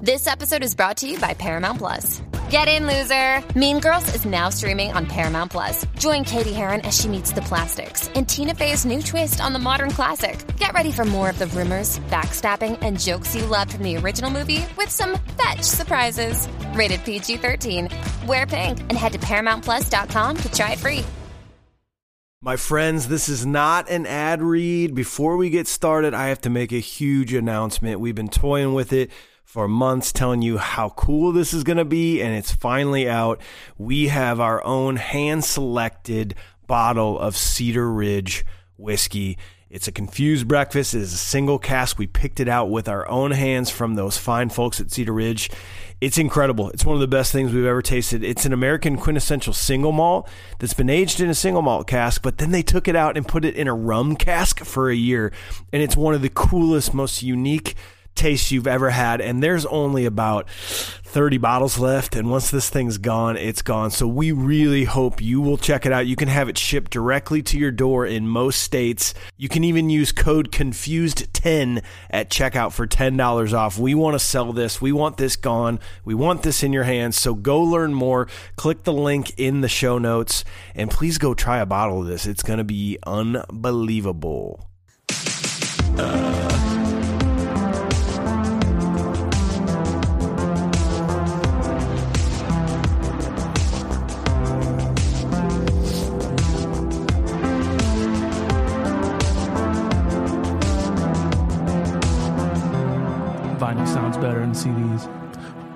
This episode is brought to you by Paramount Plus. Get in, loser! Mean Girls is now streaming on Paramount Plus. Join Katie Heron as she meets the plastics in Tina Fey's new twist on the modern classic. Get ready for more of the rumors, backstabbing, and jokes you loved from the original movie with some fetch surprises. Rated PG 13. Wear pink and head to ParamountPlus.com to try it free. My friends, this is not an ad read. Before we get started, I have to make a huge announcement. We've been toying with it for months, telling you how cool this is going to be, and it's finally out. We have our own hand selected bottle of Cedar Ridge whiskey. It's a confused breakfast. It is a single cask. We picked it out with our own hands from those fine folks at Cedar Ridge. It's incredible. It's one of the best things we've ever tasted. It's an American quintessential single malt that's been aged in a single malt cask, but then they took it out and put it in a rum cask for a year. And it's one of the coolest, most unique tastes you've ever had. And there's only about 30 bottles left. And once this thing's gone, it's gone. So we really hope you will check it out. You can have it shipped directly to your door in most states. You can even use code CONFUSED10 at checkout for $10 off. We want to sell this. We want this gone. We want this in your hands. So go learn more. Click the link in the show notes and please go try a bottle of this. It's going to be unbelievable. Vinyl sounds better than CDs.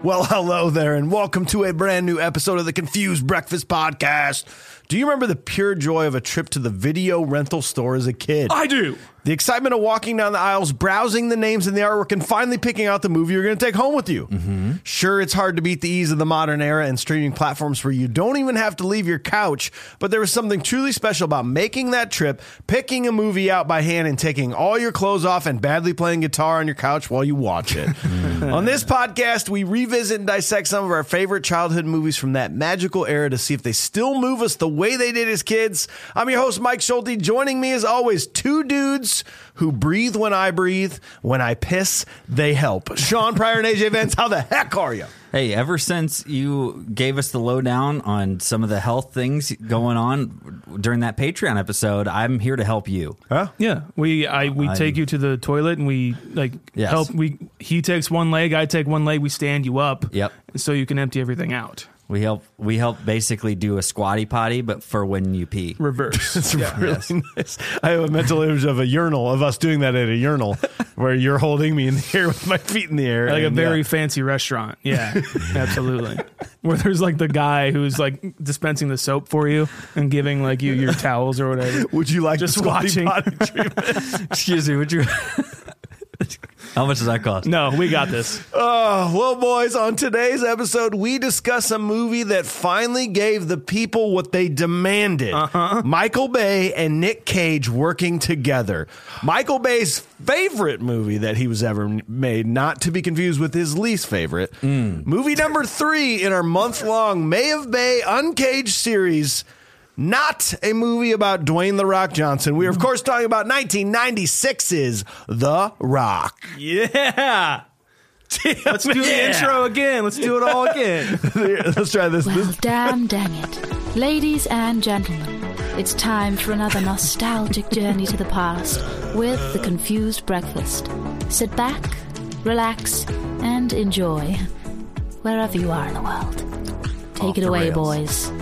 Well, hello there, and welcome to a brand new episode of the Confused Breakfast Podcast. Do you remember the pure joy of a trip to the video rental store as a kid? I do. the excitement of walking down the aisles, browsing the names and the artwork, and finally picking out the movie you're going to take home with you. Mm-hmm. Sure, it's hard to beat the ease of the modern era and streaming platforms where you don't even have to leave your couch, but there was something truly special about making that trip, picking a movie out by hand, and taking all your clothes off and badly playing guitar on your couch while you watch it. on this podcast, we revisit and dissect some of our favorite childhood movies from that magical era to see if they still move us the way they did as kids. I'm your host, Mike Schulte. Joining me, as always, two dudes who breathe when I breathe. When I piss, they help. Sean Pryor and AJ Vance, how the heck are you? Hey, ever since you gave us the lowdown on some of the health things going on during that Patreon episode, I'm here to help you. Yeah, we I we take you to the toilet and we like Yes. help. We he takes one leg, I take one leg. We stand you up. Yep. So you can empty everything out. We help we help basically do a squatty potty, but for when you pee. Reverse. It's really nice. I have a mental image of a urinal, of us doing that at a urinal, where you're holding me in the air with my feet in the air. Like a and, very uh, fancy restaurant. Yeah, absolutely. Where there's like the guy who's like dispensing the soap for you and giving like you your towels or whatever. would you like just the squatty watching. potty treatment? Excuse me, would you How much does that cost? No, we got this. Oh, well, boys, on today's episode, we discuss a movie that finally gave the people what they demanded Michael Bay and Nick Cage working together. Michael Bay's favorite movie that he was ever made, not to be confused with his least favorite. Movie number three in our month long May of Bay Uncaged series. Not a movie about Dwayne The Rock Johnson. We are, of course, talking about 1996's The Rock. Yeah. Let's do the intro again. Let's do it all again. Let's try this. Well, damn dang it. Ladies and gentlemen, it's time for another nostalgic journey to the past with The Confused Breakfast. Sit back, relax, and enjoy wherever you are in the world. Take it the away, rails. boys.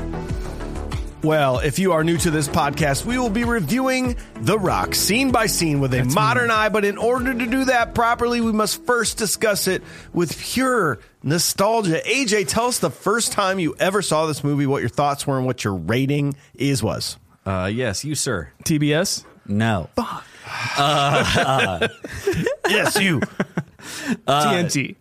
Well, if you are new to this podcast, we will be reviewing The Rock scene by scene with a modern eye. But in order to do that properly, we must first discuss it with pure nostalgia. AJ, tell us the first time you ever saw this movie, what your thoughts were, and what your rating is was. Uh, yes, you sir. TBS. No. Yes, you. Uh, TNT.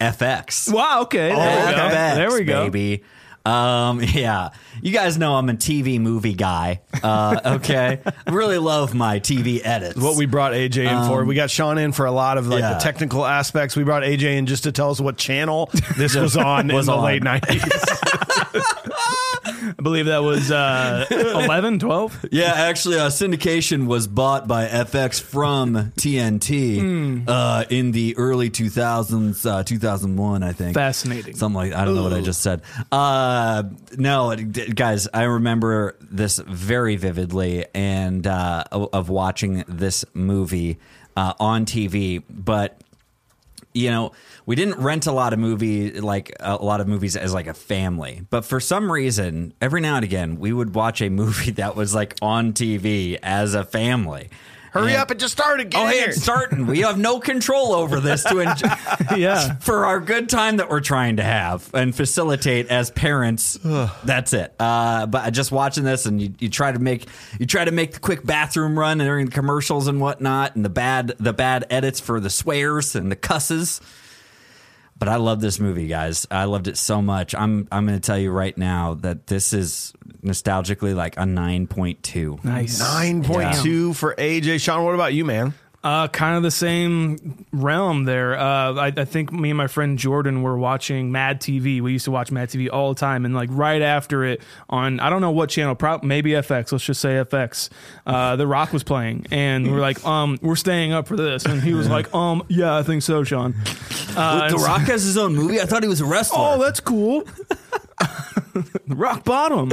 FX. Wow. Okay. There we go. FX, There we go. baby. Um, yeah, you guys know I'm a TV movie guy. Uh, okay, really love my TV edits. what we brought AJ in for. We got Sean in for a lot of like Yeah. the technical aspects. We brought AJ in just to tell us what channel this was on Was in the on. late nineties. I believe that was uh, 11, 12. Yeah, actually, uh, syndication was bought by FX from TNT uh, in the early 2000s, uh, 2001, I think. Fascinating. Something like I don't know what I just said. Uh, no, it- d- guys, I remember this very vividly, and uh, o- of watching this movie uh, on TV, but you know, we didn't rent a lot of movie like a lot of movies as like a family. But for some reason, every now and again, we would watch a movie that was like on TV as a family. Hurry And- up and just start again. Oh, hey, it's starting. We have no control over this to enjoy Yeah. for our good time that we're trying to have and facilitate as parents. that's it. Uh, but just watching this, and you, you try to make you try to make the quick bathroom run and during commercials and whatnot, and the bad the bad edits for the swears and the cusses. But I love this movie, guys. I loved it so much. I'm I'm going to tell you right now that this is nostalgically like a nine point two. Nice. Nine Yeah. point two. Two for AJ. Sean, what about you, man? Uh, kind of the same realm there. Uh, I, I think me and my friend Jordan were watching Mad TV. We used to watch Mad TV all the time, and like right after it on I don't know what channel, prob- maybe FX. Let's just say FX. Uh, the Rock was playing, and we're like, um, we're staying up for this, and he was like, um, yeah, I think so, Sean. Uh, The and so- Rock has his own movie. I thought he was a wrestler. Oh, that's cool. Rock bottom.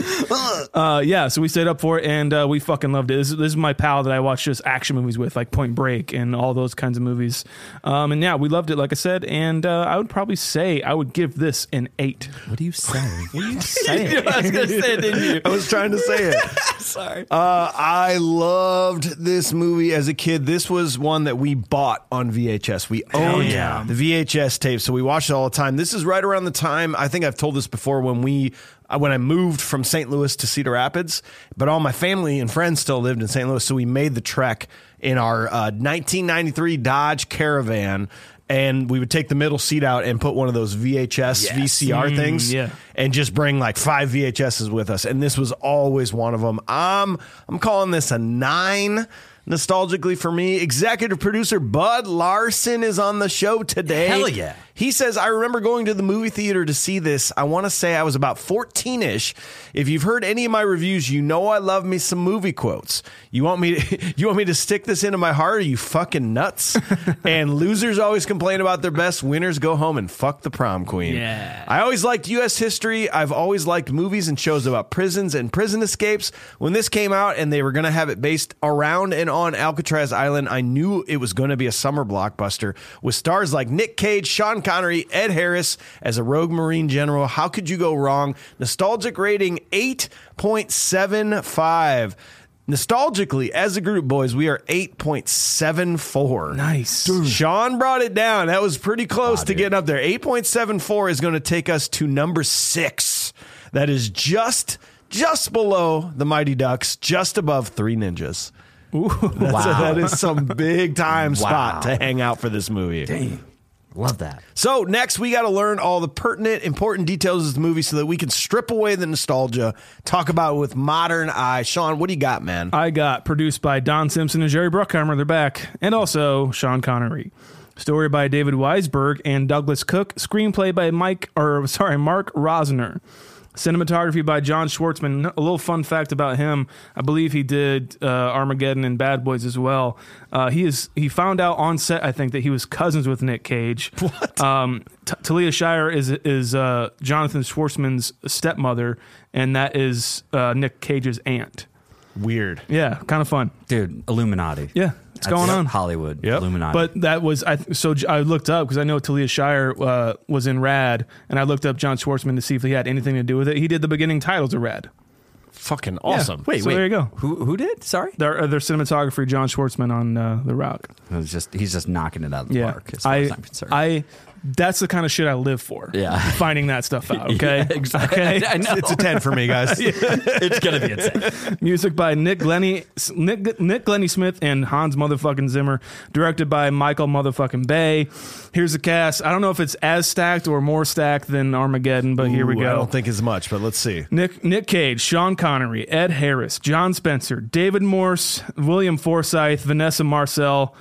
Uh, yeah, so we stayed up for it and uh, we fucking loved it. This, this is my pal that I watched just action movies with, like Point Break and all those kinds of movies. Um, and yeah, we loved it, like I said. And uh, I would probably say I would give this an eight. what do you say? I was going to say, didn't you? I was trying to say it. Sorry. Uh, I loved this movie as a kid. This was one that we bought on VHS. We owned yeah. the VHS tape, so we watched it all the time. This is right around the time I think I've told this before when we uh, when I moved from St. Louis to Cedar Rapids, but all my family and friends still lived in St. Louis, so we made the trek in our uh, 1993 Dodge Caravan. And we would take the middle seat out and put one of those VHS, VCR things yeah. and just bring like five VHSs with us. And this was always one of them. Um, I'm calling this a nine. Nostalgically for me, executive producer Bud Larson is on the show today. Hell yeah. He says, I remember going to the movie theater to see this. I want to say I was about 14 ish. If you've heard any of my reviews, you know I love me some movie quotes. You want me to, you want me to stick this into my heart? Are you fucking nuts? and losers always complain about their best. Winners go home and fuck the prom queen. Yeah. I always liked U.S. history. I've always liked movies and shows about prisons and prison escapes. When this came out and they were going to have it based around and on Alcatraz Island, I knew it was going to be a summer blockbuster with stars like Nick Cage, Sean Connery, Ed Harris as a rogue Marine general. How could you go wrong? Nostalgic rating 8.75. Nostalgically, as a group, boys, we are 8.74. Nice. Sean brought it down. That was pretty close to getting up there. 8.74 is going to take us to number six. That is just just below the Mighty Ducks, just above Three Ninjas. That's Wow. that is some big time Wow. spot to hang out for this movie. Love that. So next, we got to learn all the pertinent, important details of the movie so that we can strip away the nostalgia, talk about it with modern eye. Sean, what do you got, man? I got produced by Don Simpson and Jerry Bruckheimer. They're back, and also Sean Connery. Story by David Weisberg and Douglas Cook. Screenplay by Mike, or sorry, Mark Rosner. Cinematography by John Schwartzman. A little fun fact about him: I believe he did uh, Armageddon and Bad Boys as well. Uh, he is he found out on set, I think, that he was cousins with Nick Cage. What? Um, T- Talia Shire is is uh, Jonathan Schwartzman's stepmother, and that is uh, Nick Cage's aunt. Weird. Yeah, kind of fun. Dude, Illuminati. Yeah, it's going on. Hollywood. Illuminati. But that was I. th- So j- I looked up because I know Talia Shire uh, was in Rad, and I looked up John Schwartzman to see if he had anything to do with it. He did the beginning titles of Rad. Fucking awesome. Wait, so there you go. Who who did? Sorry, Their, uh, their cinematographer, John Schwartzman on uh, The Rock. it was just he's just knocking it out of the Yeah, park. As far I, as I'm concerned. I, that's the kind of shit I live for. Yeah. finding that stuff out. Okay, Yeah, exactly. Okay? I know. It's a 10 for me, guys. it's gonna be a ten. Music by Nick Glenny, Nick, Nick Glenny Smith and Hans motherfucking Zimmer. Directed by Michael motherfucking Bay. Here's the cast. I don't know if it's as stacked or more stacked than Armageddon, but here we Ooh, go. I don't think as much, but let's see. Nick Nick Cage, Sean Connery, Ed Harris, John Spencer, David Morse, William Forsythe, Vanessa Marcel,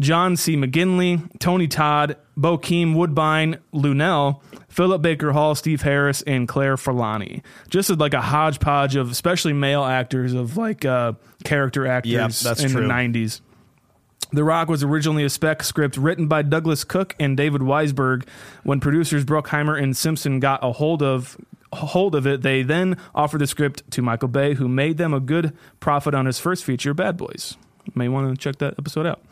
John C. McGinley, Tony Todd, Bokeem Woodbine, Lunell, Philip Baker Hall, Steve Harris, and Claire Forlani. Just like a hodgepodge of especially male actors of like uh, character actors Yep, that's in true. the 90s. The Rock was originally a spec script written by Douglas Cook and David Weisberg. When producers Bruckheimer and Simpson got a hold of hold of it, they then offered the script to Michael Bay, who made them a good profit on his first feature, Bad Boys. You may want to check that episode out.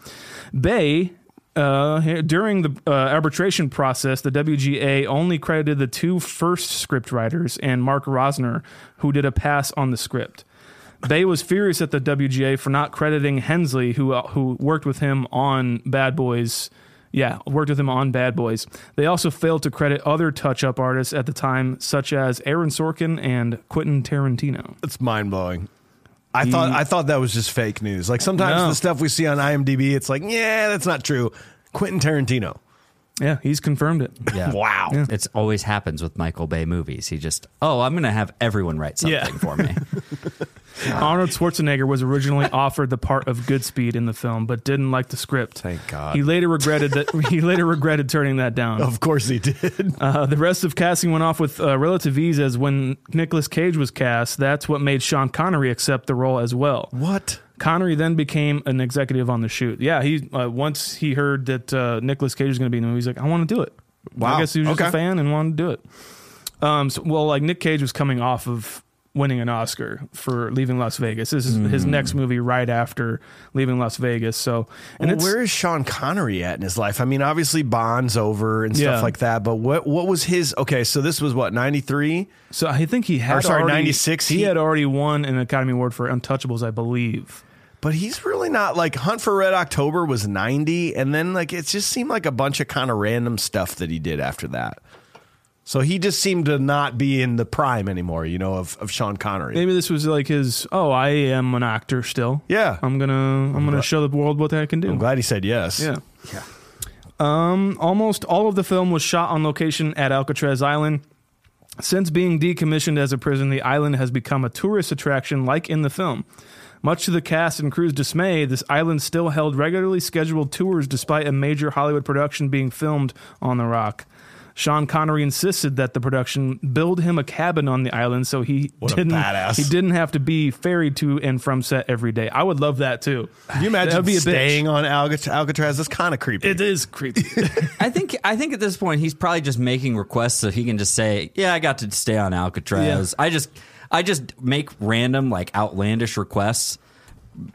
Bay. Uh, here- during the uh, arbitration process, the WGA only credited the two first script writers and Mark Rosner, who did a pass on the script. Bay was furious at the WGA for not crediting Hensley, who uh, who worked with him on Bad Boys. Yeah, worked with him on Bad Boys. They also failed to credit other touch-up artists at the time, such as Aaron Sorkin and Quentin Tarantino. It's mind blowing. I thought I thought that was just fake news. Like sometimes No. the stuff we see on IMDb, it's like, yeah, that's not true. Quentin Tarantino. Yeah, he's confirmed it. Yeah. Wow. It's always happens with Michael Bay movies. He just, oh, I'm going to have everyone write something Yeah. for me. Arnold Schwarzenegger was originally offered the part of Goodspeed in the film, but didn't like the script. Thank God. Oh, He later regretted that. he later regretted turning that down. Of course he did. Uh, the rest of casting went off with uh, relative ease, as when Nicolas Cage was cast, that's what made Sean Connery accept the role as well. What? Connery then became an executive on the shoot. Yeah, he uh, once he heard that uh, Nicolas Cage was going to be in the movie, he's like, I want to do it. Wow. I guess he was just Okay. a fan and wanted to do it. Um, so, well, like Nick Cage was coming off of winning an Oscar for Leaving Las Vegas. This is Mm. his next movie right after Leaving Las Vegas. So, and Well, it's where is Sean Connery at in his life? I mean, obviously Bond's over and Yeah. stuff like that, but what what was his Okay, so this was what, 93? so I think he had Or sorry, already- 96, He, he- had already won an Academy Award for Untouchables, I believe. But he's really not like Hunt for Red October was 90 and then like it just seemed like a bunch of kind of random stuff that he did after that. So he just seemed to not be in the prime anymore, you know, of, of Sean Connery. Maybe this was like his. Oh, I am an actor still. Yeah. I'm gonna I'm gonna show the world what I can do. I'm glad he said yes. Yeah. Yeah. Um, almost all of the film was shot on location at Alcatraz Island. Since being decommissioned as a prison, the island has become a tourist attraction like in the film. Much to the cast and crew's dismay, this island still held regularly scheduled tours despite a major Hollywood production being filmed on the rock. Sean Connery insisted that the production build him a cabin on the island so he What a didn't badass. he didn't have to be ferried to and from set every day. I would love that too. Can you imagine That'd be a bitch. staying on Alcat- Alcatraz? That's kind of creepy. It is creepy. I think I think at this point he's probably just making requests so he can just say, "Yeah, I got to stay on Alcatraz. I just I just make random like outlandish requests,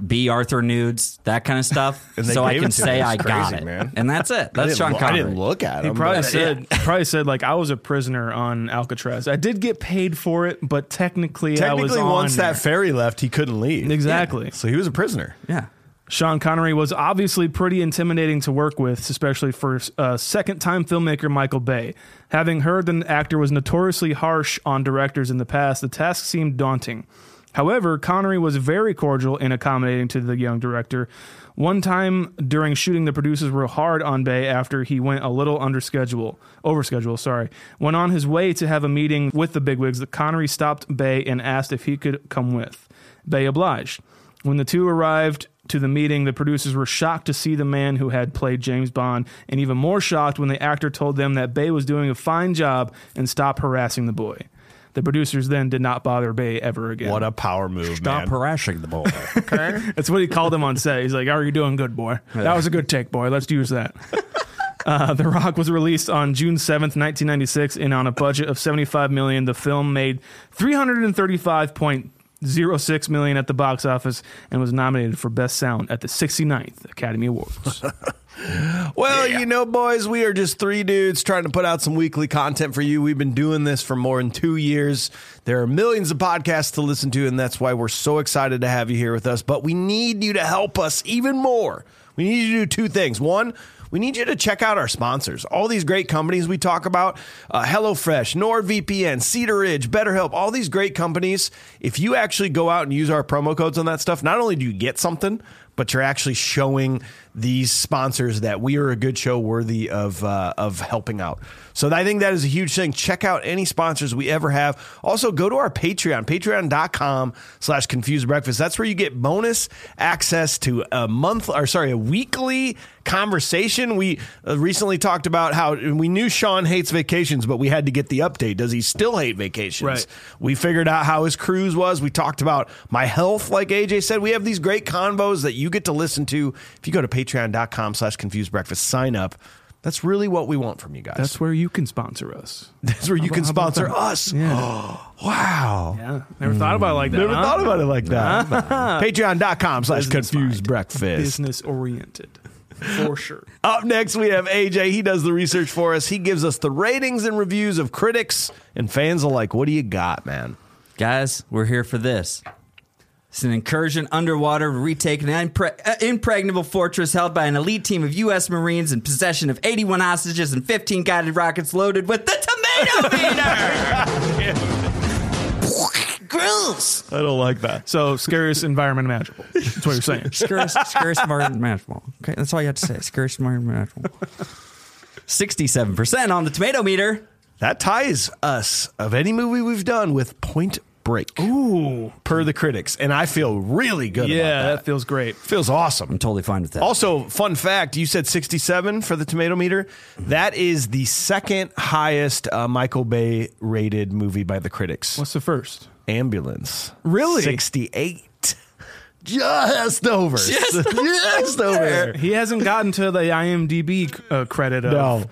B Arthur nudes, that kind of stuff, And they so I gave can it to say him. I It's got crazy, it." man. And that's it. I That's didn't Sean lo- Connery. I didn't look at He him. probably but- said probably said like I was a prisoner on Alcatraz. I did get paid for it, but technically, I was Technically, on once that there. ferry left, he couldn't leave. exactly. So he was a prisoner. Yeah. Sean Connery was obviously pretty intimidating to work with, especially for uh, second time filmmaker Michael Bay. Having heard that an actor was notoriously harsh on directors in the past, the task seemed daunting. However, Connery was very cordial and accommodating to the young director. One time during shooting, the producers were hard on Bay after he went a little under schedule, over schedule, sorry. When on his way to have a meeting with the bigwigs, Connery stopped Bay and asked if he could come with. Bay obliged. When the two arrived to the meeting, the producers were shocked to see the man who had played James Bond, and even more shocked when the actor told them that Bay was doing a fine job and stop harassing the boy. The producers then did not bother Bay ever again. What a power move, Stop man. harassing the boy. That's what he called him on set. He's like, "Are you doing good, boy? That was a good take, boy. Let's use that." Uh, the Rock was released on June seventh, nineteen ninety six, and on a budget of seventy five million, the film made three hundred and thirty five point zero six million at the box office and was nominated for Best Sound at the 69th Academy Awards. Well, you know, boys, we are just three dudes trying to put out some weekly content for you. We've been doing this for more than two years. There are millions of podcasts to listen to, and that's why we're so excited to have you here with us. But we need you to help us even more. We need you to do two things. One, we need you to check out our sponsors. All these great companies we talk about uh, HelloFresh, NordVPN, Cedar Ridge, BetterHelp, all these great companies. If you actually go out and use our promo codes on that stuff, not only do you get something, but you're actually showing these sponsors that we are a good show worthy of uh, of helping out. So I think that is a huge thing. Check out any sponsors we ever have. Also, go to our Patreon, patreon.com slash confused breakfast. That's where you get bonus access to a month or sorry, a weekly conversation. We uh, recently talked about how we knew Sean hates vacations, but we had to get the update. Does he still hate vacations? Right. We figured out how his cruise was. We talked about my health, like AJ said. We have these great convos that you get to listen to. If you go to patreon.com slash confused breakfast, sign up. That's really what we want from you guys. That's where you can sponsor us. That's where you can how about sponsor that? us. Yeah. Wow. Yeah. Never thought about it like that. Never huh? thought about it like that. Patreon.com slash Business confused mind. breakfast. Business oriented. For sure. Up next, we have AJ. He does the research for us. He gives us the ratings and reviews of critics and fans alike. What do you got, man? Guys, we're here for this. It's an incursion underwater to retake an impre- uh, impregnable fortress held by an elite team of U.S. Marines in possession of 81 hostages and 15 guided rockets loaded with the tomato meter. Gross. I don't like that. So scariest environment imaginable. That's what you're saying. Scourge, Scourge Martin Mashable. Okay, that's all you have to say. Scourge Martin Mashable. 67% on the tomato meter. That ties us of any movie we've done with Point Break. Ooh. Per the critics. And I feel really good Yeah, about that that. feels great. feels awesome. I'm totally fine with that. Also, fun fact you said 67 for the tomato meter. That is the second highest uh, Michael Bay rated movie by the critics. What's the first? ambulance. Really? 68. Just over. Just, over. He hasn't gotten to the IMDb uh, credit of No.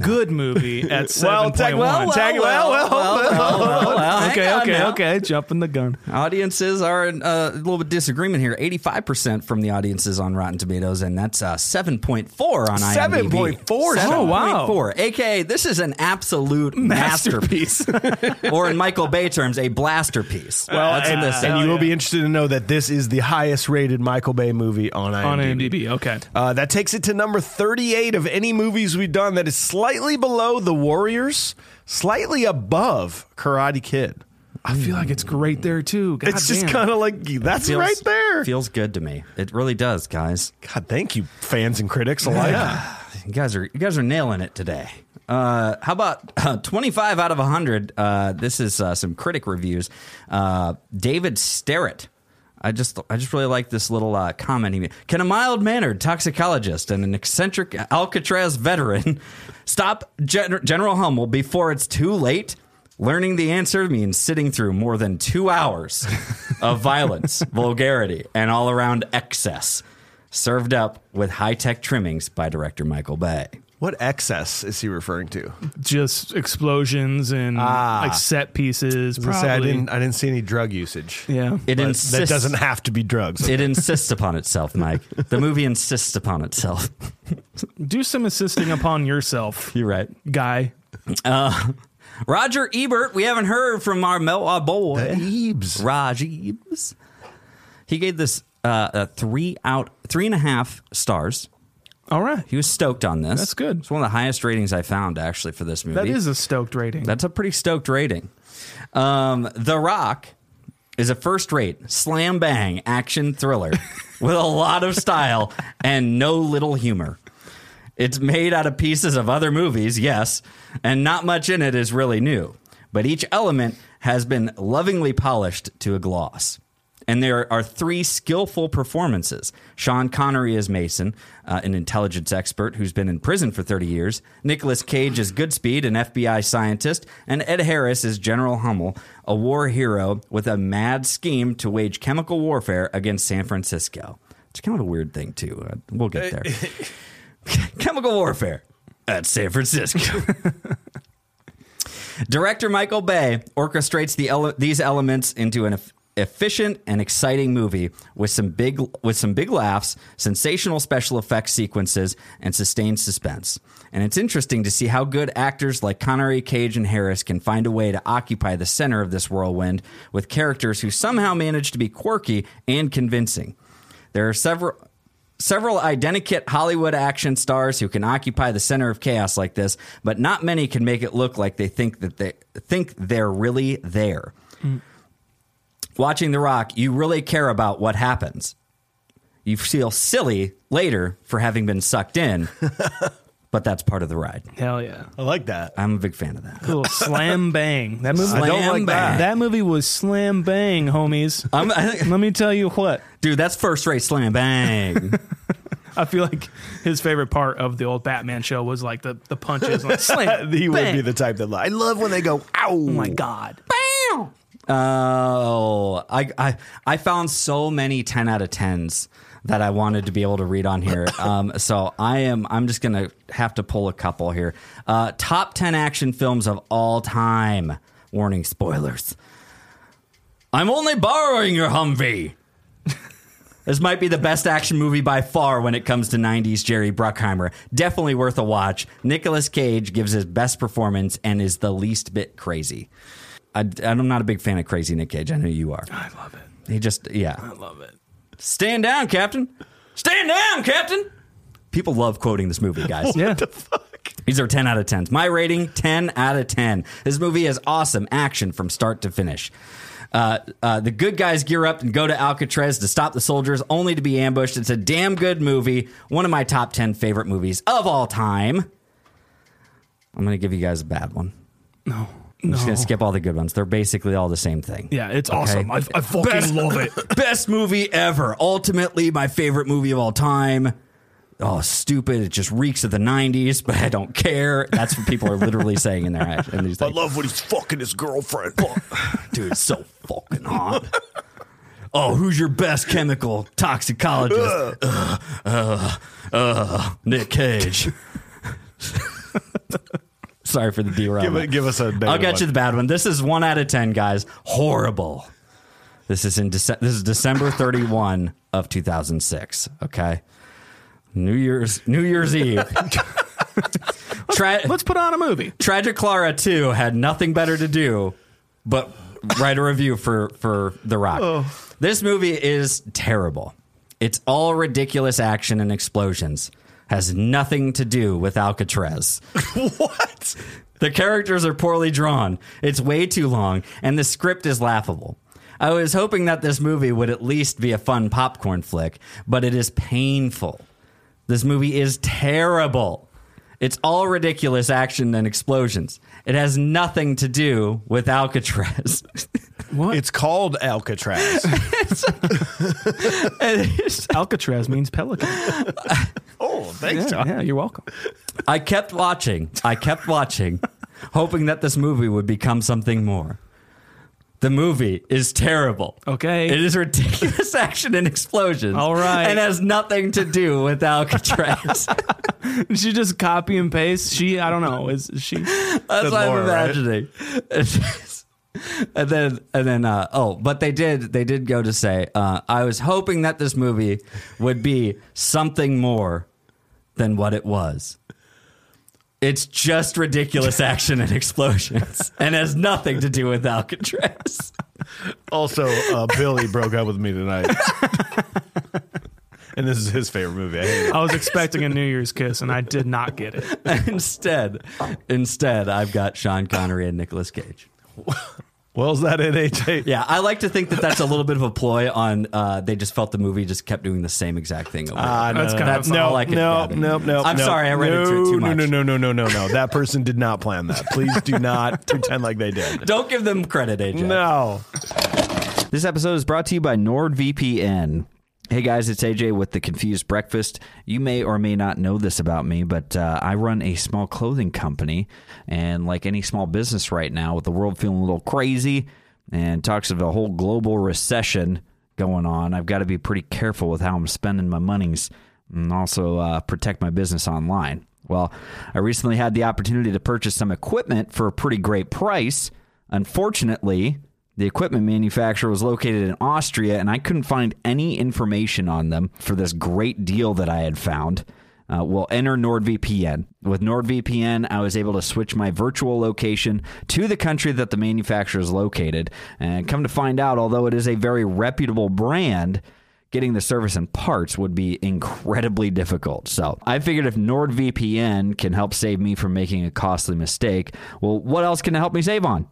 good movie at 7.1. Well, tech- well, Tag- well, well, well, okay, hang on okay, now. okay. Jumping the gun. Audiences are in uh, a little bit disagreement here. 85% from the audiences on Rotten Tomatoes, and that's uh, 7.4 on IMDb. 7.4, Sean. Oh, wow. 7.4. AKA, this is an absolute masterpiece. Masterpiece. or in Michael Bay terms, a blasterpiece. Well, that's and, what this and is. you will be interested to know that this is the highest rated Michael Bay movie on IMDb. on IMDb. Okay. Uh, that takes it to number 38 of any movies we've done that is slightly below The Warriors, slightly above Karate Kid. I feel like it's great there too. God It's just damn. kind of like, that's Feels- right there. Feels good to me. It really does, guys. God, thank you, fans and critics alike. You guys are you guys are nailing it today. Uh, how about uh, 25 out of 100? Uh, this is uh, some critic reviews. Uh, David Sterrett. I just I just really like this little uh, comment. He made. Can a mild mannered toxicologist and an eccentric Alcatraz veteran stop Gen- General Hummel before it's too late? Learning the answer means sitting through more than two hours of violence, vulgarity, and all around excess served up with high tech trimmings by director Michael Bay. What excess is he referring to? just explosions and like set pieces. Ah. I was Probably. gonna say, I didn't. I didn't see any drug usage. yeah. It But insists. that doesn't have to be drugs. it insists upon itself, Mike. The movie insists upon itself. Do some assisting upon yourself, You're right. guy. Uh, Roger Ebert, we haven't heard from our Mel our boy. Ebes. Raj Ebes. He gave this uh, a three out three and a half stars. All right. He was stoked on this. That's good. It's one of the highest ratings I found actually for this movie. That is a stoked rating. That's a pretty stoked rating. Um, the Rock is a first rate slam bang action thriller with a lot of style and no little humor. It's made out of pieces of other movies, yes, and not much in it is really new, but each element has been lovingly polished to a gloss. And there are three skillful performances. Sean Connery as Mason, uh, an intelligence expert who's been in prison for 30 years. Nicolas Cage as Goodspeed, an FBI scientist. And Ed Harris as General Hummel, a war hero with a mad scheme to wage chemical warfare against San Francisco. It's kind of a weird thing, too. Uh, we'll get there. chemical warfare at San Francisco. Director Michael Bay orchestrates the ele- these elements into an eff- efficient and exciting movie with some big with some big laughs, sensational special effects sequences, and sustained suspense. And it's interesting to see how good actors like Connery, Cage, and Harris can find a way to occupy the center of this whirlwind with characters who somehow manage to be quirky and convincing. There are several several identikit Hollywood action stars who can occupy the center of chaos like this, but not many can make it look like they think that they think they're really there. Watching The Rock, you really care about what happens. You feel silly later for having been sucked in, but that's part of the ride. Hell yeah. I like that. I'm a big fan of that. Cool. Slam bang. That movie. I don't Slam like Ah. that. bang. That movie was slam bang, homies. I'm, I think, Let me tell you what. dude, that's first rate slam bang. I feel like his favorite part of the old Batman show was like the the punches, like slam. He would bang. be the type that I love when they go, ow. Oh my god. Oh, I, I I found so many ten out of tens that I wanted to be able to read on here. Um, so I am I'm just gonna have to pull a couple here. Uh, top ten action films of all time. Warning spoilers. I'm only borrowing your Humvee. This might be the best action movie by far when it comes to 90s Jerry Bruckheimer. Definitely worth a watch. Nicolas Cage gives his best performance and is the least bit crazy. I, am not a big fan of crazy Nick Cage. I know you are. I love it. He just, yeah. I love it. Stand down, Captain. Stand down, Captain. People love quoting this movie, guys. Yeah. These are 10 out of 10s. My rating, 10 out of 10. This movie is awesome action from start to finish. Uh, uh, the good guys gear up and go to Alcatraz to stop the soldiers, only to be ambushed. It's a damn good movie. One of my top 10 favorite movies of all time. I'm going to give you guys a bad one. No. I'm just going to skip all the good ones. They're basically all the same thing. Yeah, it's awesome. I, I fucking love it. Best movie ever. Ultimately, my favorite movie of all time. Oh, stupid. It just reeks of the 90s, but I don't care. That's what people are literally saying in their act- in these I things. love when he's fucking his girlfriend. Dude, it's so fucking hot. Oh, who's your best chemical toxicologist? Ugh, ugh, ugh, Nick Cage. Sorry for the derailment. give, it- give us a I'll negative get you one. the bad one. This is one out of ten, guys. Horrible. This is in Dece- this is December thirty one of two thousand six. Okay, New Year's New Year's Eve. Tra- Let's put on a movie. Tragic Clara too had nothing better to do but write a review for for The Rock. This movie is terrible. It's all ridiculous action and explosions. Has nothing to do with Alcatraz. what? The characters are poorly drawn. It's way too long, and the script is laughable. I was hoping that this movie would at least be a fun popcorn flick, but it is painful. This movie is terrible. It's all ridiculous action and explosions. It has nothing to do with Alcatraz. It's called Alcatraz. Alcatraz means pelican. oh, thanks, Yeah, yeah, you're welcome. I kept watching. I kept watching, hoping that this movie would become something more. The movie is terrible. Okay. It is ridiculous action and explosions. All right. And has nothing to do with Alcatraz. she just copy and paste. She, I don't know, is is she? That's what lore, I'm right? imagining. and then, and then, uh, oh, but they did, they did go to say, uh, I was hoping that this movie would be something more than what it was. It's just ridiculous action and explosions, and has nothing to do with Alcatraz. Also, uh, Billy broke up with me tonight. and this is his favorite movie. I hate it. I was expecting a New Year's kiss and I did not get it. instead, instead, I've got Sean Connery and Nicolas Cage. Well, is that it, AJ? Yeah, I like to think that that's a little bit of a ploy on. Uh, they just felt the movie just kept doing the same exact thing. Over. Ah, That's kind of that's fun. all no, I could no, gather. no, no. I'm no. sorry, I read no, into it too much. No, no, no, no, no, no, no. That person did not plan that. Please do not pretend like they did. Don't give them credit, AJ. No. This episode is brought to you by NordVPN. Hey guys, it's AJ with the Confused Breakfast. You may or may not know this about me, but uh, I run a small clothing company. And like any small business right now, with the world feeling a little crazy and talks of a whole global recession going on, I've got to be pretty careful with how I'm spending my monies and also uh, protect my business online. Well, I recently had the opportunity to purchase some equipment for a pretty great price. Unfortunately, the equipment manufacturer was located in Austria, and I couldn't find any information on them for this great deal that I had found. Uh, well, enter NordVPN. With NordVPN, I was able to switch my virtual location to the country that the manufacturer is located. And come to find out, although it is a very reputable brand, getting the service and parts would be incredibly difficult. So I figured if NordVPN can help save me from making a costly mistake, well, what else can it help me save on?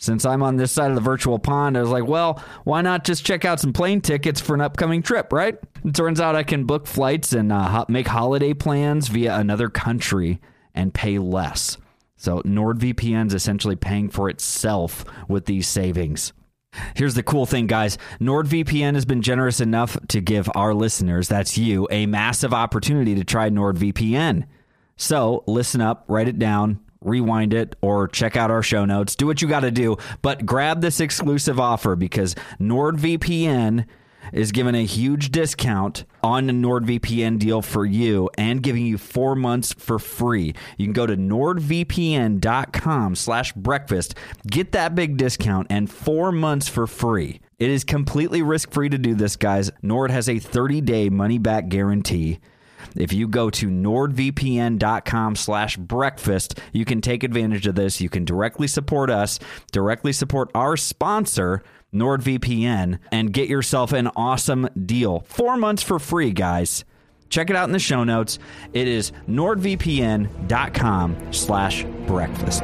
Since I'm on this side of the virtual pond, I was like, well, why not just check out some plane tickets for an upcoming trip, right? It turns out I can book flights and uh, ho- make holiday plans via another country and pay less. So NordVPN's essentially paying for itself with these savings. Here's the cool thing, guys. NordVPN has been generous enough to give our listeners, that's you, a massive opportunity to try NordVPN. So listen up, write it down, rewind it, or check out our show notes. Do what you got to do, but grab this exclusive offer because NordVPN is giving a huge discount on the NordVPN deal for you and giving you four months for free. You can go to nordvpn.com slash breakfast, get that big discount and four months for free. It is completely risk-free to do this, guys. Nord has a 30-day money-back guarantee. If you go to nordvpn.com slash breakfast, you can take advantage of this. You can directly support us, directly support our sponsor, NordVPN, and get yourself an awesome deal. Four months for free, guys. Check it out in the show notes. It is nordvpn.com slash breakfast.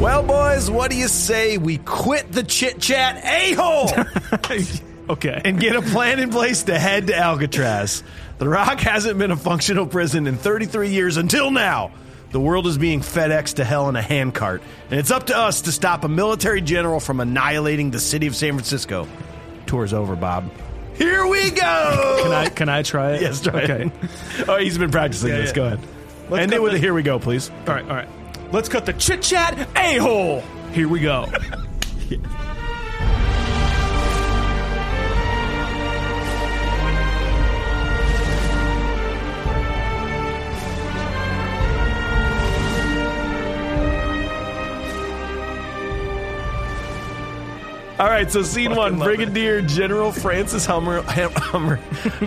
Well, boys, what do you say we quit the chit chat a hole Okay. and get a plan in place to head to Alcatraz? The Rock hasn't been a functional prison in 33 years until now. The world is being FedEx to hell in a handcart, and it's up to us to stop a military general from annihilating the city of San Francisco. Tour's over, Bob. Here we go. can I can I try it? Yes, try okay. it. Oh, he's been practicing Yeah, this. yeah. Go ahead. Let's End cut it with the- a here we go, please. All right, all right. Let's cut the chit chat a hole. Here we go. All right, so scene one Brigadier General Francis Hummer, Hum- Hummer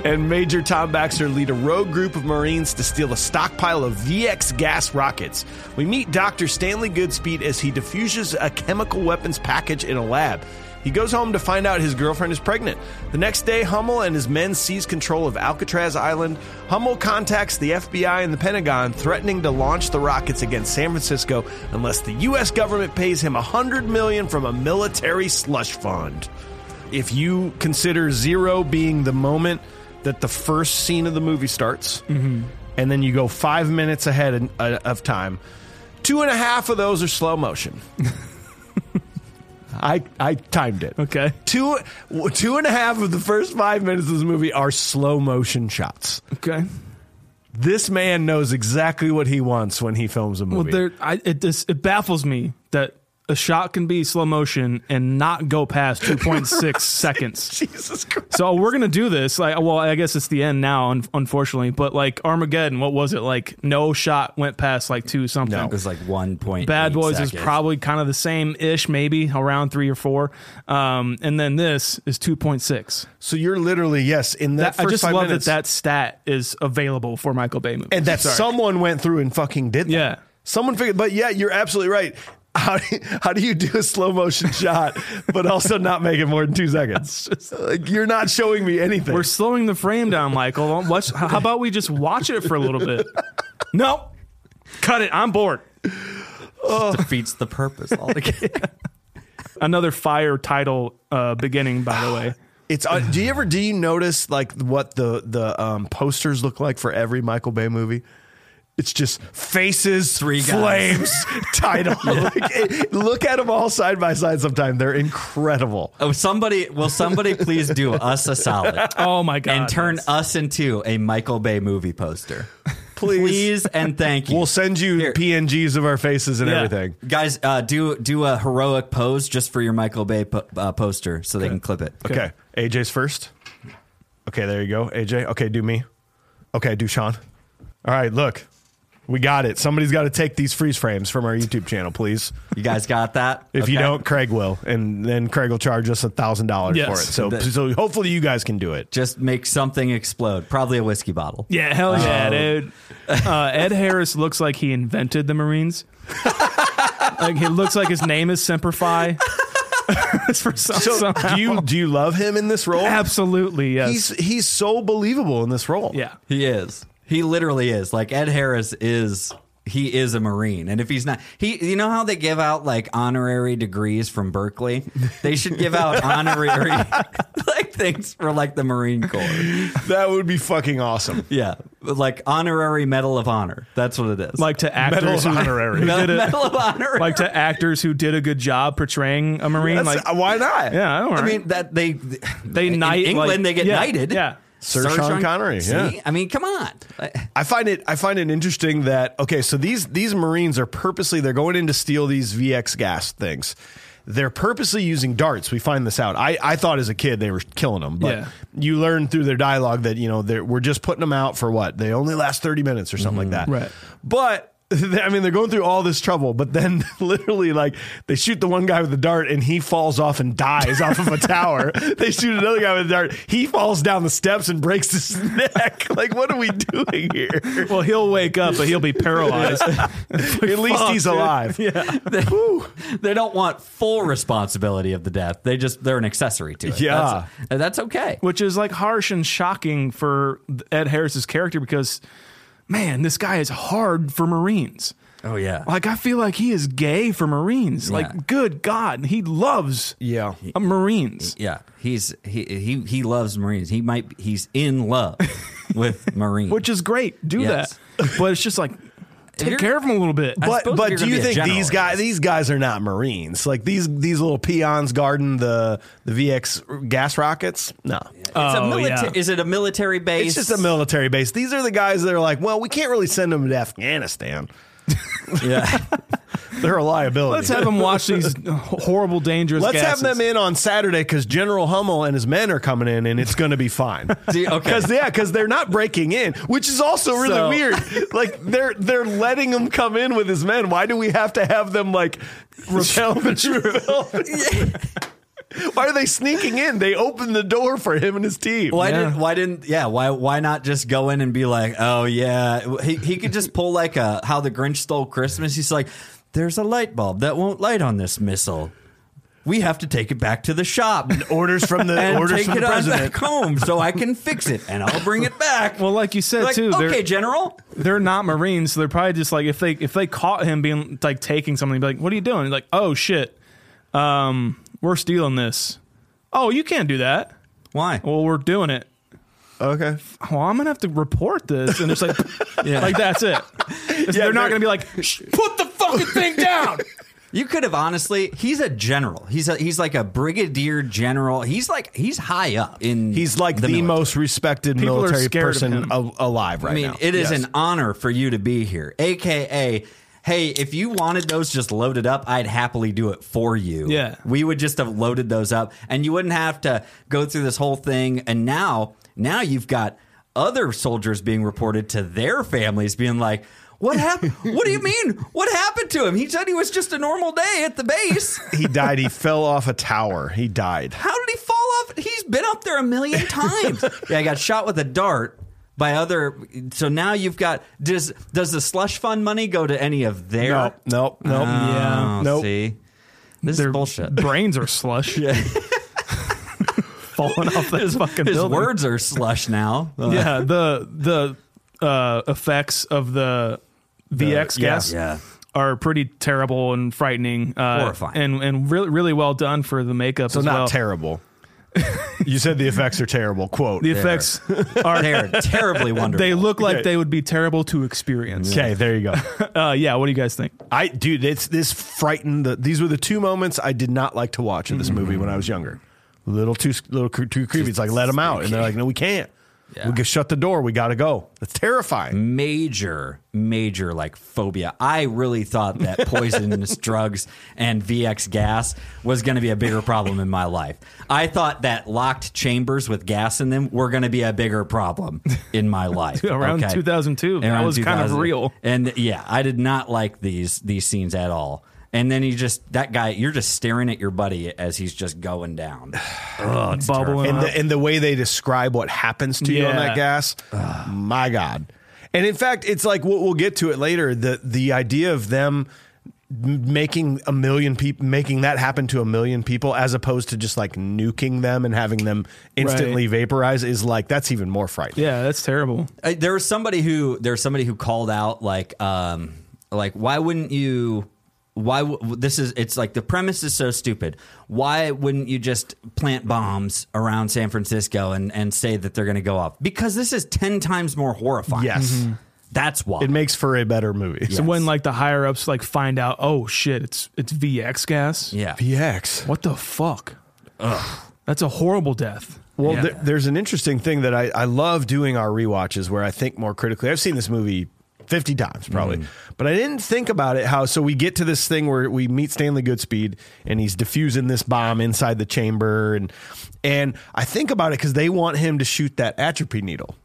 and Major Tom Baxter lead a rogue group of Marines to steal a stockpile of VX gas rockets. We meet Dr. Stanley Goodspeed as he diffuses a chemical weapons package in a lab. He goes home to find out his girlfriend is pregnant. The next day, Hummel and his men seize control of Alcatraz Island. Hummel contacts the FBI and the Pentagon, threatening to launch the rockets against San Francisco unless the U.S. government pays him $100 million from a military slush fund. If you consider zero being the moment that the first scene of the movie starts, Mm-hmm. and then you go five minutes ahead in- uh, of time, two and a half of those are slow motion. I, I timed it. Okay. Two two and a half of the first five minutes of this movie are slow motion shots. Okay. This man knows exactly what he wants when he films a Well, movie. there. I, it just it baffles me that a shot can be slow motion and not go past two point six seconds. Jesus Christ! So we're gonna do this. Like, well, I guess it's the end now, un- unfortunately. But like Armageddon, what was it like? No shot went past like two something. It was like one point. Bad Boys seconds. is probably kind of the same ish, maybe around three or four. Um, and then this is two point six. So you're literally yes in that, That, I first just five love minutes, that that stat is available for Michael Bay movies. and that Sorry. someone went through and fucking did that. Yeah. someone figured. But yeah, you're absolutely right. How do, how do you do a slow motion shot, but also not make it more than two seconds? like you're not showing me anything. We're slowing the frame down, Michael. Don't Watch, how about we just watch it for a little bit? No, cut it. I'm bored. defeats the purpose altogether. Another fire title uh, beginning, by the way. It's uh, do you ever do you notice like what the the um, posters look like for every Michael Bay movie? It's just faces, Three guys. flames, title. Like, it- look at them all side by side. Sometime they're incredible. oh, somebody, will somebody please do us a solid Oh my god! and turn us into a Michael Bay movie poster, Please. please and thank you. We'll send you Here. PNGs of our faces and Yeah. everything. Guys, uh, do do a heroic pose just for your Michael Bay po- uh, poster, so they can clip it. Okay. AJ's first. Okay, there you go. AJ. Okay, do me. Okay, do Sean. All right, look. We got it. Somebody's got to take these freeze frames from our YouTube channel, please. You guys got that? If you Okay. don't, Craig will, and then Craig will charge us a thousand dollars Yes. for it. So, That- so hopefully you guys can do it. just make something explode. Probably a whiskey bottle. Yeah, hell Oh. yeah, dude. Uh, Ed Harris looks like he invented the Marines. like he looks like his name is Semper Fi. For some, So, somehow. do you do you love him in this role? absolutely yes. He's he's so believable in this role. yeah. He is. He literally is. Like Ed Harris is he is a Marine. And if he's not, he, you know how they give out like honorary degrees from Berkeley? They should give out honorary like things for like the Marine Corps. That would be fucking awesome. Yeah. Like honorary Medal of Honor. That's what it is. like to actors who, honorary. who did Medal, a- Medal of Honor. like to actors who did a good job portraying a marine. That's- like uh, why not? yeah, I don't know. I mean, that they, they in knight England, like- they get yeah, knighted. Yeah, Sir Sean Connery, See? yeah. I mean, come on. I find it I find it interesting that okay, so these these Marines are purposely they're going in to steal these VX gas things. They're purposely using darts. We find this out. I, I thought as a kid they were killing them, but Yeah. you learn through their dialogue that you know they're, we're just putting them out for what they only last thirty minutes or something like that. Mm-hmm. Right. But I mean, they're going through all this trouble, but then literally, like, they shoot the one guy with the dart and he falls off and dies off of a tower. They shoot another guy with a dart. He falls down the steps and breaks his neck. Like, what are we doing here? Well, he'll wake up, but he'll be paralyzed. At least he's alive. yeah, They, they don't want full responsibility of the death. They just they're an accessory to it. Yeah. that's, and that's okay. which is like harsh and shocking for Ed Harris's character because, man, this guy is hard for Marines. Oh yeah, Like I feel like he is gay for Marines. Yeah. Like, good God, he loves Yeah. uh, Marines. yeah. He's he he he loves Marines. He might he's in love with Marines. which is great. Do Yes. that, but it's just like take you're- care of him a little bit. I But suppose if but you're do you gonna be a think general, these I guys guess. these guys are not Marines? Like these these little peons guarding the the VX gas rockets? No. It's a Oh, milita- yeah. Is it a military base? It's just a military base. These are the guys that are like, well, we can't really send them to Afghanistan. Yeah. They're a liability. Let's have him watch these horrible, dangerous. Let's gases. have them in on Saturday because General Hummel and his men are coming in, and it's going to be fine. See, okay. Because yeah, because they're not breaking in, which is also really So- weird. Like they're they're letting them come in with his men. Why do we have to have them like repel the troop? Why are they sneaking in? They open the door for him and his team. Why Yeah. didn't? Why didn't? Yeah. Why? Why not just go in and be like, oh yeah, he he could just pull like a how the Grinch stole Christmas. He's like, there's a light bulb that won't light on this missile. We have to take it back to the shop Orders from the and orders take from it the on president. back home so I can fix it and I'll bring it back. Well, like you said Like, too, okay, they're General. they're not Marines, so they're probably just like if they if they caught him being like taking something, be like, "What are you doing?" Like, "Oh shit, um, we're stealing this." Oh, you can't do that. Why? Well, we're doing it. Okay. Well, I'm gonna have to report this, and it's like, like that's it. It's- they're they're- not gonna be like, "Shh, put the fucking thing down. You could have honestly. He's a general. He's a he's like a brigadier general. He's like he's high up in. He's like the, military. most respected People are military scared of person him. a- alive right I mean, now. it is Yes. an honor for you to be here. AKA, hey, if you wanted those just loaded up, I'd happily do it for you. Yeah. We would just have loaded those up and you wouldn't have to go through this whole thing. And now, now you've got other soldiers being reported to their families being like, what happened? what do you mean? What happened to him? He said he was just a normal day at the base. He died. He fell off a tower. He died. How did he fall off? He's been up there a million times. yeah, I got shot with a dart by other. So now you've got does does the slush fund money go to any of their? Nope. Nope. Nope. Oh, Nope. See, this Their is bullshit. Brains are slush. Falling off this fucking His building. words are slush now. Uh, yeah, the the uh, effects of the VX yeah, gas yeah. are pretty terrible and frightening, uh, Horrifying. and and really really well done for the makeup. So as not well. terrible. you said the effects are terrible. Quote. The effects are They're terribly wonderful. they look like Okay. they would be terrible to experience. okay, there you go. Uh, yeah, what do you guys think? I dude, it's this frightened. The, these were the two moments I did not like to watch in this Mm-hmm. movie when I was younger. Little too little cre- too creepy. It's like let them out, and they're like, no, we can't. We can shut the door. We got to go. It's terrifying. major, major like phobia. I really thought that poisonous drugs and VX gas was going to be a bigger problem in my life. I thought that locked chambers with gas in them were going to be a bigger problem in my life. Around 2002, that was kind of real. And yeah, I did not like these these scenes at all. And then he just that guy, you're just staring at your buddy as he's just going down. Oh, it's Bubbling. And the, and the way they describe what happens to you on Yeah. that gas, my god. And in fact, it's like we'll, we'll get to it later. The the idea of them m- making a million people making that happen to a million people as opposed to just like nuking them and having them instantly vaporize is like that's even more frightening. Yeah, that's terrible. Uh, there was somebody who there was somebody who called out like um Like, why wouldn't you? Why w- this is? It's like the premise is so stupid. Why wouldn't you just plant bombs around San Francisco and and say that they're going to go off? Because this is ten times more horrifying. Yes. Mhm. that's why. It makes for a better movie. So when like the higher ups like find out, oh shit, it's it's VX gas. yeah. PX. What the fuck? That's a horrible death. Well, th- there's an interesting thing that I, I love doing our rewatches where I think more critically. I've seen this movie 50 times probably, but I didn't think about it how. So we get to this thing where we meet Stanley Goodspeed and he's diffusing this bomb inside the chamber. And, and I think about it because they want him to shoot that atrophy needle.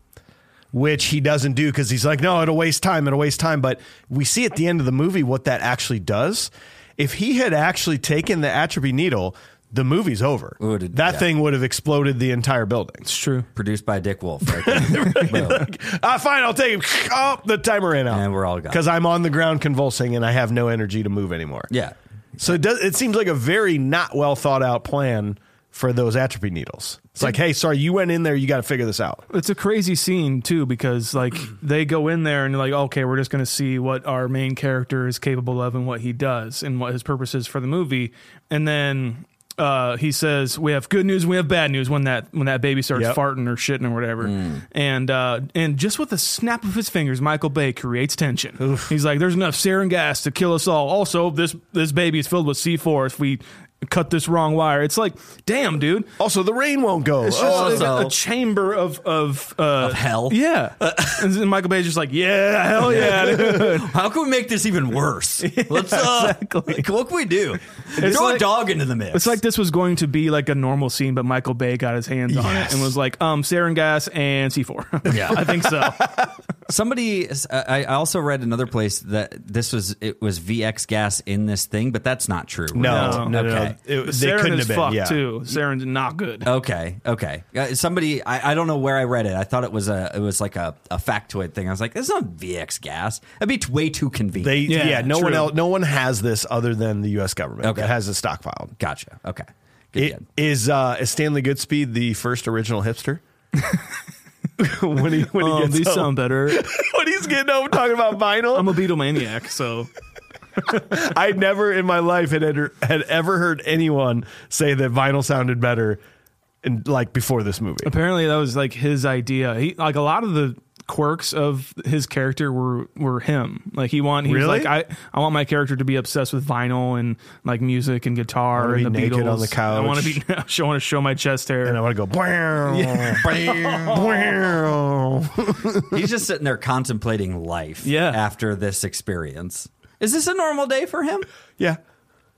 Which he doesn't do because he's like, no, it'll waste time, it'll waste time. But we see at the end of the movie what that actually does. If he had actually taken the atrophy needle, the movie's over. Would it- that thing yeah. thing would have exploded the entire building. It's true. Produced by Dick Wolf. Right there. Boom. Ah, fine, I'll take it. Oh, the timer ran out, And we're all gone. because I'm on the ground convulsing and I have no energy to move anymore. Yeah. So it does. It seems like a very not well thought out plan for those atrophy needles. It's like, hey, sorry, you went in there. You got to figure this out. It's a crazy scene too because like they go in there and like okay, we're just going to see what our main character is capable of and what he does and what his purpose is for the movie. And then uh, he says, "We have good news, and we have bad news." When that when that baby starts Yep. farting or shitting or whatever, and uh, and just with a snap of his fingers, Michael Bay creates tension. He's like, "There's enough sarin gas to kill us all." Also, this this baby is filled with C four. If we cut this wrong wire, it's like, damn, dude. Also, the rain won't go. It's just Oh, like a- Also- a chamber of of, uh, of hell? Yeah, and then Michael Bay's just like, yeah, hell yeah. dude." How can we make this even worse? Let's uh, like, what can we do? Throw a like- dog into the mix. it's like this was going to be like a normal scene, but Michael Bay got his hands on it Yes. and was like, um, sarin gas and C four. Yeah, I think so. somebody. I I also read another place that this was it was VX gas in this thing, but that's not true. Oh, no, no, No. no, no. Okay. It- they sarin couldn't have is been. fucked yeah. too. Sarin's not good. Okay, okay. Uh, somebody, I, I don't know where I read it. I thought it was a it was like a, a factoid thing. I was like, "It's not VX gas. That'd be way too convenient." They, yeah, Yeah, no one true. else, no one has this other than the U.S. government Okay. that has it stockpiled. gotcha. Okay, good. It, good. is uh, is Stanley Goodspeed the first original hipster? when he when he Um, gets these home. sound better. when he's getting home talking about vinyl. I'm a Beatle maniac, so I never in my life had enter- had ever heard anyone say that vinyl sounded better, in, like before this movie. apparently that was like his idea. He like a lot of the quirks of his character were were him. Like he want he Really? was like I I want my character to be obsessed with vinyl and like music and guitar wanna be and the naked Beatles. on the couch. I want to be I want to show my chest hair. And I want to go. Wow, wow. He's just sitting there contemplating life. Yeah. After this experience, is this a normal day for him? yeah.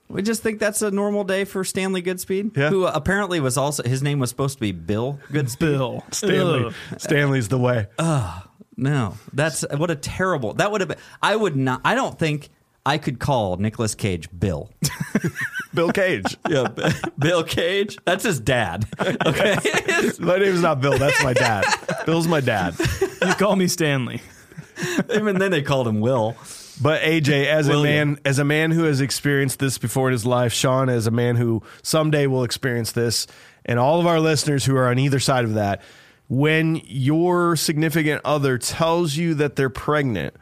We just think that's a normal day for Stanley Goodspeed, Yeah. who apparently was also his name was supposed to be Bill Goodspeed. Bill Stanley, Ugh. Stanley's the way. No, that's what a terrible. That would have been. I would not. I don't think I could call Nicolas Cage Bill. Bill Cage. Yeah, Bill Cage. That's his dad. Okay. My name's not Bill. That's my dad. Bill's my dad. You call me Stanley. Even then, they called him Will. But AJ, as a William. man, as a man who has experienced this before in his life, Sean, as a man who someday will experience this, and all of our listeners who are on either side of that, when your significant other tells you that they're pregnant,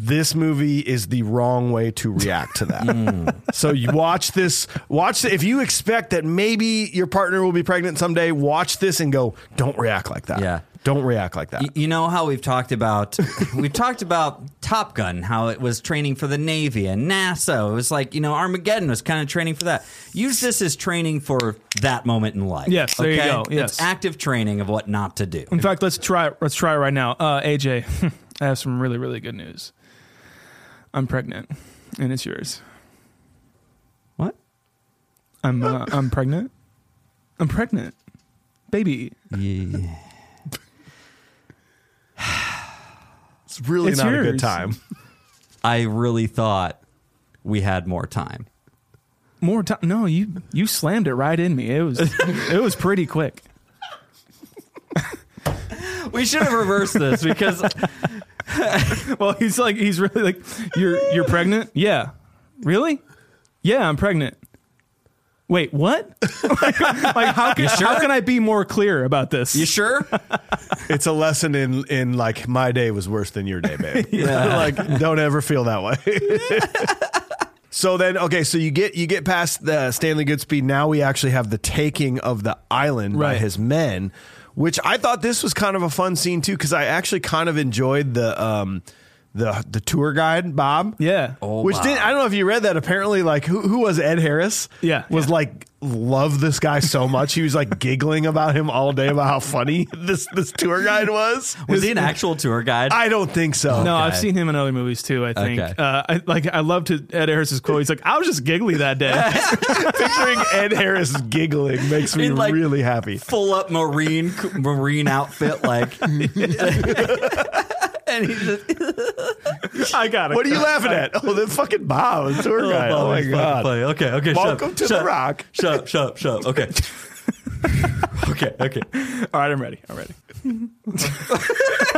this movie is the wrong way to react to that. So you watch this. Watch the, if you expect that maybe your partner will be pregnant someday. Watch this and go. Don't react like that. Yeah. Don't react like that. Y- You know how we've talked about we've talked about Top Gun, how it was training for the Navy and NASA. It was like you know Armageddon was kind of training for that. Use this as training for that moment in life. Yes, there you go. it's Yes. active training of what not to do. In fact, let's try let's try right now. Uh, AJ, I have some really really good news. I'm pregnant, and it's yours. What? I'm uh, I'm pregnant. I'm pregnant, baby. Yeah. it's really It's not a good yours. time. I really thought we had more time. More time? No, you you slammed it right in me. It was it was pretty quick. We should have reversed this because Well, he's like he's really like you're you're pregnant. Yeah, really? Yeah, I'm pregnant. wait, what? like, like, how can how can I be more clear about this? You sure? It's a lesson in in like my day was worse than your day, babe. like don't ever feel that way. so then, okay, so you get you get past the Stanley Goodspeed. Now we actually have the taking of the island by Right. his men, which I thought this was kind of a fun scene too because I actually kind of enjoyed the. um the, the tour guide Bob Yeah. which did I don't know if you read that. Apparently, like who who was Ed Harris? Yeah, was yeah. like loved this guy so much. He was like giggling about him all day about how funny this this tour guide was. Was he an actual tour guide? I don't think so. No, I've Okay. seen him in other movies too. I think. Okay. Uh, I, like I loved his, Ed Harris's quote. He's like, "I was just giggly that day." Picturing Ed Harris giggling makes me In, like- really happy. Full up marine marine outfit, like. and he's just I got it. What are you laughing at? Oh, the fucking Bob, the tour guide. Oh, Bob my is fucking god. funny. Okay, okay. shut Welcome up, to shut the up, Rock. Shut up, shut up, shut up. Okay. okay, okay. All right, I'm ready. I'm ready.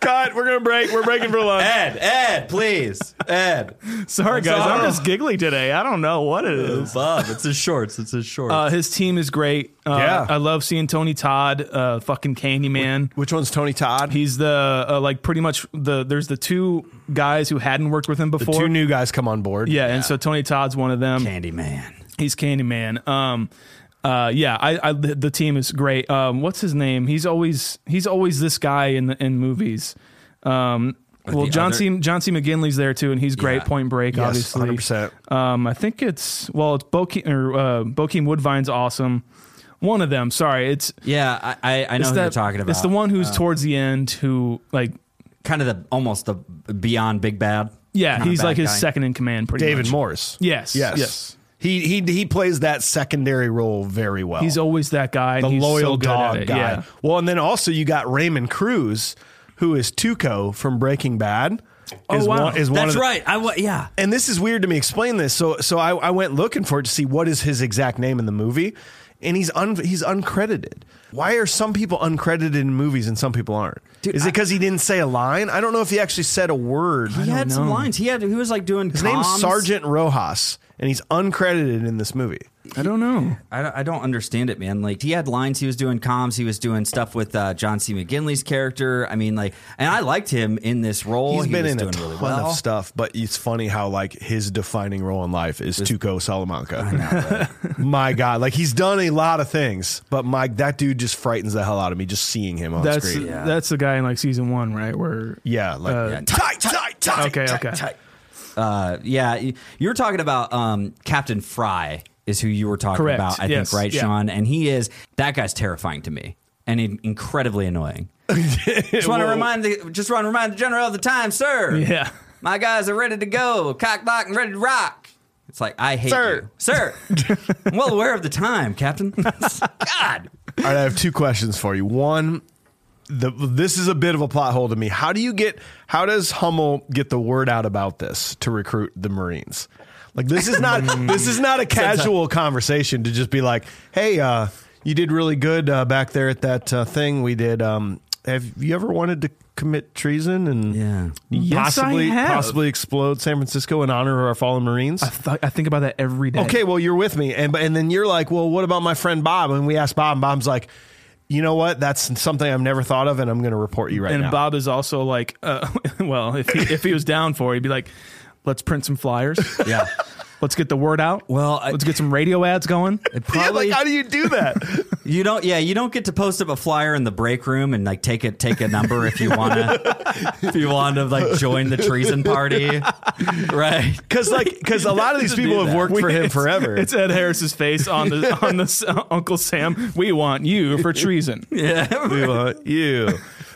Cut. We're gonna break. We're breaking for lunch. Ed, Ed, please. Ed. Sorry, guys. I'm sorry. just giggly today. I don't know what it is. Bob, it's his shorts. It's his shorts. Uh, his team is great. Uh, Yeah. I love seeing Tony Todd, uh, fucking Candyman. Which one's Tony Todd? He's the uh, like pretty much the there's the two guys who hadn't worked with him before. Two new guys come on board. yeah, and so Tony Todd's one of them. Candyman. He's Candyman. Um, uh, yeah, I, I the the team is great. Um, what's his name? He's always he's always this guy in the in movies. Um, well, the John other- C. John C. McGinley's there too, and he's great. Yeah. Point Break, Yes, obviously. hundred percent. Um, I think it's well, it's Bokeem or uh, Bokeem Woodvine's awesome. One of them. Sorry, it's Yeah, I, I, I know it's who that- you're talking about. Oh. It's the one who's towards the end who like kind of the almost the beyond big bad. yeah, kinda he's bad like his guy. second in command. Pretty David much. Morris. Yes, Yes. yes. He he he plays that secondary role very well. He's always that guy. and the he's so loyal good at dog it, guy. Yeah. Well, and then also you got Raymond Cruz, who is Tuco from Breaking Bad. Oh, is wow. One, is one That's of the- right. I wa- yeah. And this is weird to me. Explain this. So so I, I went looking for it to see what is his exact name in the movie, and he's un, he's uncredited. Why are some people uncredited in movies and some people aren't? is it because he didn't say a line? I don't know if he actually said a word. He had some lines. He had he was like doing His name's Sergeant Rojas, and he's uncredited in this movie. I don't know. I don't, I don't understand it, man. Like he had lines. He was doing comms. He was doing stuff with uh, John C. McGinley's character. I mean, like, and I liked him in this role. He's He been was in a doing ton really well. of stuff, but it's funny how like his defining role in life is Tuco Salamanca. my God, like he's done a lot of things, but my that dude just frightens the hell out of me just seeing him on That's screen. that's the guy in like season one, right? Where Yeah, like Uh, tight, tight, tight. okay, okay, Uh, yeah, you you were talking about um, Captain Fry is who you were talking Correct. about. I Yes. think right, Yeah. Sean, and he is that guy's terrifying to me and in- incredibly annoying. just want to remind the just want to remind the general of the time, sir. yeah. My guys are ready to go, cock block and ready to rock. It's like I hate Sir. you, sir. I'm well aware of the time, Captain. God, All right, I have two questions for you. One, the this is a bit of a plot hole to me. How do you get? How does Hummel get the word out about this to recruit the Marines? Like this is not this is not a casual conversation to just be like, hey, uh, you did really good uh, back there at that uh, thing we did. Um, have you ever wanted to commit treason and Yeah. Yes, I possibly have. possibly explode San Francisco in honor of our fallen Marines? I, th- I think about that every day. Okay, well, you're with me, and and then you're like, well, what about my friend Bob? And we asked Bob, and Bob's like, you know what? That's something I've never thought of, and I'm going to report you right and now. Bob is also like, uh, well, if he, if he was down for it, he'd be like, let's print some flyers. yeah. Let's get the word out. Well, I- let's get some radio ads going. It Yeah, probably like, how do you do that? You don't, yeah, you don't get to post up a flyer in the break room and like take a take a number if you wanna, if you wanna like join the treason party, right? Because like, because a lot of these Just do people have that. worked for him It's- forever. It's Ed Harris's face on the on the s- Uncle Sam. We want you for treason. We want you.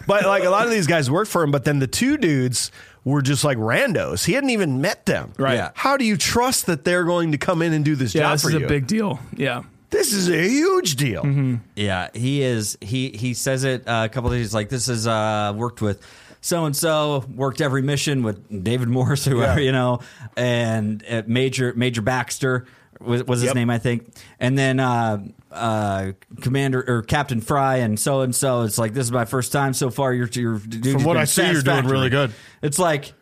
But like a lot of these guys worked for him, but then the two dudes were just like randos. He hadn't even met them. Right. Yeah. How do you trust that they're going to come in and do this Yeah, job this for is you? a big Mm-hmm. deal. Yeah. this is a huge deal. Yeah, he is. He he says it uh, a couple of days like this is uh, worked with so and so, worked every mission with David Morris, whoever you know, and uh, Major Major Baxter was, was his name, I think, and then uh, uh, Commander or Captain Fry and so and so. It's like this is my first time so far. You're you're From what I see, you're doing really good. It's like.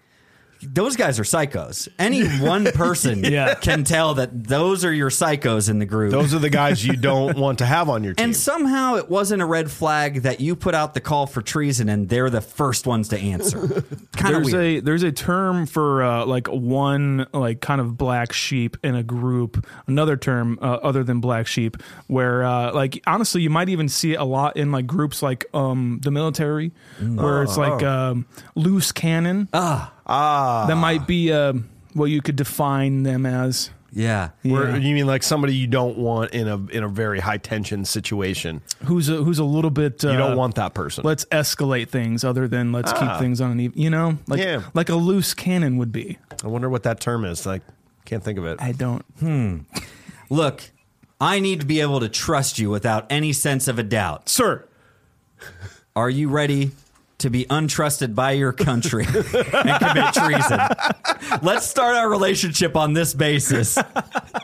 those guys are psychos. Any one person Yeah. can tell that those are your psychos in the group. Those are the guys you don't want to have on your team. and somehow it wasn't a red flag that you put out the call for treason and they're the first ones to answer. kind of there's weird. a there's a term for uh, like one like kind of black sheep in a group. Another term uh, other than black sheep, where uh, like honestly, you might even see it a lot in like groups like um the military, Mm. where Oh, it's like um, loose cannon. Ah, ah, that might be um what you could define them as. yeah. Where, Yeah. You mean like somebody you don't want in a in a very high tension situation? Who's a, who's a little bit uh, You don't want that person. Let's escalate things other than let's keep things on an even. You know, like Yeah. like a loose cannon would be. I wonder what that term is. Like, can't think of it. I don't. Look, I need to be able to trust you without any sense of a doubt. Sir, Are you ready to be untrusted by your country and commit treason? Let's start our relationship on this basis.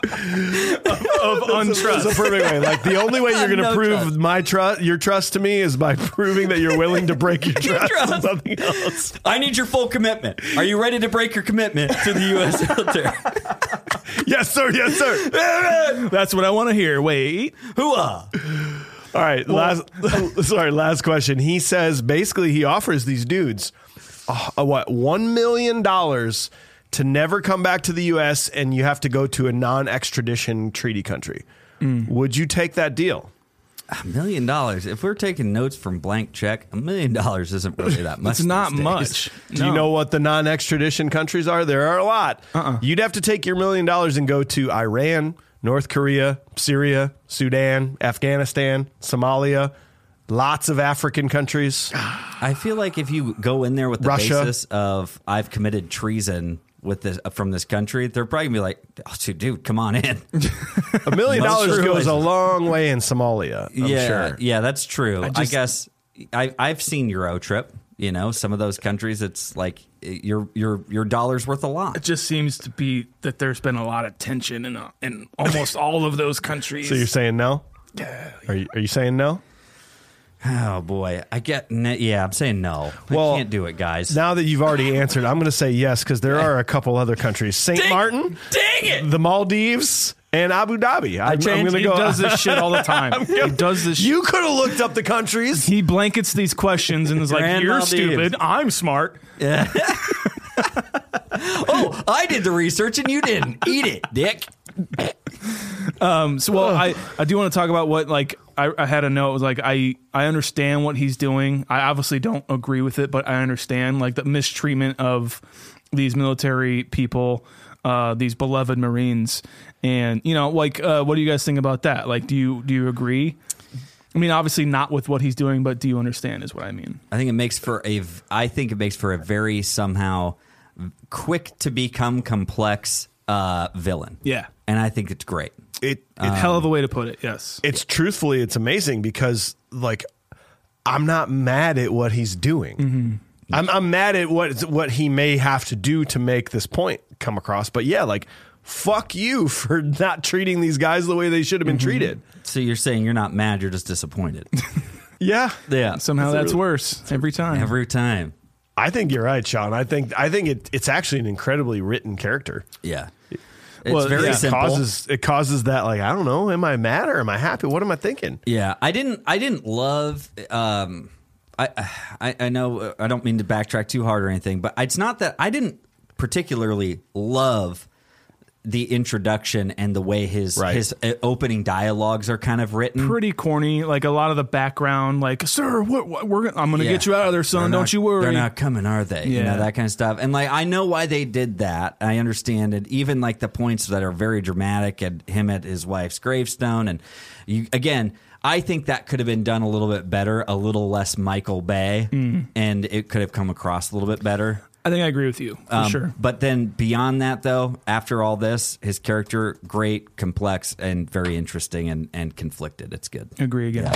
of untrust. That's a perfect way. Like the only way you're going to No prove trust. my trust, your trust to me, is by proving that you're willing to break your trust. trust. Something else. I need your full commitment. Are you ready to break your commitment to the U.S. military? Yes, sir. Yes, sir. That's what I want to hear. Wait. Hooah! All right. last. sorry. Last question. He says basically he offers these dudes uh, what one million dollars to never come back to the U.S. and you have to go to a non-extradition treaty country. Would you take that deal? A million dollars. If we're taking notes from blank check, a million dollars isn't really that much. It's not these days. much. Do you know what the non extradition countries are? There are a lot. You'd have to take your million dollars and go to Iran, North Korea, Syria, Sudan, Afghanistan, Somalia, lots of African countries. I feel like if you go in there with the Russia. basis of I've committed treason with this uh, from this country, they're probably gonna be like, oh, dude, dude, come on in. A million Most dollars true. goes a long way in Somalia, I'm yeah, sure. yeah, that's true. I, just- guess I, I've seen Euro Trip. You know, some of those countries, it's like eh, your your your dollars worth a It lot. just seems to be that there's been a lot of tension in, uh, in almost all of those countries. So you're saying no? Are you, are you saying no? Oh boy, I get. n- Yeah, I'm saying no. Well, I can't do it, guys. Now that you've already answered, I'm going to say yes because there are a couple other countries St. Martin, Dang it! the Maldives, and Abu Dhabi. I am James, he does this shit all the time. he does this. shit. You could have looked up the countries. He blankets these questions and is like, Grand "You're Maldives. stupid. I'm smart." Oh, I did the research and you didn't. Eat it, Dick. So, well, I, I do want to talk about what like I, I had a note. It was like I I understand what he's doing. I obviously don't agree with it, but I understand like the mistreatment of these military people, uh, these beloved Marines, and you know, like uh, what do you guys think about that? Like, do you do you agree? I mean, obviously not with what he's doing, but do you understand? Is what I mean. I think it makes for a. v- I think it makes for a very somehow quick to become complex uh, villain. Yeah. and I think it's great. It, Um, Hell of a way to put it. Yes. it's truthfully it's amazing because like I'm not mad at what he's doing. I'm I'm mad at what what he may have to do to make this point come across. But yeah, like fuck you for not treating these guys the way they should have been treated. So you're saying you're not mad, you're just disappointed. Yeah. yeah, Somehow that's worse every time. every time. I think you're right, Sean. I think I think it, it's actually an incredibly written character. Yeah, it's Well, very yeah, It simple. causes it causes that like I don't know, am I mad or am I happy? What am I thinking? Yeah, I didn't. I didn't love. Um, I, I I know. uh, I don't mean to backtrack too hard or anything, but it's not that I didn't particularly love the introduction and the way his Right. his uh, opening dialogues are kind of written. Pretty corny, like a lot of the background, like, sir, what, what we're gonna, I'm gonna Yeah. get you out of there, son. They're Don't not- you worry. They're not coming, are they? You Yeah. know, that kind of stuff. And like, I know why they did that. I understand it. Even like the points that are very dramatic and him at his wife's gravestone. And you, again, I think that could have been done a little bit better, a little less Michael Bay, Mm. and it could have come across a little bit better. I think I agree with you for Um, sure. But then beyond that, though, after all this, his character, great, complex, and very interesting and, and conflicted. It's good. Agree again.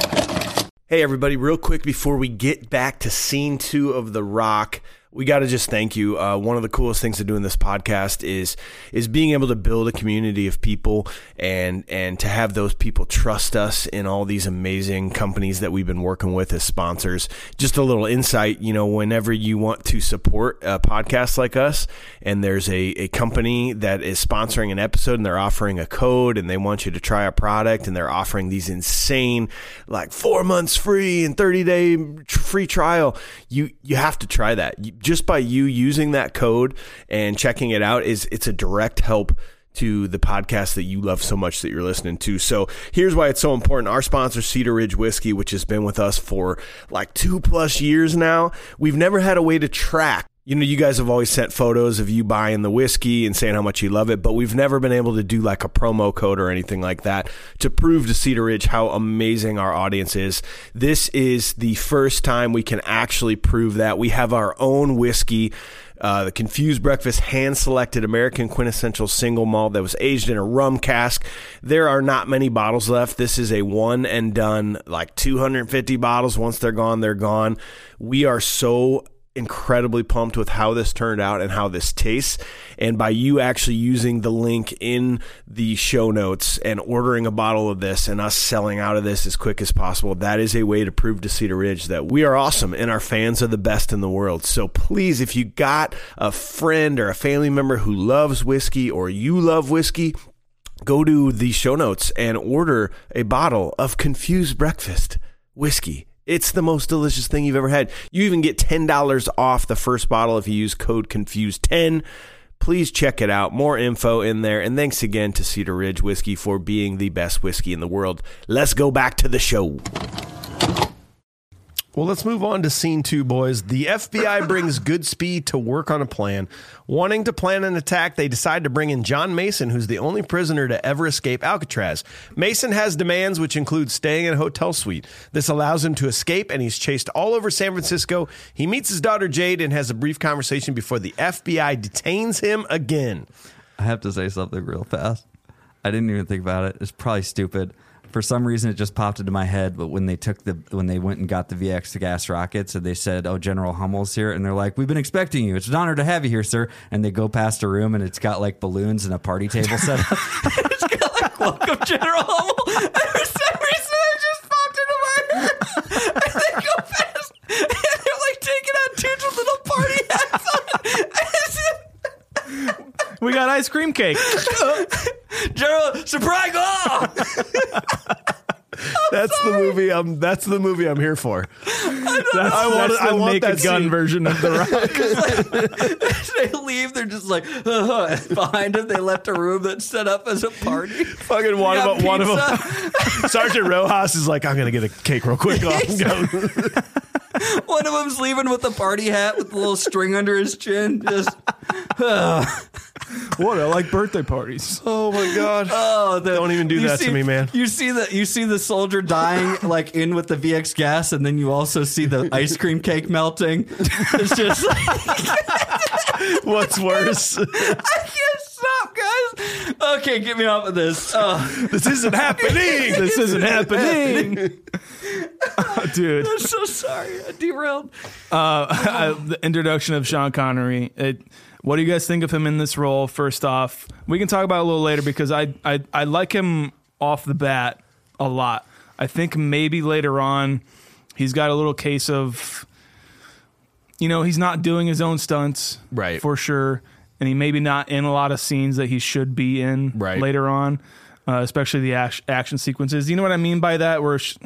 Hey, everybody, real quick before we get back to scene two of The Rock, we got to just thank you. Uh, one of the coolest things to do in this podcast is is being able to build a community of people and and to have those people trust us in all these amazing companies that we've been working with as sponsors. Just a little insight, you know, whenever you want to support a podcast like us, and there's a a company that is sponsoring an episode and they're offering a code and they want you to try a product and they're offering these insane like four months free and thirty day free trial, you you have to try that. You- just by you using that code and checking it out is it's a direct help to the podcast that you love so much that you're listening to. So here's why it's so important. Our sponsor, Cedar Ridge Whiskey, which has been with us for like two plus years now. We've never had a way to track. You know, you guys have always sent photos of you buying the whiskey and saying how much you love it, but we've never been able to do like a promo code or anything like that to prove to Cedar Ridge how amazing our audience is. This is the first time we can actually prove that. We have our own whiskey. Uh, the Confused Breakfast hand selected American quintessential single malt that was aged in a rum cask. There are not many bottles left. This is a one and done, like 250 bottles. Once they're gone, they're gone. We are so incredibly pumped with how this turned out and how this tastes. And by you actually using the link in the show notes and ordering a bottle of this and us selling out of this as quick as possible, that is a way to prove to Cedar Ridge that we are awesome and our fans are the best in the world. So please, if you got a friend or a family member who loves whiskey or you love whiskey, go to the show notes and order a bottle of Confused Breakfast whiskey. It's the most delicious thing you've ever had. You even get $10 off the first bottle if you use code CONFUSE10. Please check it out. More info in there. And thanks again to Cedar Ridge Whiskey for being the best whiskey in the world. Let's go back to the show. Well, let's move on to scene two, boys. The FBI brings Goodspeed to work on a plan. Wanting to plan an attack, they decide to bring in John Mason, who's the only prisoner to ever escape Alcatraz. Mason has demands, which include staying in a hotel suite. This allows him to escape, and he's chased all over San Francisco. He meets his daughter Jade and has a brief conversation before the FBI detains him again. I have to say something real fast. I didn't even think about it. It's probably stupid. For some reason, it just popped into my head. But when they took the when they went and got the VX to gas rockets, and they said, "Oh, General Hummel's here," and they're like, "We've been expecting you. It's an honor to have you here, sir." And they go past a room, and it's got like balloons and a party table set up. it's got like, "Welcome, General Hummel." And for some reason, it just popped into my head. And they go past, and they're like taking out two little party hats on. And it's- We got ice cream cake. General, surprise! Oh! That's the movie. I'm, that's the movie I'm here for. That's, I want- that's the I want make that a gun scene. version of the rock. they leave, they're just like uh, behind them. They left a room that's set up as a party. Fucking one Got of them. One of them. pizza. Sergeant Rojas is like, I'm gonna get a cake real quick. Off and go. One of them's leaving with a party hat with a little string under his chin. Just What? I like birthday parties. Oh my god. oh, the, Don't even do you that to see- me, man. You see the you see the soldier dying like in with the VX gas, and then you also see the ice cream cake melting. It's just What's worse? I can't stop, guys. Okay, get me off of this. Oh, this isn't happening. This isn't happening. Dude. I'm so sorry. I derailed. uh, the introduction of Sean Connery. It, what do you guys think of him in this role? First off, we can talk about it a little later because I, I I like him off the bat a lot. I think maybe later on he's got a little case of, you know, he's not doing his own stunts Right. for sure, and he maybe not in a lot of scenes that he should be in Right. later on, uh, especially the ac- action sequences. You know what I mean by that? Where sh-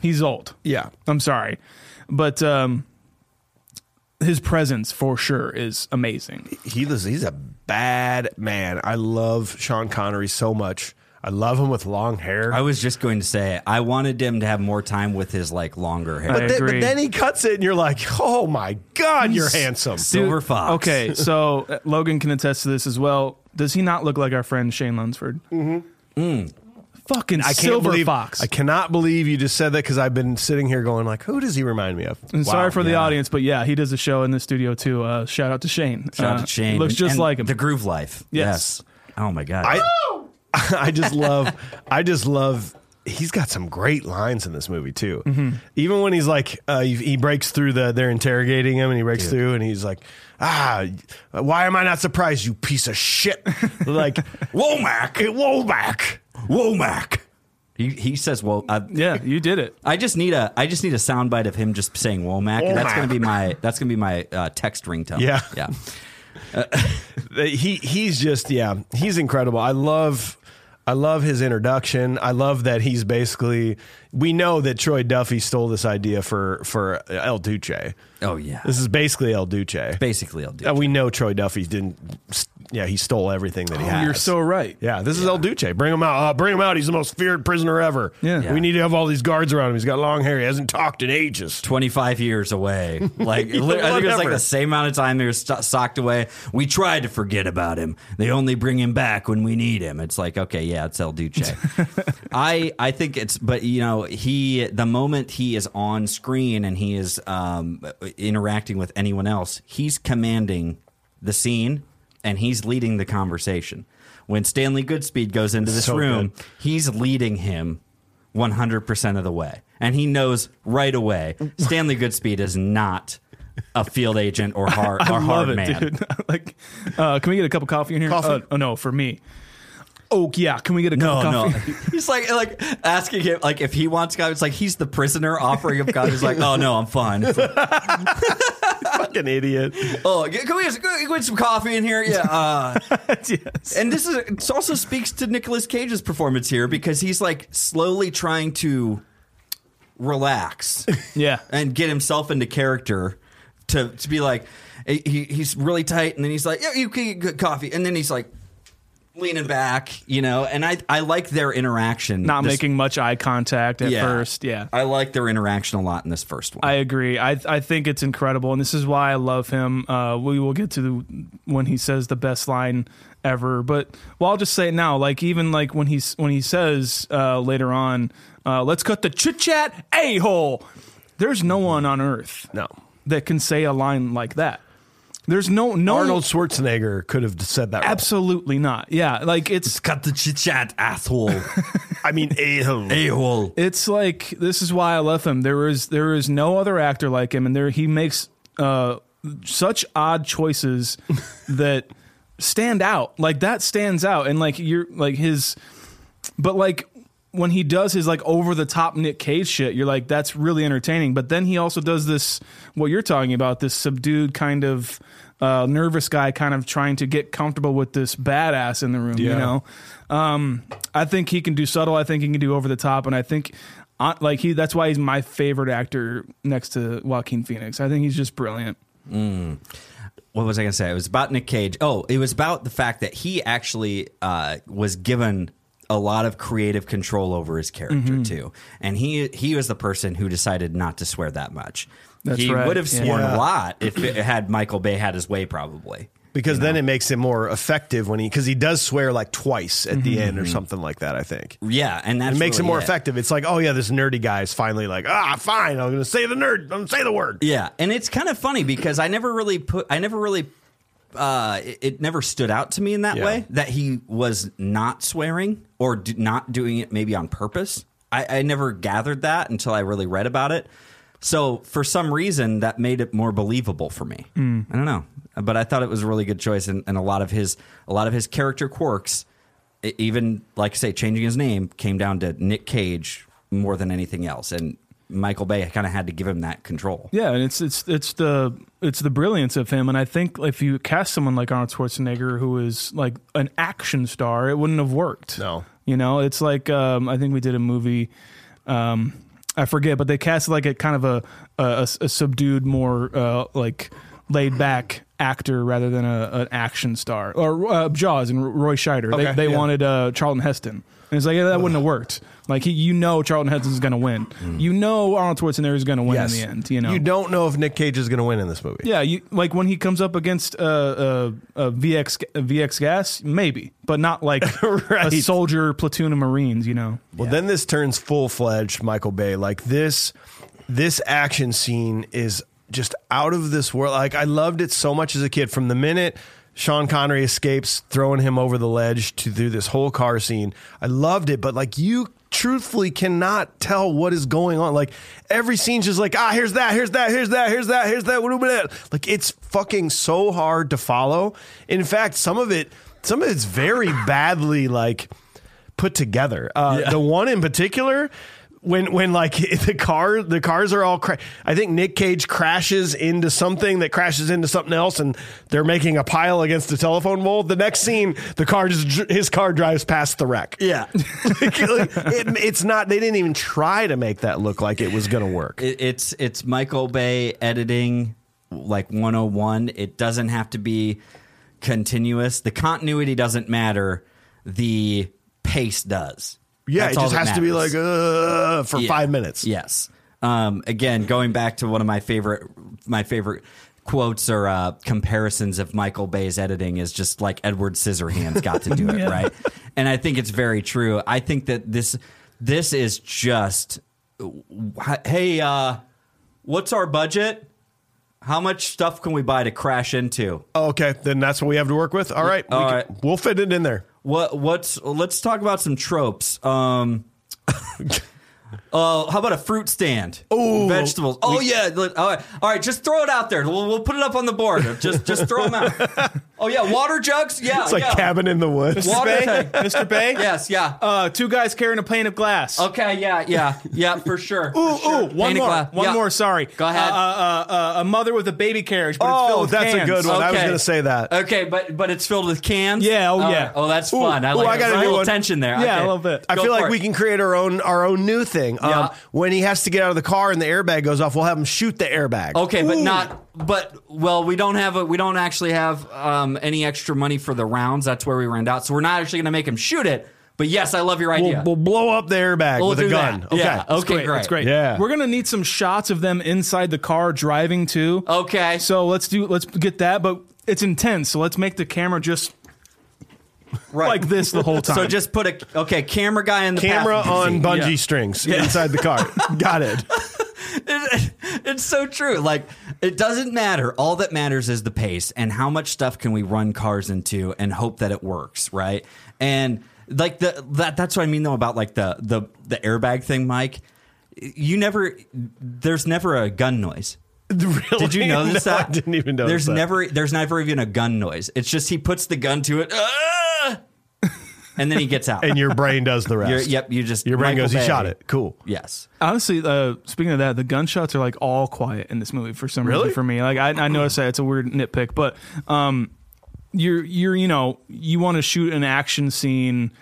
he's old. Yeah. I'm sorry, but um, his presence for sure is amazing. He was, he's a bad man. I love Sean Connery so much. I love him with long hair. I was just going to say I wanted him to have more time with his like longer hair. I Th- agree. but then he cuts it and you're like, oh my God, you're handsome. Silver Fox. Okay, so uh, Logan can attest to this as well. Does he not look like our friend Shane Lunsford? Mm-hmm. Mm. Fucking I can't silver believe, fox. I cannot believe you just said that because I've been sitting here going like, who does he remind me of? and sorry for the yeah. audience, but yeah, he does a show in the studio too. Uh, shout out to Shane. Shout out Uh, to Shane. Looks just And like him. The Groove Life. Yes. Oh my god. I, I just love I just love he's got some great lines in this movie too. Even when he's like, uh, he, he breaks through the, they're interrogating him, and he breaks through, and he's like, "Ah, why am I not surprised, you piece of shit?" like, Womack, Womack, Womack. He, he says, "Well, I, Yeah, you did it. I just need a I just need a soundbite of him just saying Womack. and That's Womack. gonna be my that's gonna be my uh, text ringtone. Yeah. yeah. he he's just yeah he's incredible i love i love his introduction i love that he's basically we know that troy duffy stole this idea for for el duce Oh yeah. this is basically el duce Basically, I'll do. Uh, we know troy duffy didn't yeah he stole everything that he has Oh, You're so right. yeah, this is El Duce. Bring him out. Uh, bring him out. He's the most feared prisoner ever. Yeah. Yeah. We need to have all these guards around him. He's got long hair. He hasn't talked in ages. Twenty five years away. Like li- I think it was like whatever. the same amount of time they were st- socked away. We tried to forget about him. They only bring him back when we need him. It's like okay, yeah, it's El Duce. I I think it's but you know he the moment he is on screen and he is um, interacting with anyone else, he's commanding the scene and he's leading the conversation. When Stanley Goodspeed goes into this So room, good. he's leading him 100% of the way. And he knows right away Stanley Goodspeed is not a field agent or hard, or hard Love it, man. dude. like, uh, can we get a cup of coffee in here? Coffee. Uh, oh no, for me. Oh yeah, can we get a cup of No, no. coffee? He's like like asking him like if he wants God, it's like he's the prisoner offering him God. He's like, oh no, I'm fine. It's like, Fucking idiot. oh, can we, can we get some coffee in here? Yeah. Uh, yes. and this is it also speaks to Nicolas Cage's performance here because he's like slowly trying to relax Yeah. and get himself into character to to be like he, he's really tight and then he's like yeah you can get coffee and then he's like leaning back you know and I I like their interaction Not This- making much eye contact at Yeah. first. Yeah. I like their interaction a lot in this first one I agree. I I think it's incredible, and this is why I love him. Uh, we will get to the, when he says the best line ever, but well, I'll just say it now. Like even like when he's when he says uh, later on, uh, "Let's cut the chit chat a hole." There's no one on earth No. that can say a line like that. There's no no Arnold Schwarzenegger could have said that. Absolutely. Absolutely not. Yeah, like it's cut the chit chat asshole I mean, a a hole it's like this is why I love him. There is there is no other actor like him, and there he makes uh, such odd choices that stand out. Like that stands out, and like you're like his, but like when he does his like over the top Nick Cage shit, you're like that's really entertaining. But then he also does this what you're talking about this subdued kind of. Uh, nervous guy, kind of trying to get comfortable with this badass in the room, you Yeah. know. Um, I think he can do subtle. I think he can do over the top, and I think uh, like he that's why he's my favorite actor next to Joaquin Phoenix. I think he's just brilliant. what was I gonna say it was about Nick Cage oh it was about the fact that he actually uh, was given a lot of creative control over his character Mm-hmm. too and he he was the person who decided not to swear that much That's he right. would have Yeah. sworn Yeah. a lot if it had Michael Bay had his way probably because then it makes it more effective when he because he does swear like twice at Mm-hmm. the end or something like that. I think yeah and that it makes it more effective. It's like, oh yeah, this nerdy guy is finally like, ah, fine, I'm gonna say the nerd, I'm gonna say the word. Yeah, and it's kind of funny because I never really put, I never really, uh, it, it never stood out to me in that Yeah. way that he was not swearing or d- not doing it maybe on purpose. I, I never gathered that until I really read about it. So for some reason, that made it more believable for me. I don't know, but I thought it was a really good choice, and, and a lot of his, a lot of his character quirks, e- even like I say, changing his name came down to Nick Cage more than anything else, and. Michael Bay kind of had to give him that control. Yeah, and it's it's it's the it's the brilliance of him, and I think if you cast someone like Arnold Schwarzenegger, who is like an action star, it wouldn't have worked. No. you know, it's like um, I think we did a movie. Um, I forget, but they cast like a kind of a a, a- a subdued, more uh, like laid back actor rather than a, an action star or uh, Jaws and Roy Scheider. they Okay, they yeah. wanted uh, Charlton Heston, and it's like yeah, that wouldn't have worked. Like he, you know, Charlton Heston's going to win. You know, Arnold Schwarzenegger is going to win in the end. You know, Mm. you don't know if Nick Cage is gonna win in this movie. yeah, you like when he comes up against uh, uh, uh, VX VX gas, maybe, but not like Right. a soldier platoon of Marines. You know, Well, then this turns full fledged Michael Bay. Like this, this action scene is just out of this world. Like I loved it so much as a kid. From the minute Sean Connery escapes, throwing him over the ledge to through this whole car scene, I loved it. But like you truthfully cannot tell what is going on. Like every scene's just like, ah, here's that, here's that, here's that, here's that, here's that. blah, blah, blah. Like it's fucking so hard to follow. In fact, some of it, some of it's very badly like put together. Uh, The one in particular, when when like the car the cars are all cra- I think Nick Cage crashes into something that crashes into something else, and they're making a pile against the telephone pole. The next scene, the car just dr- his car drives past the wreck. Yeah. Like, like, it, it's not. They didn't even try to make that look like it was going to work. It, it's it's Michael Bay editing like 101. It doesn't have to be continuous. The continuity doesn't matter. The pace does. yeah, it That's all just that has to be matters. like uh, for Yeah. five minutes. Yes. Um, again, going back to one of my favorite my favorite quotes or uh, comparisons of Michael Bay's editing is just like Edward Scissorhands got to do it right, and I think it's very true. I think that this this is just hey, uh, what's our budget? How much stuff can we buy to crash into? Oh, Okay, then that's what we have to work with. All right, we All can- right. we'll fit it in there. What what's let's talk about some tropes. Um Uh, how about a fruit stand? Oh, vegetables. Oh yeah. let- All right. all right, just throw it out there. We'll, we'll put it up on the board. Just just throw them out. Oh yeah, water jugs. Yeah, It's like yeah. cabin in the woods. Water Bay? tank. Mr. Bay? Yes, yeah. Uh, two guys carrying a pane of glass. Okay, yeah, yeah, yeah, for sure. Ooh, for sure. ooh, one Painted more, glass. one Yeah. more. Sorry, Go ahead. Uh, uh, uh, uh, a mother with a baby carriage. But it's filled Oh, with that's a cans. good one. I was Okay. going to say that. Okay, but but it's filled with cans. Yeah, oh, All yeah. right. Oh, that's Ooh, fun. I ooh, like. I it. got a There's new little one. tension there. Yeah, okay. a little bit. I Go feel like for we it. can create our own our own new thing. Um, Yeah. When he has to get out of the car and the airbag goes off, we'll have him shoot the airbag. Okay, but not. But well, we don't have a. We don't actually have um, any extra money for the rounds. That's where we ran out. So we're not actually going to make him shoot it. But yes, I love your We'll, idea. we'll blow up the airbag We'll with a do gun. that. Okay. Yeah. That's Okay, great. great. That's great. Yeah. we're gonna need some shots of them inside the car driving too. Okay. So let's do. Let's get that. But it's intense. So let's make the camera just like this the whole time. So just put a okay camera guy in the Camera on passenger seat. bungee strings inside the car. Got it. It- it's so true. Like it doesn't matter. All that matters is the pace and how much stuff can we run cars into and hope that it works, right? And like the that that's what I mean though about like the the the airbag thing, Mike. You never there's never a gun noise. Really? Did you notice No, that? I didn't even notice There's that. never there's never even a gun noise. It's just he puts the gun to it, "Ah!" and then he gets out. And your brain does the rest. You're- yep, you just Your brain Michael goes, he Bay. shot it. Cool. Yes. Honestly, uh, speaking of that, the gunshots are like all quiet in this movie for some Really? reason for me. Like I, I noticed that it's a weird nitpick, but um, you're you're you know you want to shoot an action scene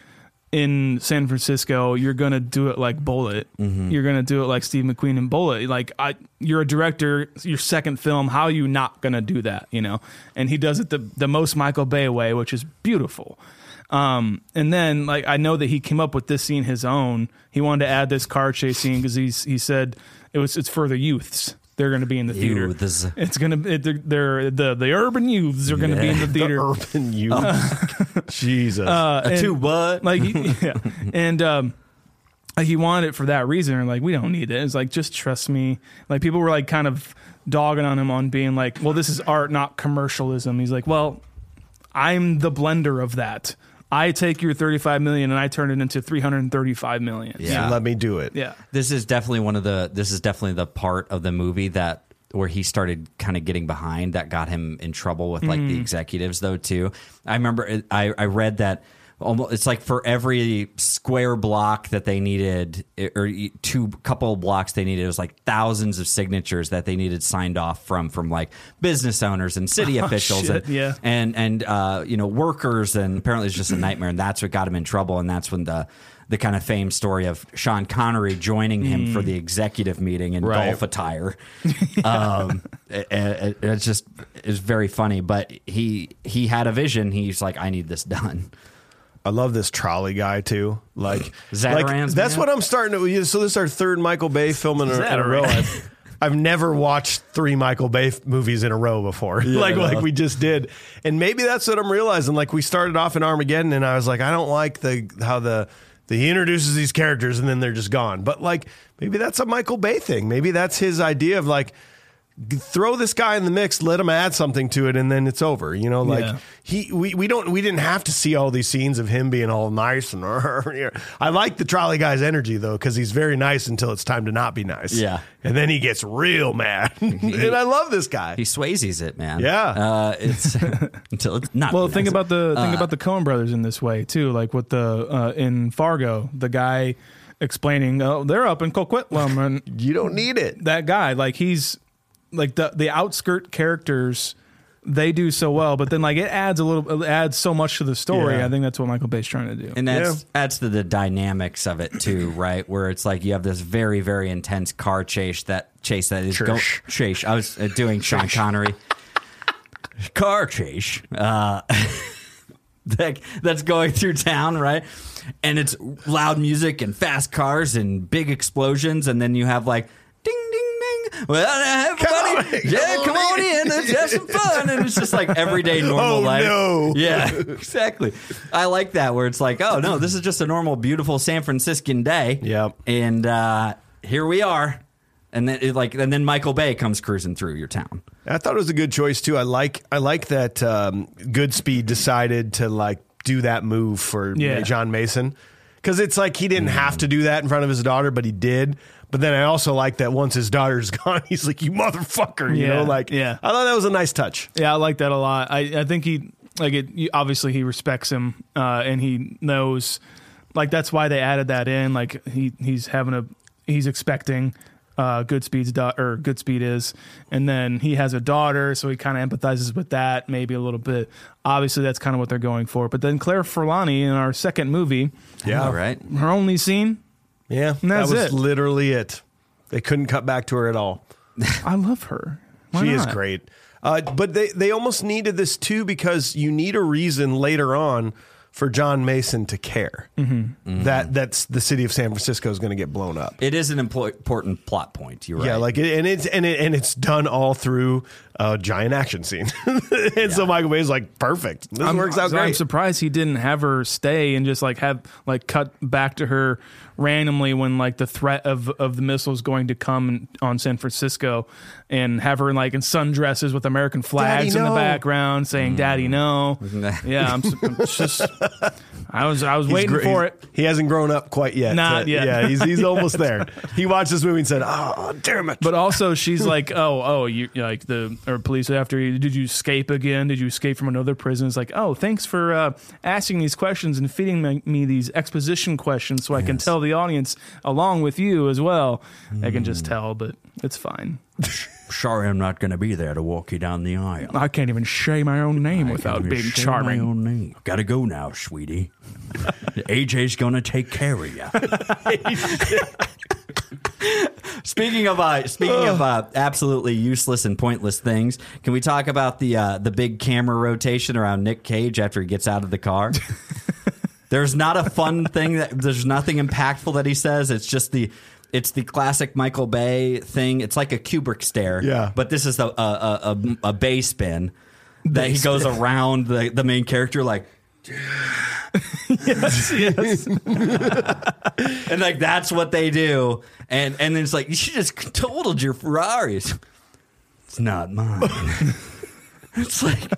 in San Francisco, you're gonna do it like Bullet. You're gonna do it like Steve McQueen and Bullet. Like I, you're a director, it's your second film. How are you not gonna do that? You know, and he does it the the most Michael Bay way, which is beautiful. Um, and then like I know that he came up with this scene his own. He wanted to add this car chase scene because he's he said it was it's for the youths. They're going to be in the theater. Youths. It's going to they're, they're the the urban youths are going to be in the theater. Urban you. Jesus. A and- two what? like he- yeah and um like he wanted it for that reason and like we don't need it it's like just trust me like people were like kind of dogging on him on being like well this is art not commercialism he's like well i'm the blender of that i take your 35 million and i turn it into 335 million yeah. Let me do it. yeah this is definitely one of the this is definitely the part of the movie that where he started kind of getting behind that got him in trouble with like Mm. the executives though too i remember it, i i read that almost it's like for every square block that they needed it- or e- two couple of blocks they needed it was like thousands of signatures that they needed signed off from from like business owners and city officials Oh, shit, and yeah. and and uh, you know workers and apparently it's just a nightmare and that's what got him in trouble and that's when the the kind of fame story of Sean Connery joining him Mm. for the executive meeting in Right. golf attire. um, it, it- it's just it's very funny, but he he had a vision. He's like, I need this done. I love this trolley guy too. Like, Zatarans, like that's man. what I'm starting to. yeah, So this is our third Michael Bay film in a, in a row. I've, I've never watched three Michael Bay f- movies in a row before, like like we just did. And maybe that's what I'm realizing. Like we started off in Armageddon, and I was like, I don't like the how the. the He introduces these characters and then they're just gone. But like maybe that's a Michael Bay thing. Maybe that's his idea of like, g- throw this guy in the mix, let him add something to it, and then it's over. You know, like Yeah. he we, we don't we didn't have to see all these scenes of him being all nice and I like the trolley guy's energy though because he's very nice until it's time to not be nice. Yeah. and then he gets real mad, and I love this guy. He Swayze's it, man. Yeah. Uh, it's until it's not. Well, think about the think about the Coen brothers in this way too. Like with the uh, in Fargo, the guy explaining, "Oh, they're up in Coquitlam," and you don't need it. that guy, like he's like the the outskirt characters, they do so well. But then like it adds a little, it adds so much to the story. Yeah. I think that's what Michael Bay's trying to do. And that's that's the, the dynamics of it too, right? Where it's like you have this very very intense car chase that chase that is go- Chase. chase. I was uh, doing Sean Connery car chase uh, that that's going through town, right? And it's loud music and fast cars and big explosions, and then you have like. Ding ding ding! Well, everybody, Come on in, yeah, come on come on in. in. Let's have some fun, and it's just like everyday normal Oh, life. no. Yeah, exactly. I like that where it's like, oh no, this is just a normal, beautiful San Franciscan day. Yep. And uh, here we are. And then it like and then Michael Bay comes cruising through your town. I thought it was a good choice too. I like I like that um, Goodspeed decided to like do that move for Yeah. John Mason because it's like he didn't have to do that in front of his daughter, but he did. But then I also like that once his daughter's gone, he's like, "You motherfucker," you Yeah, know. Like, yeah. I thought that was a nice touch. Yeah, I like that a lot. I, I think he like it. you- Obviously, he respects him, uh, and he knows. Like that's why they added that in. Like he he's having a he's expecting. Uh, Goodspeed's da- or Goodspeed is, and then he has a daughter, so he kind of empathizes with that maybe a little bit. Obviously, that's kind of what they're going for. But then Claire Forlani in our second movie, Yeah, All right. her only scene, Yeah, that's that was it. literally it. They couldn't cut back to her at all. I love her. Why she is not? great. Uh, but they, they almost needed this too because you need a reason later on for John Mason to care Mm-hmm. Mm-hmm. that that's the city of San Francisco is going to get blown up. It is an emplo- important plot point. You're right. Yeah, like it, and it's and it, and it's done all through a giant action scene, and so Michael Bay is like perfect. This I'm- works out so I'm great. surprised he didn't have her stay and just like have like cut back to her randomly when like the threat of of the missiles going to come on San Francisco, and have her in like in sundresses with American flags Daddy, in no. the background saying "Daddy, Hmm. no." yeah, I'm, su- I'm just I was I was He's waiting gr- for he's- it. He hasn't grown up quite yet. Not but yet. Yeah, he's he's almost there. He watched this movie and said, "Oh, damn it!" But also, she's like, "Oh, oh, you like the or police after you? Did you escape again? Did you escape from another prison?" It's like, "Oh, thanks for uh, asking these questions and feeding me, me these exposition questions, so I can tell the audience along with you as well. I can just tell, but it's fine. sorry I'm not gonna be there to walk you down the aisle. I can't even say my own name without being charming. Gotta go now, sweetie. AJ's gonna take care of you. speaking of uh, speaking of uh, absolutely useless and pointless things, can we talk about the uh, the big camera rotation around Nick Cage after he gets out of the car? There's not a fun thing that there's nothing impactful that he says. It's just the it's the classic Michael Bay thing. It's like a Kubrick stare. Yeah. But this is a a, a, a bay spin that he goes around the, the main character like and like that's what they do. And and then it's like you should just totaled your Ferraris. It's not mine. it's like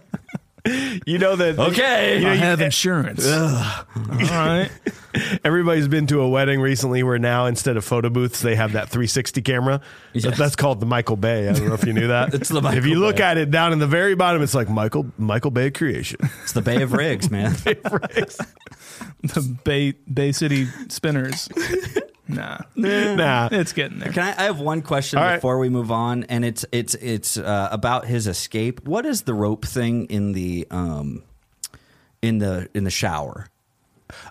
you know that okay. I have insurance. eh, All right, Everybody's been to a wedding recently where now instead of photo booths, they have that 360 camera. That- Yes. That's called the Michael Bay. I don't know if you knew that. It's the Michael if you look Bay. at it down in the very bottom, it's like Michael Michael Bay creation. It's the Bay of Rigs, man. the Bay Bay City Spinners. Nah, nah. it's getting there. Can I, I have one question All right. before we move on? And it's it's it's uh, about his escape. What is the rope thing in the um in the in the shower?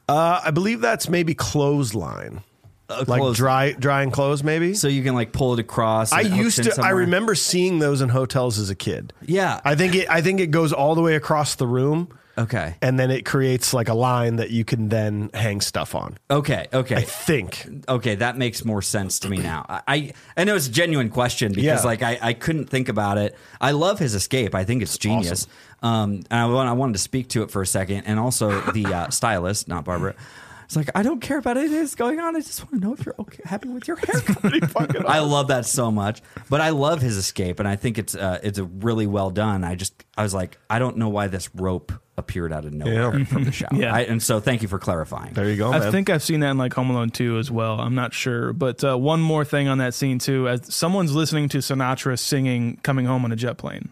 Uh, I believe that's maybe clothesline. like clothes- dry drying clothes maybe. So you can like pull it across. and I it used hooks in to I somewhere? remember seeing those in hotels as a kid. Yeah. I think it I think it goes all the way across the room. Okay. And then it creates like a line that you can then hang stuff on. Okay. Okay. I think. okay, that makes more sense to me now. I I, I know it's a genuine question because Yeah. like I, I couldn't think about it. I love his escape. I think it's genius. Um, and I, want, I wanted to speak to it for a second, and also the uh, stylist, not Barbara. It's like, I don't care about anything that's going on. I just want to know if you're okay, happy with your haircut. I love that so much. But I love his escape, and I think it's uh, it's a really well done. I just I was like, I don't know why this rope appeared out of nowhere from the shower. Yeah. I, and so thank you for clarifying. There you go, I Oh, man. think I've seen that in like Home Alone 2 as well. I'm not sure. But uh, one more thing on that scene, too. As someone's listening to Sinatra singing Coming Home on a Jet Plane.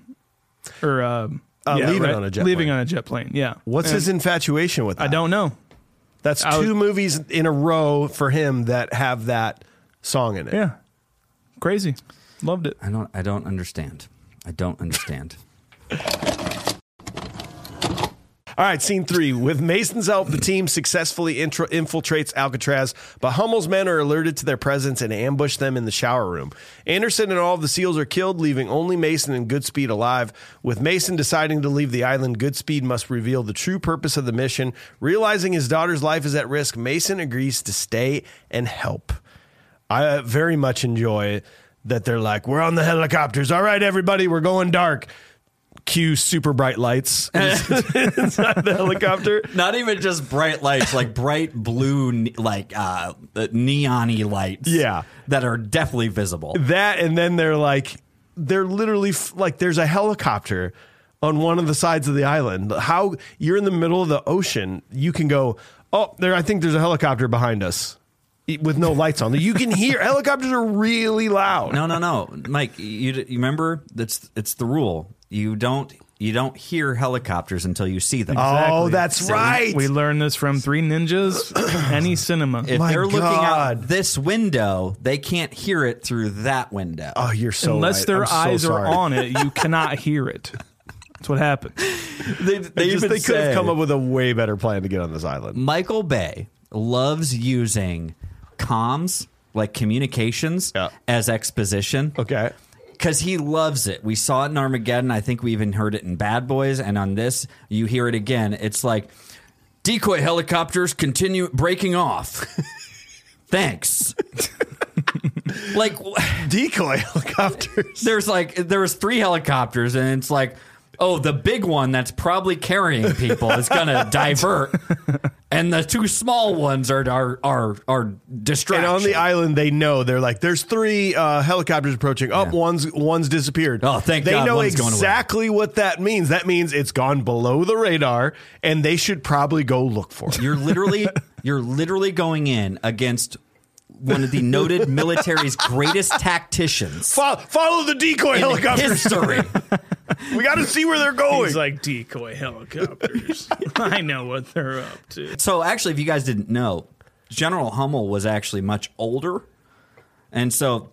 Or uh, Uh, yeah, Leaving right? on a Jet Leaving Plane. on a jet plane. Yeah. What's And his infatuation with that? I don't know. That's I was- two movies in a row for him that have that song in it. Yeah. Crazy. Loved it. I don't I don't understand. I don't understand. All right, scene three. With Mason's help, the team successfully intro- infiltrates Alcatraz, but Hummel's men are alerted to their presence and ambush them in the shower room. Anderson and all of the SEALs are killed, leaving only Mason and Goodspeed alive. With Mason deciding to leave the island, Goodspeed must reveal the true purpose of the mission. Realizing his daughter's life is at risk, Mason agrees to stay and help. I uh, very much enjoy that they're like, we're on the helicopters. All right, everybody, we're going dark. Cue super bright lights inside the helicopter. Not even just bright lights, like bright blue, ne- like uh, neon-y lights. Yeah. that are definitely visible. That, and then they're like, they're literally f- like, there's a helicopter on one of the sides of the island. How you're in the middle of the ocean, you can go, oh, there, I think there's a helicopter behind us e- with no lights on. You can hear helicopters are really loud. No, no, no, Mike. You, you remember that's it's the rule. You don't you don't hear helicopters until you see them. Oh, Exactly. that's So we- right. We learned this from Three Ninjas, any cinema. if my they're looking God. out this window, they can't hear it through that window. oh, you're so Unless right. their I'm so eyes are sorry. on it, you cannot hear it. That's what happened. they They, just, they could have come up with a way better plan to get on this island. Michael Bay loves using comms like communications Yeah. Oh. as exposition. Mm. Okay. because he loves it. We saw it in Armageddon. I think we even heard it in Bad Boys, and on this, you hear it again. It's like decoy helicopters continue breaking off. Thanks. like w- Decoy helicopters. there's like there was three helicopters, and it's like. Oh, the big one that's probably carrying people is gonna divert, and the two small ones are are are, are And distracting. on the island, they know they're like, there's three uh, helicopters approaching. Up, Yeah. one's one's disappeared. Oh, thank They God know one's going away. exactly what that means. That means it's gone below the radar, and they should probably go look for it. You're literally you're literally going in against one of the noted military's greatest tacticians Follow, follow the decoy in helicopters. history. We got to see where they're going. He's like decoy helicopters. I know what they're up to. So actually, if you guys didn't know, General Hummel was actually much older, and so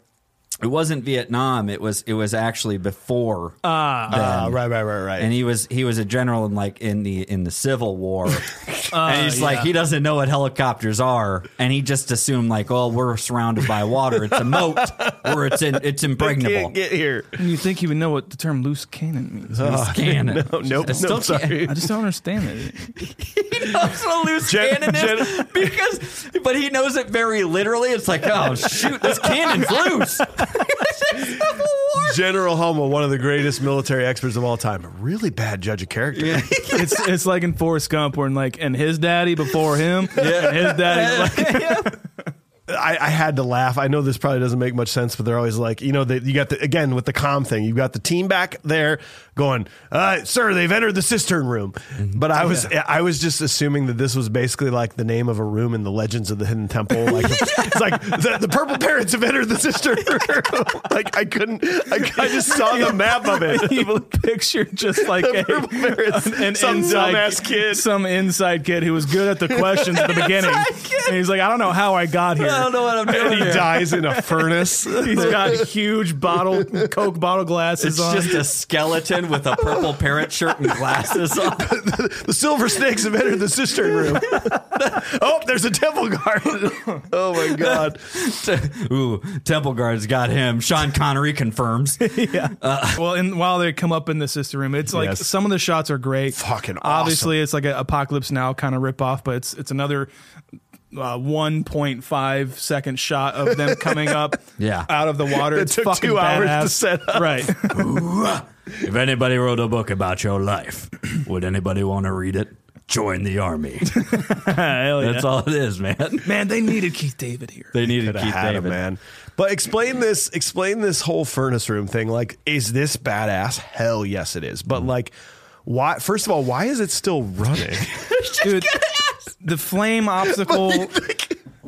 it wasn't Vietnam. It was it was actually before, Ah, right, right, right, right. and he was he was a general in like in the in the Civil War, and Uh, he's like he doesn't know what helicopters are, and he just assumed like, oh, we're surrounded by water. It's a moat, or it's in, it's impregnable. Can't get here. You think you would know what the term loose cannon means? Scan it. Oh, nope. I still no, sorry. I just don't understand it. He knows what a loose Jen- cannon is because, but he knows it very literally. It's like, oh shoot, this cannon's loose. General Hummel, one of the greatest military experts of all time, a really bad judge of character. It's it's like in Forrest Gump, where in like and his daddy before him, yeah. and his daddy's like I, I had to laugh. I know this probably doesn't make much sense, but they're always like, you know, they, you got the again with the calm thing. You got the team back there going, uh, "Sir, they've entered the cistern room." But I was, I was just assuming that this was basically like the name of a room in the Legends of the Hidden Temple. Like, it's like the, the purple parrots have entered the cistern room. like, I couldn't, I, I just saw the map of it. evil picture, just like a, Purple parrots, an some inside dumbass kid. some inside kid who was good at the questions at the beginning, and he's like, I don't know how I got here. I don't know what I'm And doing. he here. dies in a furnace. He's got huge bottle Coke bottle glasses It's on. just a skeleton with a purple parrot shirt and glasses on. The silver snakes have entered the cistern room. oh, there's a devil guard. oh my god. Ooh, Temple Guards got him. Sean Connery confirms. Well, and while they come up in the sister room, it's like Yes. some of the shots are great. Fucking Obviously, it's like an apocalypse now kind of rip off, but it's it's another uh, 1.5 second shot of them coming up Yeah. out of the water. That it's took fucking two hours to badass. set up. Right. If anybody wrote a book about your life, would anybody want to read it? join the army. Hell yeah. That's all it is, man. Man, they needed Keith David here. They needed Coulda Keith had him, David. man. But explain this, explain this whole furnace room thing. Like, is this badass? Hell yes, it is. But like, why? First of all, why is it still running? Dude, the flame obstacle.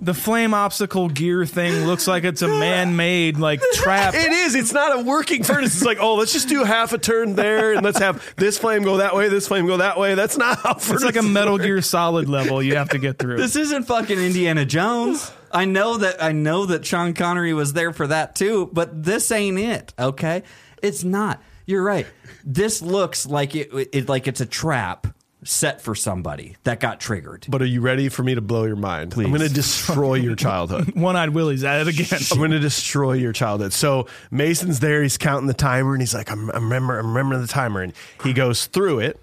The flame obstacle gear thing looks like it's a man-made like trap. it is. It's not a working furnace. It's like, oh, let's just do half a turn there, and let's have this flame go that way, this flame go that way. That's not how It's like a Metal Gear Solid level you have to get through. This isn't fucking Indiana Jones. I know that I know that Sean Connery was there for that too, but this ain't it. Okay, it's not. You're right. This looks like it, it like it's a trap set for somebody that got triggered. But are you ready for me to blow your mind? I'm going to destroy your childhood. One-eyed Willie's at it again. I'm going to destroy your childhood. So Mason's there. He's counting the timer, and he's like, "I'm, I'm remember, I'm remembering the timer." And he goes through it,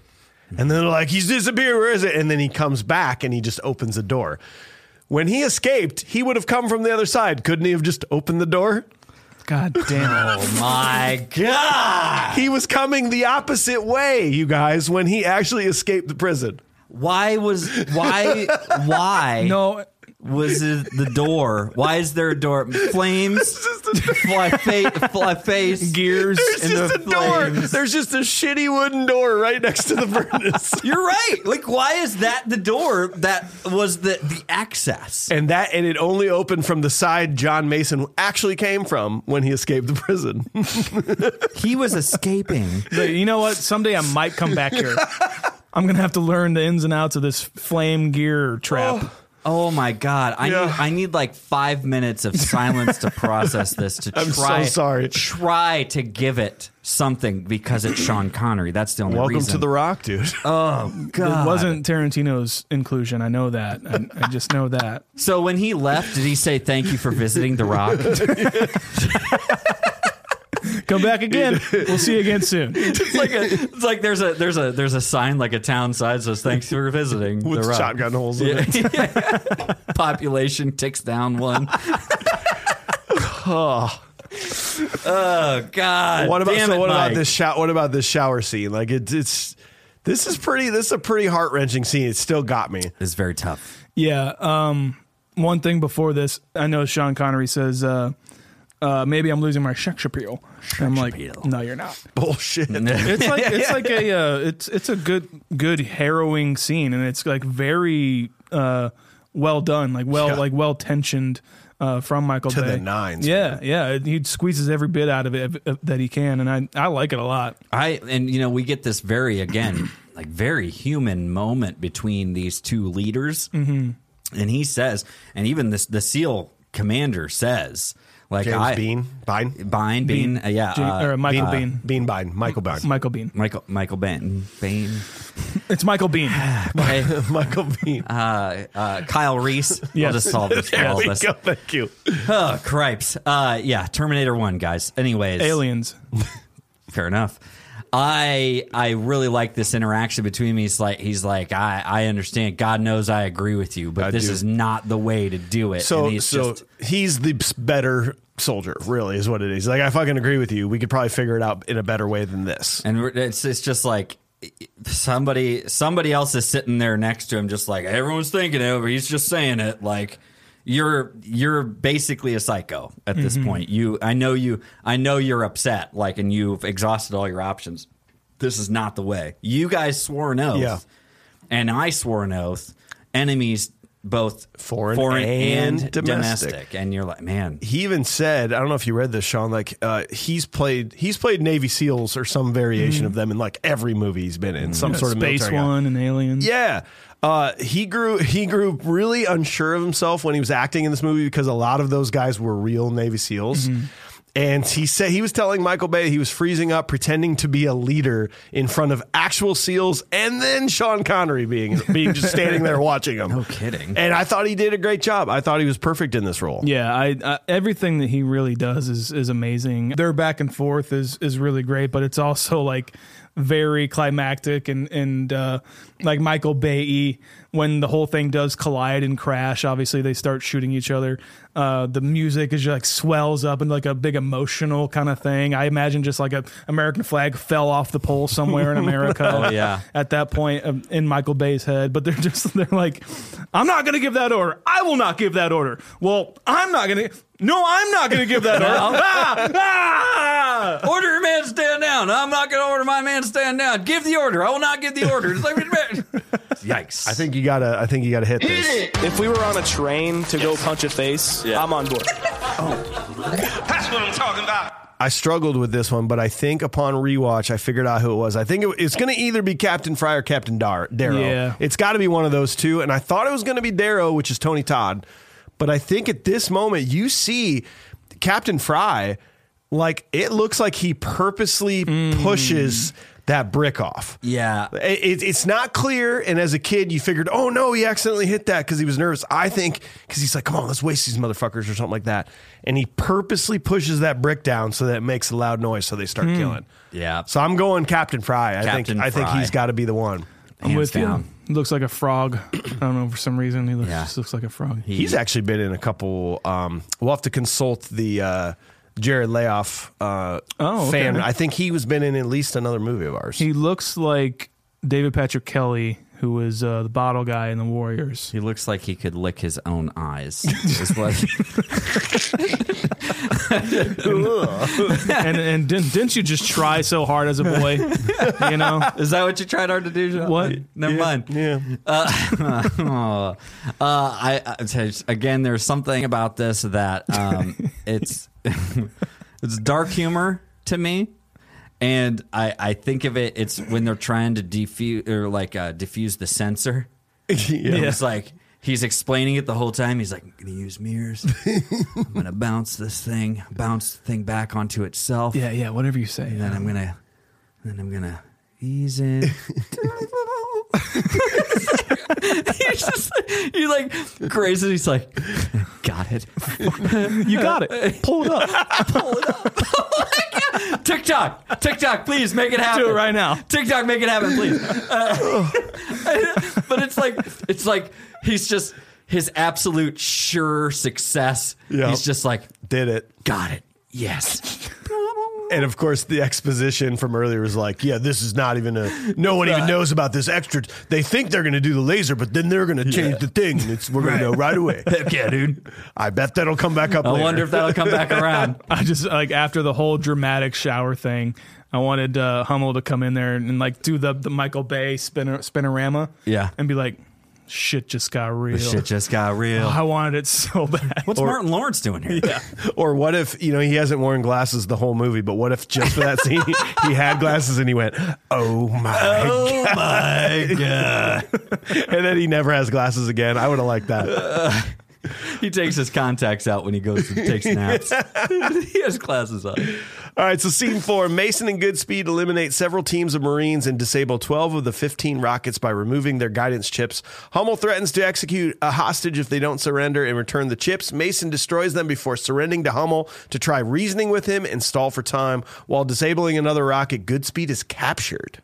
and then they're like, "He's disappeared. Where is it?" And then he comes back, and he just opens the door. When he escaped, he would have come from the other side. Couldn't he have just opened the door? God damn. Oh my god! He was coming the opposite way, you guys. When he actually escaped the prison, Why was why why No, was it the door? Why is there a door? Flames, fly, fa- fly face, gears. there's just a door. There's just a shitty wooden door right next to the furnace. You're right. Like, why is that the door that was the the access? And that and it only opened from the side John Mason actually came from when he escaped the prison. He was escaping. But you know what? Someday I might come back here. I'm gonna have to learn the ins and outs of this flame gear trap. Oh my god! I Yeah. need I need like five minutes of silence to process this. To I'm so try, sorry. Try to give it something because it's Sean Connery. That's the only Welcome reason. to the Rock, dude. God. It wasn't Tarantino's inclusion. I know that. I, I just know that. So when he left, did he say thank you for visiting the Rock? Come back again. We'll see you again soon. It's like a, it's like there's a there's a there's a sign like a town sign says thanks for visiting With the Rock. shotgun holes in Yeah. it. Population ticks down one. oh. God! What about Damn so it, what Mike. about this shot what about this shower scene? Like it's it's this is pretty this is a pretty heart wrenching scene. It still got me. It's very tough. Yeah. Um, one thing before this, I know Sean Connery says, uh, uh, "Maybe I'm losing my sex appeal." And I'm like, appeal. "No, you're not." Bullshit. It's like it's like a uh, it's it's a good good harrowing scene, and it's like very uh, well done, like well Yeah. like well tensioned uh, from Michael To Bay. the nines, Yeah, yeah. He squeezes every bit out of it uh, that he can, and I I like it a lot. I and you know we get this very again like very human moment between these two leaders, mm-hmm. and he says, and even this the SEAL commander says, like James I Bean. Bine. Bine Bean, uh, yeah, J- uh, or Michael Bean, Bean. Bean Bine. Michael Bine. Michael Bean. Michael Michael Bean Bean, It's Michael Bean. okay, Michael Bean. uh, uh, Kyle Reese. I'll Yes. just solve this. there all we this. go. Thank you. Oh, cripes. Uh, yeah, Terminator 1, guys. Anyways, Aliens. fair enough. I I really like this interaction between me. He's like he's like I I understand. God knows I agree with you, but I this do. is not the way to do it. So And he's so just- he's the better soldier, really, is what it is. Like I fucking agree with you. We could probably figure it out in a better way than this. and we're- it's it's just like somebody somebody else is sitting there next to him, just like everyone's thinking it, but he's just saying it like. You're you're basically a psycho at this Mm-hmm. point. You I know you I know you're upset like and you've exhausted all your options. This is not the way. You guys swore an oath. Yeah. And I swore an oath. Enemies both Foreign and, and domestic. domestic. And you're like, man, he even said, I don't know if you read this, Sean. Like uh, he's played, he's played Navy SEALs or some variation of them in like every movie he's been in, some sort of Space military guy. one and aliens. Yeah, uh, he grew, he grew really unsure of himself when he was acting in this movie because a lot of those guys were real Navy SEALs. And he said he was telling Michael Bay he was freezing up, pretending to be a leader in front of actual SEALs, and then Sean Connery being being just standing there watching him. No kidding. And I thought he did a great job. I thought he was perfect in this role. Yeah, I, I everything that he really does is is amazing. Their back and forth is is really great, but it's also like very climactic and and uh, like Michael Bay when the whole thing does collide and crash. Obviously, they start shooting each other. Uh, the music is just like swells up into like a big emotional kind of thing. I imagine just like a American flag fell off the pole somewhere in America. Oh, yeah. at that point um, in Michael Bay's head, but they're just they're like, I'm not going to give that order. I will not give that order. Well, I'm not going to. No, I'm not going to give that order. Ah, ah! Order your man to stand down. I'm not going to order my man to stand down. Give the order. I will not give the order. Just leave it to me. Yikes. I think you gotta. I think you gotta hit this. If we were on a train to go punch a face, I'm on board. That's what I'm talking about. I struggled with this one, but I think upon rewatch, I figured out who it was. I think it, it's going to either be Captain Fry or Captain Dar- Darrow. Yeah. It's got to be one of those two. And I thought it was going to be Darrow, which is Tony Todd. But I think at this moment, you see Captain Fry, like, it looks like he purposely pushes that brick off. Yeah. It, it's not clear. And as a kid, you figured, oh no, he accidentally hit that because he was nervous. I think because he's like, come on, let's waste these motherfuckers or something like that. And he purposely pushes that brick down so that it makes a loud noise so they Hmm. start killing. Yeah. So I'm going Captain Fry. I Captain think I think Fry. he's got to be the one. I'm Hands with down. you. Looks like a frog. I don't know for some reason he looks, Yeah. just looks like a frog. He's actually been in a couple. Um, we'll have to consult the uh, Jared Layoff uh, Oh, okay. fan. I think he was been in at least another movie of ours. He looks like David Patrick Kelly, who was uh, the bottle guy in the Warriors. He looks like he could lick his own eyes. Is what- and and didn't, didn't you just try so hard as a boy? You know is that what you tried hard to do? John? What? Never mind. yeah. Uh, Oh, uh, I, I there's- again, there's something about this that um, it's it's dark humor to me, and I, I think of it. It's when they're trying to defuse or like uh, diffuse the sensor. It was like he's explaining it the whole time. He's like, I'm gonna use mirrors. I'm gonna bounce this thing, bounce the thing back onto itself. Yeah, yeah. Whatever you say. And then I'm gonna, then I'm gonna ease in. he's just, he's like crazy. He's like, got it. You got it. Pull it up. Oh TikTok, TikTok, please make it happen Do it right now. TikTok, make it happen, please. Uh, but it's like it's like he's just his absolute sure success. Yeah. He's just like, Did it. got it. Yes. And of course, the exposition from earlier was like, yeah, this is not even a. No one even knows about this extra. They think they're going to do the laser, but then they're going to change the thing. and It's, we're going to know right away. yeah, dude. I bet that'll come back up I later. wonder if that'll come back around. I just like after the whole dramatic shower thing, I wanted uh, Hummel to come in there and, like do the, the Michael Bay spinner, spinorama. Yeah. and be like, "Shit just got real." Shit just got real. I wanted it so bad. What's Martin Lawrence doing here? or what if, you know, he hasn't worn glasses the whole movie, but what if just for that scene, he had glasses and he went, oh my Oh my god! God. And then he never has glasses again. I would have liked that. He takes his contacts out when he goes and takes naps. he has glasses on. All right, so scene four Mason and Goodspeed eliminate several teams of Marines and disable 12 of the 15 rockets by removing their guidance chips. Hummel threatens to execute a hostage if they don't surrender and return the chips. Mason destroys them before surrendering to Hummel to try reasoning with him and stall for time. While disabling another rocket, Goodspeed is captured.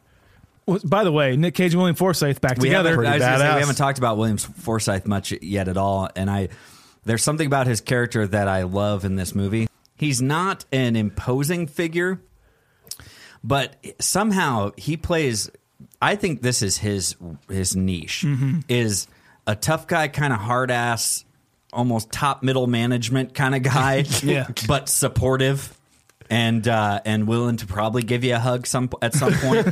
Well, By the way, Nick Cage and William Forsythe back we together. Haven't, I Pretty was gonna say, badass. we haven't talked about Williams Forsythe much yet at all, and I there's something about his character that I love in this movie. He's not an imposing figure, but somehow he plays. I think this is his his niche Mm-hmm. is a tough guy, kind of hard ass, almost top middle management kind of guy. Yeah. but supportive. And uh, and willing to probably give you a hug some at some point,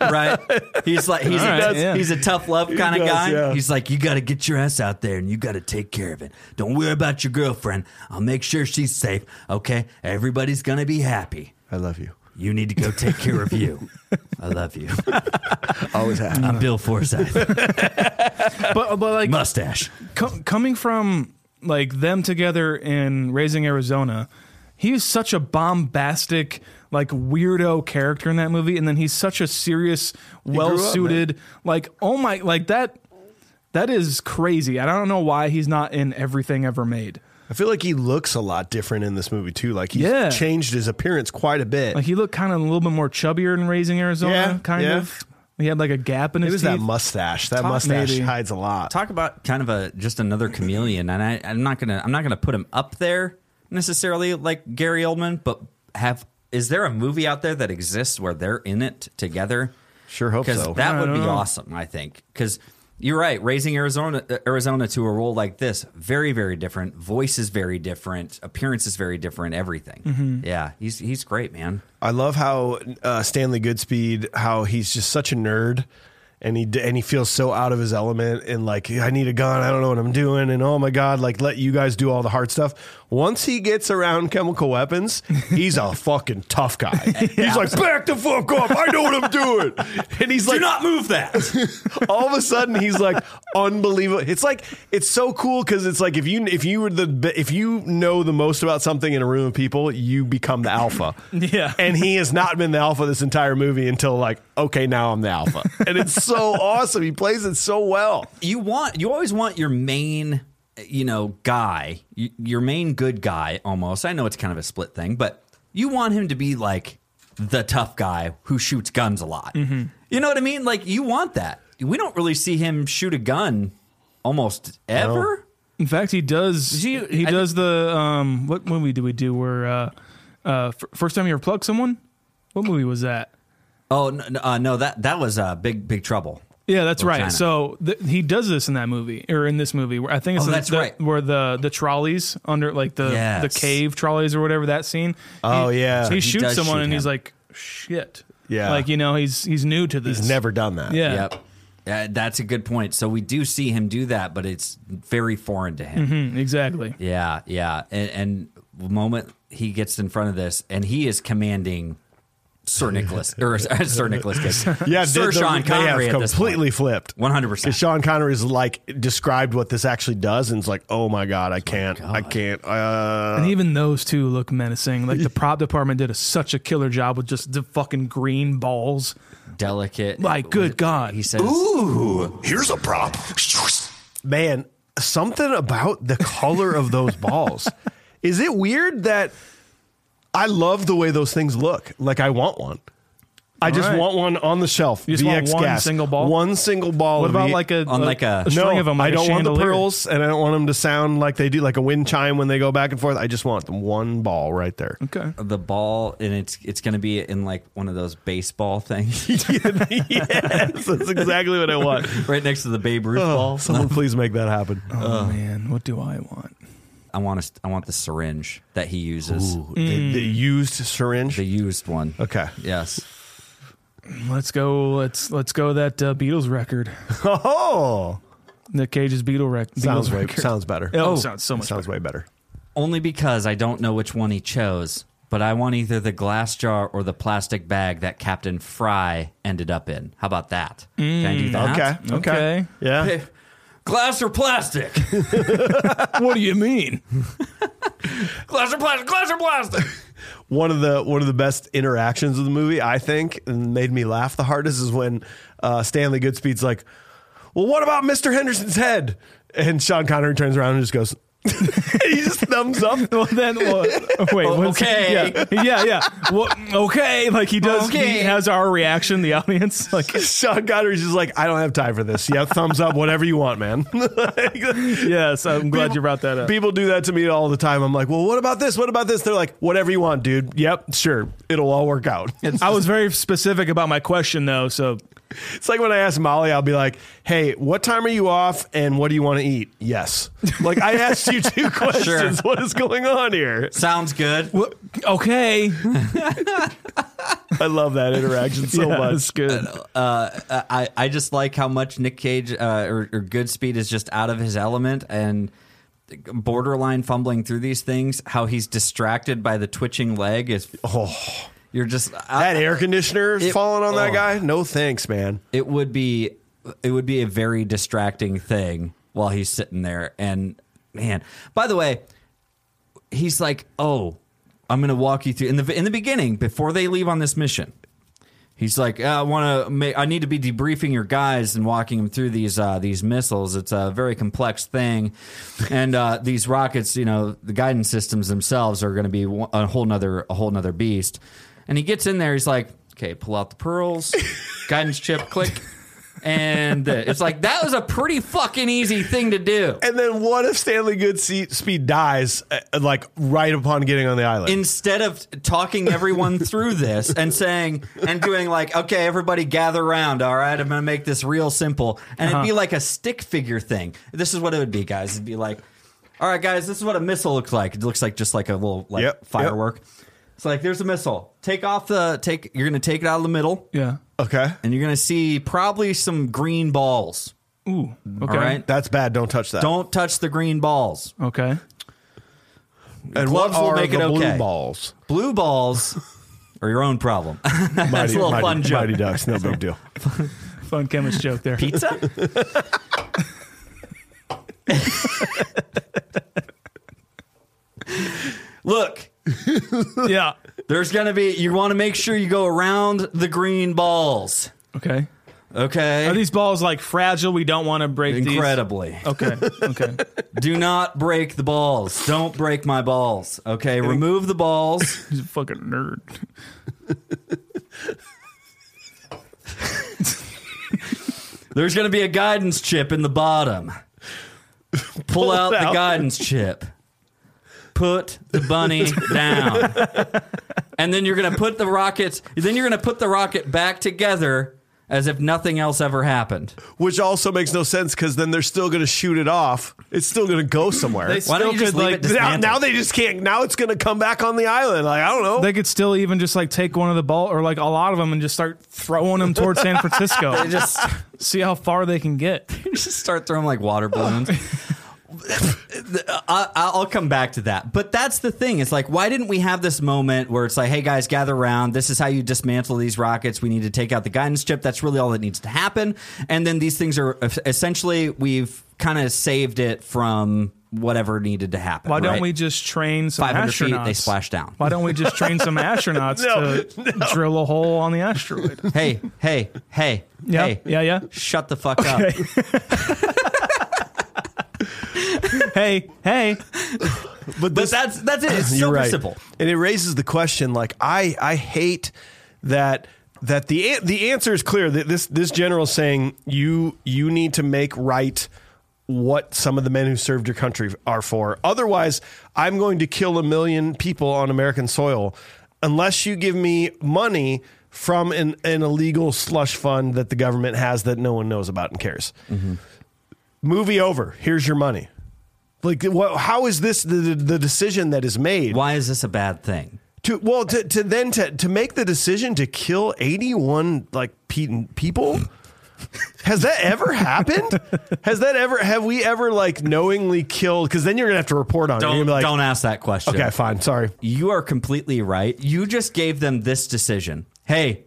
right? He's like he's All a, right, yeah. he's a tough love kind of does, guy. yeah. He's like, you got to get your ass out there and you got to take care of it. Don't worry about your girlfriend. I'll make sure she's safe. Okay, everybody's gonna be happy. I love you. You need to go take care of you. I love you. Always have. Mm. I'm Bill Forsyth. but, but like Mustache. co- coming from like them together in Raising Arizona, he is such a bombastic, like weirdo character in that movie, and then he's such a serious, well suited, like oh my, like that. That is crazy. I don't know why he's not in everything ever made. I feel like he looks a lot different in this movie too. Like he's Yeah. changed his appearance quite a bit. Like he looked kind of a little bit more chubbier in Raising Arizona, Yeah, kind yeah. of. He had like a gap in it his was teeth. that mustache. That Top, mustache maybe. hides a lot. Talk about kind of a just another chameleon, and I, I'm not gonna I'm not gonna put him up there necessarily like Gary Oldman, but have is there a movie out there that exists where they're in it together? Sure hope because so. that I would don't be know. awesome. I think because you're right. Raising Arizona uh, Arizona to a role like this, very very different. Voice is very different. Appearance is very different. Everything. Yeah, he's he's great, man. I love how uh, Stanley Goodspeed, how he's just such a nerd, and he d- and he feels so out of his element, and like I need a gun, I don't know what I'm doing, and oh my god, like let you guys do all the hard stuff. Once he gets around chemical weapons, he's a fucking tough guy. He's like, back the fuck up, I know what I'm doing, and he's like, move that. all of a sudden he's like unbelievable it's like it's so cool because it's like if you if you were the if you know the most about something in a room of people you become the alpha Yeah. and he has not been the alpha this entire movie until like okay now i'm the alpha and it's so awesome he plays it so well you want you always want your main you know guy y- your main good guy almost i know it's kind of a split thing but you want him to be like the tough guy who shoots guns a lot you know what i mean like you want that we don't really see him shoot a gun almost ever In fact, he does. He, I- does the um. What movie did we do? Where uh, uh, f- first time you ever plugged someone? What movie was that? oh no, uh, no that that was uh, big big trouble Yeah, that's Or right. China. So th- he does this in that movie or in this movie. Where I think it's Oh, in that's the, right. where the the trolleys under like the the Yes. cave trolleys or whatever that scene. Oh, He- yeah. he, He shoots does someone shoot and he's him. like, shit. Yeah. like you know he's he's new to this. he's never done that Yeah. yep Uh, that's a good point so we do see him do that but it's very foreign to him Mm, exactly. Yeah, yeah. And, and moment he gets in front of this, and he is commanding Sir Nicholas or uh, Sir Nicholas Cage. yeah Sir they- Sean they Connery have at this completely point. flipped 100%. Sean Connery's like described what this actually does, and it's like, oh my god, I can't, I can't. Uh, And even those two look menacing. Like the prop department did a, such a killer job with just the fucking green balls. delicate. Like, good God. he says. Here's a prop. man, something about the color of those balls. Is it weird that I love the way those things look? Like I want one. I just right. want one on the shelf. You just want VX one gas. single ball? One single ball. What of about V- like a On like a- a string no, of them? Like I don't a want the chandelier? pearls, and I don't want them to sound like they do, like a wind chime when they go back and forth. I just want one ball right there. Okay. the ball and it's it's gonna be in like one of those baseball things yes, that's exactly what I want. right next to the Babe Ruth Oh, ball. someone please make that happen. Oh man, what do I want? I want us I want the syringe that he uses, Ooh, the, the Mm. used syringe. the used one. okay. Yes, Let's go. Let's let's go that uh, Beatles record. Oh, Nick Cage's Beatle rec- Beatles sounds way, record. sounds better. Oh, sounds so much. sounds way better. only because I don't know which one he chose. But I want either the glass jar or the plastic bag that Captain Fry ended up in. How about that? Can I do that? Okay. better. Okay. Yeah. glass or plastic? what do you mean? glass or plastic? Glass or plastic? One of the one of the best interactions of the movie, I think, and made me laugh the hardest is when uh, Stanley Goodspeed's like, "Well, what about Mr. Henderson's head?" And Sean Connery turns around and just goes, "He just thumbs up." Well, then what? Wait. what's- okay. Yeah. Yeah. yeah. What, okay. Like he does. He Okay. has our reaction, the audience. Like Sean Connery's just like, "I don't have time for this. Yeah, thumbs up, whatever you want, man." yes. I'm glad People- you brought that up. People do that to me all the time. I'm like, well, what about this? What about this? They're like, whatever you want, dude. Yep, sure. It'll all work out. I was very specific about my question though, so It's like when I ask Molly, I'll be like, hey, what time are you off and what do you want to eat? Yes. Like, I asked you two questions. What is going on here? Sounds good. okay. I love that interaction so Yeah, much. That's good. I, I just like how much Nick Cage uh, or, or Goodspeed is just out of his element and borderline fumbling through these things. How he's distracted by the twitching leg is. Oh, you're just That air conditioner It- falling on that oh. guy? No thanks, man. it would be it would be a very distracting thing while he's sitting there and man by the way he's like oh i'm gonna walk you through in the in the beginning before they leave on this mission He's like, I want to make. I need to be debriefing your guys and walking them through these uh, these missiles. It's a very complex thing, and uh, these rockets, you know, the guidance systems themselves are going to be one- a whole nother a whole nother beast. And he gets in there. He's like, okay, pull out the pearls, guidance chip, click, and uh, it's like that was a pretty fucking easy thing to do. And then what if Stanley Goodspeed dies uh, like right upon getting on the island? instead of talking everyone through this and saying and doing like, okay, everybody gather around, all right, I'm gonna make this real simple. And it'd be like a stick figure thing. This is what it would be, guys. It'd be like, all right, guys, this is what a missile looks like. It looks like just like a little like Yep, yep. firework. It's like there's a missile. Take off the take you're gonna take it out of the middle Yeah. okay. and you're gonna see probably some green balls. Ooh. Okay. All right. That's bad. Don't touch that. Don't touch the green balls. Okay. and gloves will make it the okay. blue balls? Blue balls are your own problem. That's a little mighty, fun joke. Mighty Ducks, no big deal. Fun chemist joke there. Pizza? Look, yeah. there's going to be, you want to make sure you go around the green balls. Okay. Okay. Are these balls like fragile? We don't want to break these. Incredibly. Okay. Okay. Do not break the balls. Don't break my balls. Okay. Remove the balls. He's a fucking nerd. There's going to be a guidance chip in the bottom. Pull out the out. guidance chip. Put the bunny down. and then you're gonna put the rockets. Then you're gonna put the rocket back together as if nothing else ever happened. Which also makes no sense because then they're still going to shoot it off. It's still going to go somewhere. They Why still don't you just could, leave like, it now, dismantled? now they just can't. Now it's going to come back on the island. Like I don't know. They could still even just like take one of the ball or like a lot of them and just start throwing them towards San Francisco. They just See how far they can get. just start throwing like water balloons. I, I'll come back to that, but that's the thing. It's like, why didn't we have this moment where it's like, "Hey guys, gather around. This is how you dismantle these rockets. We need to take out the guidance chip. That's really all that needs to happen." And then these things are essentially we've kind of saved it from whatever needed to happen. Why don't right? we just train some 500 astronauts? feet, they splash down. Why don't we just train some astronauts to drill a hole on the asteroid? hey, hey, hey, Yeah, hey, yeah, yeah. Shut the fuck up. Hey, hey, But, that's that's it. It's You're super right. simple. And it raises the question like I I hate that that the an- the answer is clear that this this general saying you you need to make right what some of the men who served your country are for. Otherwise, I'm going to kill a million people on American soil unless you give me money from an, an illegal slush fund that the government has that no one knows about and cares. Movie over. Here's your money. Like, what, how is this the, the- the decision that is made? Why is this a bad thing? to well to, to then to, to make the decision to kill 81 like pe- people has that ever happened has that ever have we ever like knowingly killed because then you're gonna have to report on it Don't You're gonna be like, don't ask that question. okay fine sorry You are completely right. You just gave them this decision. Hey,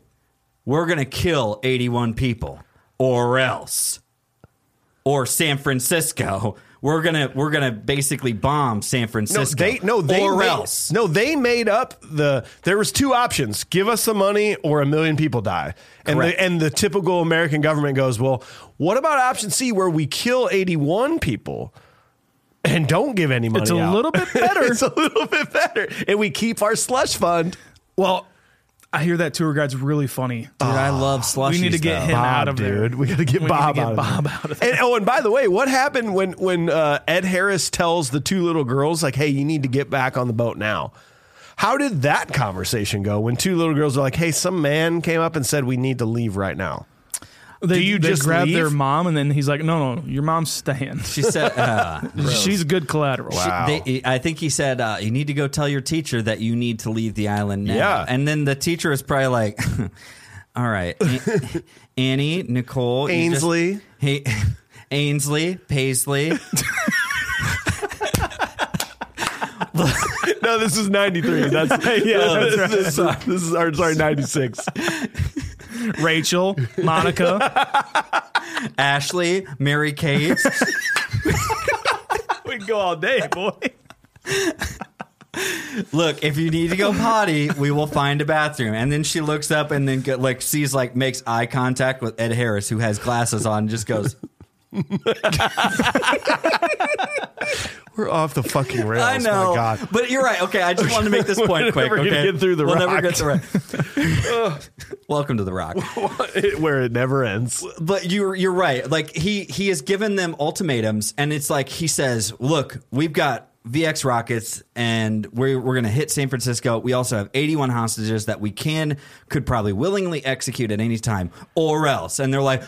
we're going to kill 81 people or else. Or San Francisco. We're going to we're going to basically bomb San no Francisco. they no they or made, else. no they made up the there was two options give us the money or a million people die and Correct. the, and the typical american government goes well what about option c where we kill 81 people and don't give any money it's a out? little bit better. it's a little bit better. And we keep our slush fund. well, I hear that tour guide's really funny. Dude, I love slushies. we need to get though. him out of dude. there. We gotta get We need to Bob, get out, Bob of out of there. And oh, and by the way, what happened when when uh, Ed Harris tells the two little girls like, "Hey, you need to get back on the boat now." How did that conversation go when two little girls are like, "Hey, some man came up and said we need to leave right now." They, Do you they just grab their leave? mom and then he's like, "No, no, your mom's staying. She said uh, She's good collateral." She- they, I think he said, uh, "You need to go tell your teacher that you need to leave the island now." Yeah. and then the teacher is probably like, "All right, An- Annie, Nicole, you just- Ainsley. hey, Ainsley, Paisley, No, this is ninety three. That's yeah. that's this, is, this is or, sorry ninety six. Rachel, Monica, Ashley, Mary Kate, we can go all day, boy. look, if you need to go potty, we will find a bathroom. And then she looks up and then go, like sees like makes eye contact with Ed Harris, who has glasses on, and just goes, We're off the fucking rails. I know. Oh, My God. But you're right. Okay, I just wanted to make this point quick. never gonna okay? get through The we'll never Rock. get through the rock. Welcome to the rock. Where it never ends. But you're you're right. Like he he has given them ultimatums, and it's like he says, "Look, we've got." VX rockets, and we're, we're going to hit San Francisco. We also have 81 hostages that we can, could probably willingly execute at any time, or else. And they're like,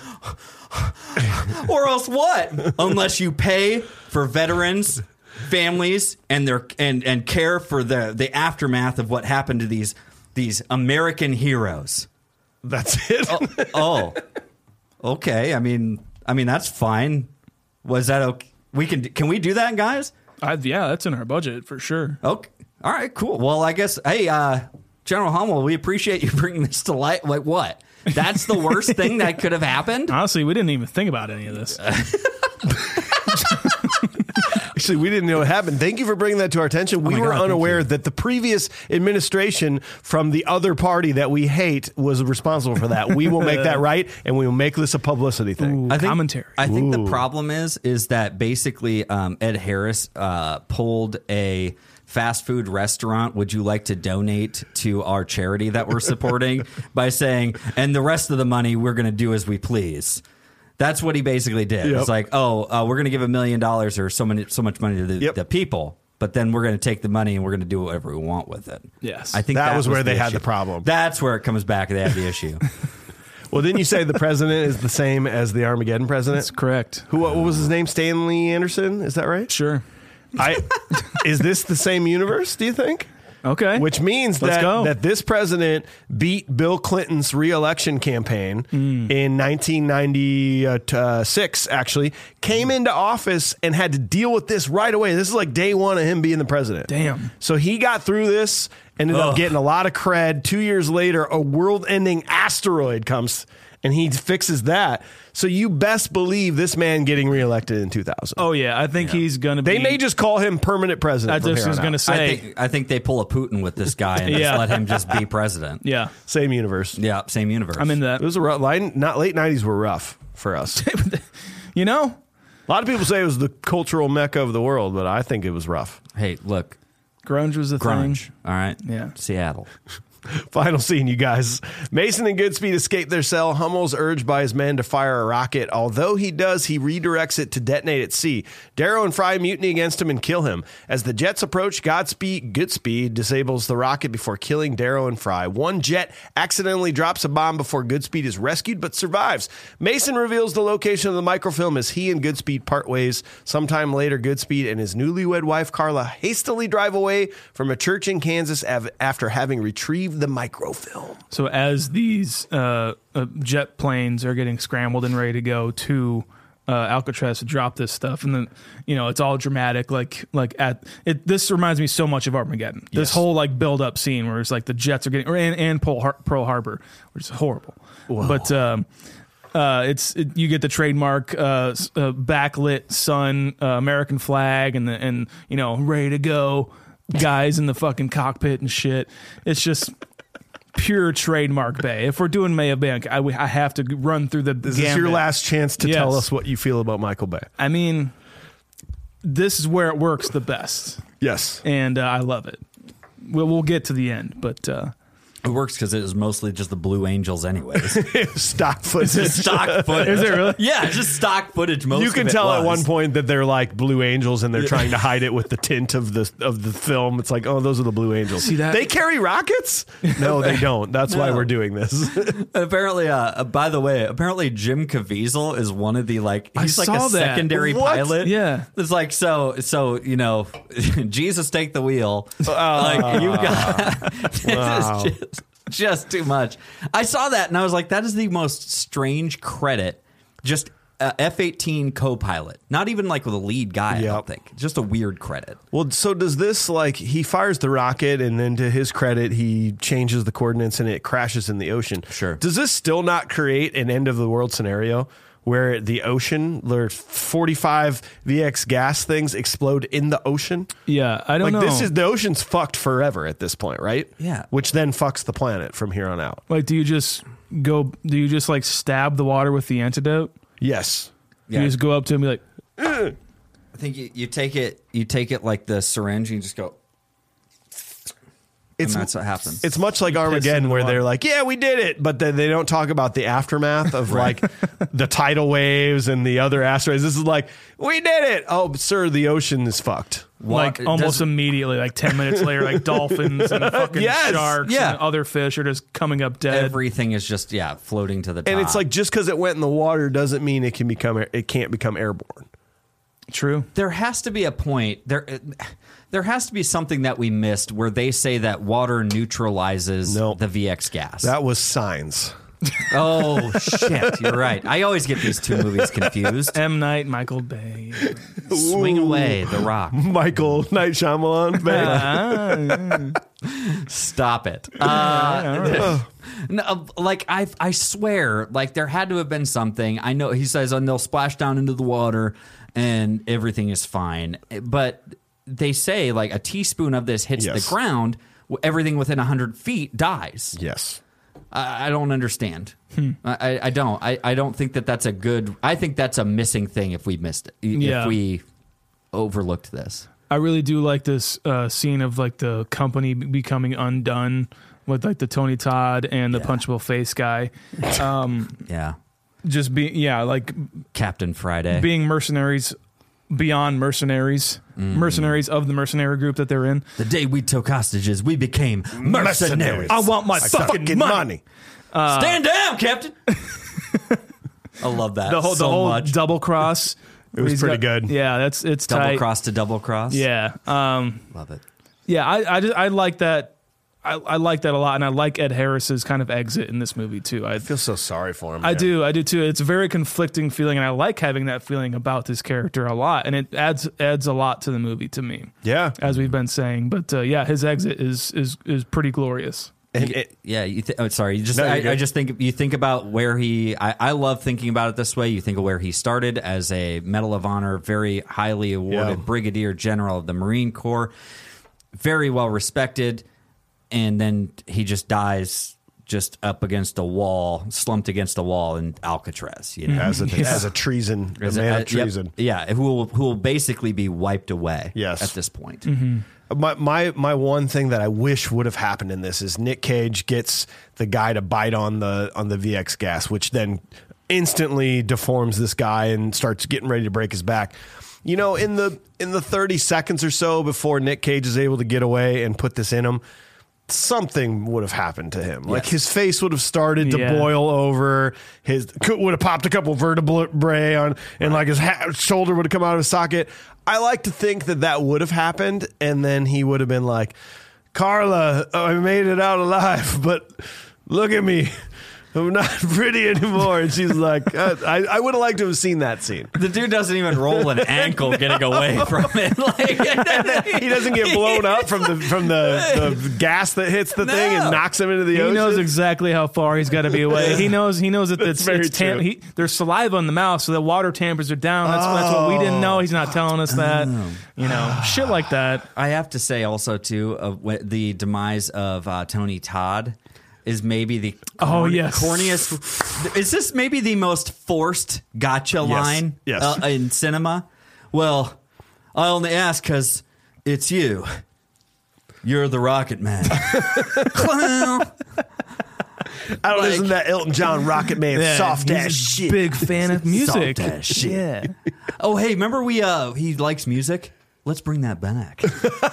or else what? Unless you pay for veterans, families, and their and and care for the the aftermath of what happened to these these American heroes. That's it. Oh, okay. I mean, I mean that's fine. Was that okay? We can can we do that, guys? I, yeah, that's in our budget for sure. Okay. All right. Cool. Well, I guess. Hey, uh, General Hummel, we appreciate you bringing this to light. Like what? That's the worst thing that could have happened. Honestly, we didn't even think about any of this. Actually, we didn't know it happened. Thank you for bringing that to our attention. We Oh my were God, thank unaware that the previous administration from the other party that we hate was responsible for that. We will make that right, and we will make this a publicity thing. Ooh, commentary. I think the problem is is that basically um, Ed Harris uh, pulled a fast food restaurant. Would you like to donate to our charity that we're supporting by saying, and the rest of the money we're going to do as we please. That's what he basically did. Yep. It's like, oh, uh, we're going to give a million dollars or so many, so much money to the, Yep. the people, but then we're going to take the money and we're going to do whatever we want with it. Yes. I think That was where they had issue. the problem. That's where it comes back. They have the issue. Well, didn't you say the president is the same as the Armageddon president? That's correct. Who? What was his name? Stanley Anderson? Is that right? Sure. I, is this the same universe? Do you think? Okay. Which means Let's that, go. that this president beat Bill Clinton's reelection campaign Mm. in 1996, actually, came into office and had to deal with this right away. This is like day one of him being the president. Damn. So he got through this, ended up getting a lot of cred. Two years later, a world ending asteroid comes and he fixes that. So you best believe this man getting reelected in 2000. Oh yeah, I think he's gonna. They be, may just call him permanent president. I from just here was on out. gonna I say. think I think they pull a Putin with this guy and Yeah. just let him just be president. yeah, Same universe. Yeah, same universe. I'm in that. It was a rough line. Not late nineties were rough for us. a You know, lot of people say it was the cultural mecca of the world, but I think it was rough. Hey, look, grunge was the grunge. thing. All right. Yeah. Seattle. Final scene, you guys. Mason and Goodspeed escape their cell. Hummel's urged by his men to fire a rocket. Although he does, he redirects it to detonate at sea. Darrow and Fry mutiny against him and kill him. As the jets approach, Godspeed Goodspeed disables the rocket before killing Darrow and Fry. One jet accidentally drops a bomb before Goodspeed is rescued but survives. Mason reveals the location of the microfilm as he and Goodspeed part ways. Sometime later, Goodspeed and his newlywed wife Carla hastily drive away from a church in Kansas av- after having retrieved the microfilm. So as these uh, uh, jet planes are getting scrambled and ready to go to uh, Alcatraz to drop this stuff, and then you know it's all dramatic. Like like at it, this reminds me so much of Armageddon. This whole like build up scene where it's like the jets are getting or, and and Pearl, Har- Pearl Harbor, which is horrible. But um, uh, it's it, you get the trademark uh, s- uh, backlit sun uh, American flag and the and you know ready to go guys in the fucking cockpit and shit. It's just pure trademark Bay. If we're doing Maya Bank, I, we- I have to run through the. This is your gambit. last chance to tell Yes. us what you feel about Michael Bay. I mean, this is where it works the best, Yes. and uh, I love it. We'll, we'll get to the end, but uh, It works because it was mostly just the Blue Angels, anyways. Stock footage. Just stock footage. Is it really? Yeah, it's just stock footage. Most You of can it tell at was. one point that they're like blue angels and they're trying to hide it with the tint of the of the film. It's like, oh, those are the blue angels. See that? They carry rockets? No, they don't. That's why we're doing this. Apparently, uh, uh, by the way, apparently Jim Caviezel is one of the like I he's like saw a that. secondary What? pilot. Yeah. it's like so so you know, Jesus take the wheel. Oh. like you got this is just, just too much. I saw that and I was like, that is the most strange credit. Just uh, F eighteen co pilot, not even like the lead guy. I Yep. don't think just a weird credit. Well, so does this like he fires the rocket and then to his credit he changes the coordinates and it crashes in the ocean. Sure. Does this still not create an end of the world scenario where the ocean, there's 45 VX gas things explode in the ocean. Yeah, I don't like know. this is the ocean's fucked forever at this point, right? Yeah. Which then fucks the planet from here on out. like, do you just go? Do you just like stab the water with the antidote? Yes. You just go up to him and be like, I think you, you take it you take it like the syringe and you just go It's and that's what happens. It's much like Armageddon, where they're like, "Yeah, we did it," but then they don't talk about the aftermath of like the tidal waves and the other asteroids. This is like, "We did it!" Oh, sir, the ocean is fucked. like It almost doesn't- immediately, like ten minutes later, like dolphins and fucking Yes, sharks yeah. and other fish are just coming up dead. everything is just yeah floating to the top. And it's like just because it went in the water doesn't mean it can become it can't become airborne. True. there has to be a point there. There has to be something that we missed where they say that water neutralizes Nope. the VX gas. That was signs. oh shit, you're right. I always get these two movies confused. M Night, Michael Bay. Swing away, The Rock. Michael Night Shyamalan. babe. Ah, Stop it. Uh, no, like I, I swear, like there had to have been something. I know he says, and they'll splash down into the water, and everything is fine. But they say like a teaspoon of this hits Yes. the ground, w- everything within hundred feet dies. yes. I, I don't understand. I, I- I don't. I, I don't think that that's a good. I think that's a missing thing. If we missed it, if Yeah. we overlooked this. I really do like this uh, scene of like the company b- becoming undone with like the Tony Todd and the punchable face guy. Yeah, Just being, yeah, like Captain Friday. being mercenaries beyond mercenaries, Mm. mercenaries of the mercenary group that they're in. the day we took hostages, we became mercenaries. I want my fucking, money. Stand down, Captain. I love that The whole, so the whole much. double cross. it was pretty good. Yeah, that's it's double tight. cross to double cross. Yeah, um, love it. yeah. I I, just, I like that. I, I like that a lot, and I like Ed Harris's kind of exit in this movie too. I Feel so sorry for him. I man. do, I do too. It's a very conflicting feeling, and I like having that feeling about this character a lot, and it adds adds a lot to the movie to me, Yeah. as we've been saying. But uh, yeah, his exit is is is pretty glorious. And it, Yeah, you th- oh, sorry. You just No, you're I, good. I just think you think about where he. I, I love thinking about it this way. You think of where he started as a Medal of Honor, very highly awarded Yeah. Brigadier General of the Marine Corps, very well respected, and then he just dies just up against a wall, slumped against a wall in Alcatraz. You know, as a as a treason, a Is it- man uh, of yep. treason. yeah, who will who will basically be wiped away. Yes. at this point. Mm-hmm. My, my my one thing that I wish would have happened in this is Nick Cage gets the guy to bite on the on the VX gas, which then instantly deforms this guy and starts getting ready to break his back. You know, in the in the thirty seconds or so before Nick Cage is able to get away and put this in him, something would have happened to him. Like Yes. his face would have started to Yeah. boil over. His could, would have popped a couple vertebrae on, and like his ha- shoulder would have come out of his socket. I like to think that that would have happened, and then he would have been like, "Carla, I made it out alive, but look at me." I'm not pretty anymore. And she's like, uh, I, I would have liked to have seen that scene. The dude doesn't even roll an ankle getting away from it. Like, He doesn't get blown up from the from the, the gas that hits the thing and No. knocks him into the He ocean. knows exactly how far he's got to be away. He knows. He knows that it's, very it's tam- true. he, there's saliva in the mouth, so the water tampers are down. That's, that's what we didn't know. He's not telling us that. Oh. You know, shit like that. I have to say also too, uh, wh- the demise of uh, Tony Todd is maybe the Oh, yes. corniest. Is this maybe the most forced gotcha line Yes. Uh, in cinema? Well, I only ask because it's you. You're the Rocket Man. I don't Like- listen to that Elton John Rocket Man soft he's ass a shit. Big fan of music. Soft ass shit. Yeah. Oh, hey, remember we uh he likes music? Let's bring that back.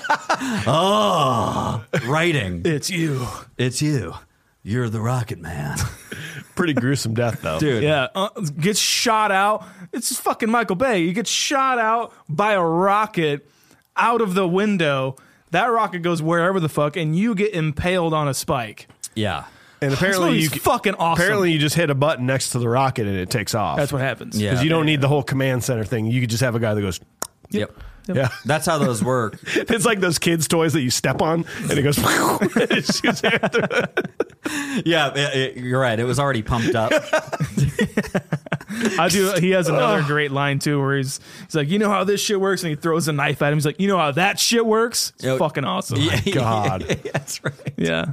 oh, writing. It's you. It's you. You're the rocket man. Pretty gruesome death though. Dude. Yeah, uh, gets shot out. It's just fucking Michael Bay. You get shot out by a rocket out of the window. That rocket goes wherever the fuck, and you get impaled on a spike. Yeah. And apparently movie's you c- fucking awesome. Apparently you just hit a button next to the rocket and it takes off. That's what happens. Yeah. Because you don't need the whole command center thing. You could just have a guy that goes. Yep. Yeah, That's how those work. it's like those kids' toys that you step on and it goes. and it shoots air through it. yeah, it- it- you're right. It was already pumped up. I do. He has another great line too, where he's he's like, you know how this shit works, and he throws a knife at him. He's like, you know how that shit works. It's Yo- fucking awesome. Yeah. God. That's right.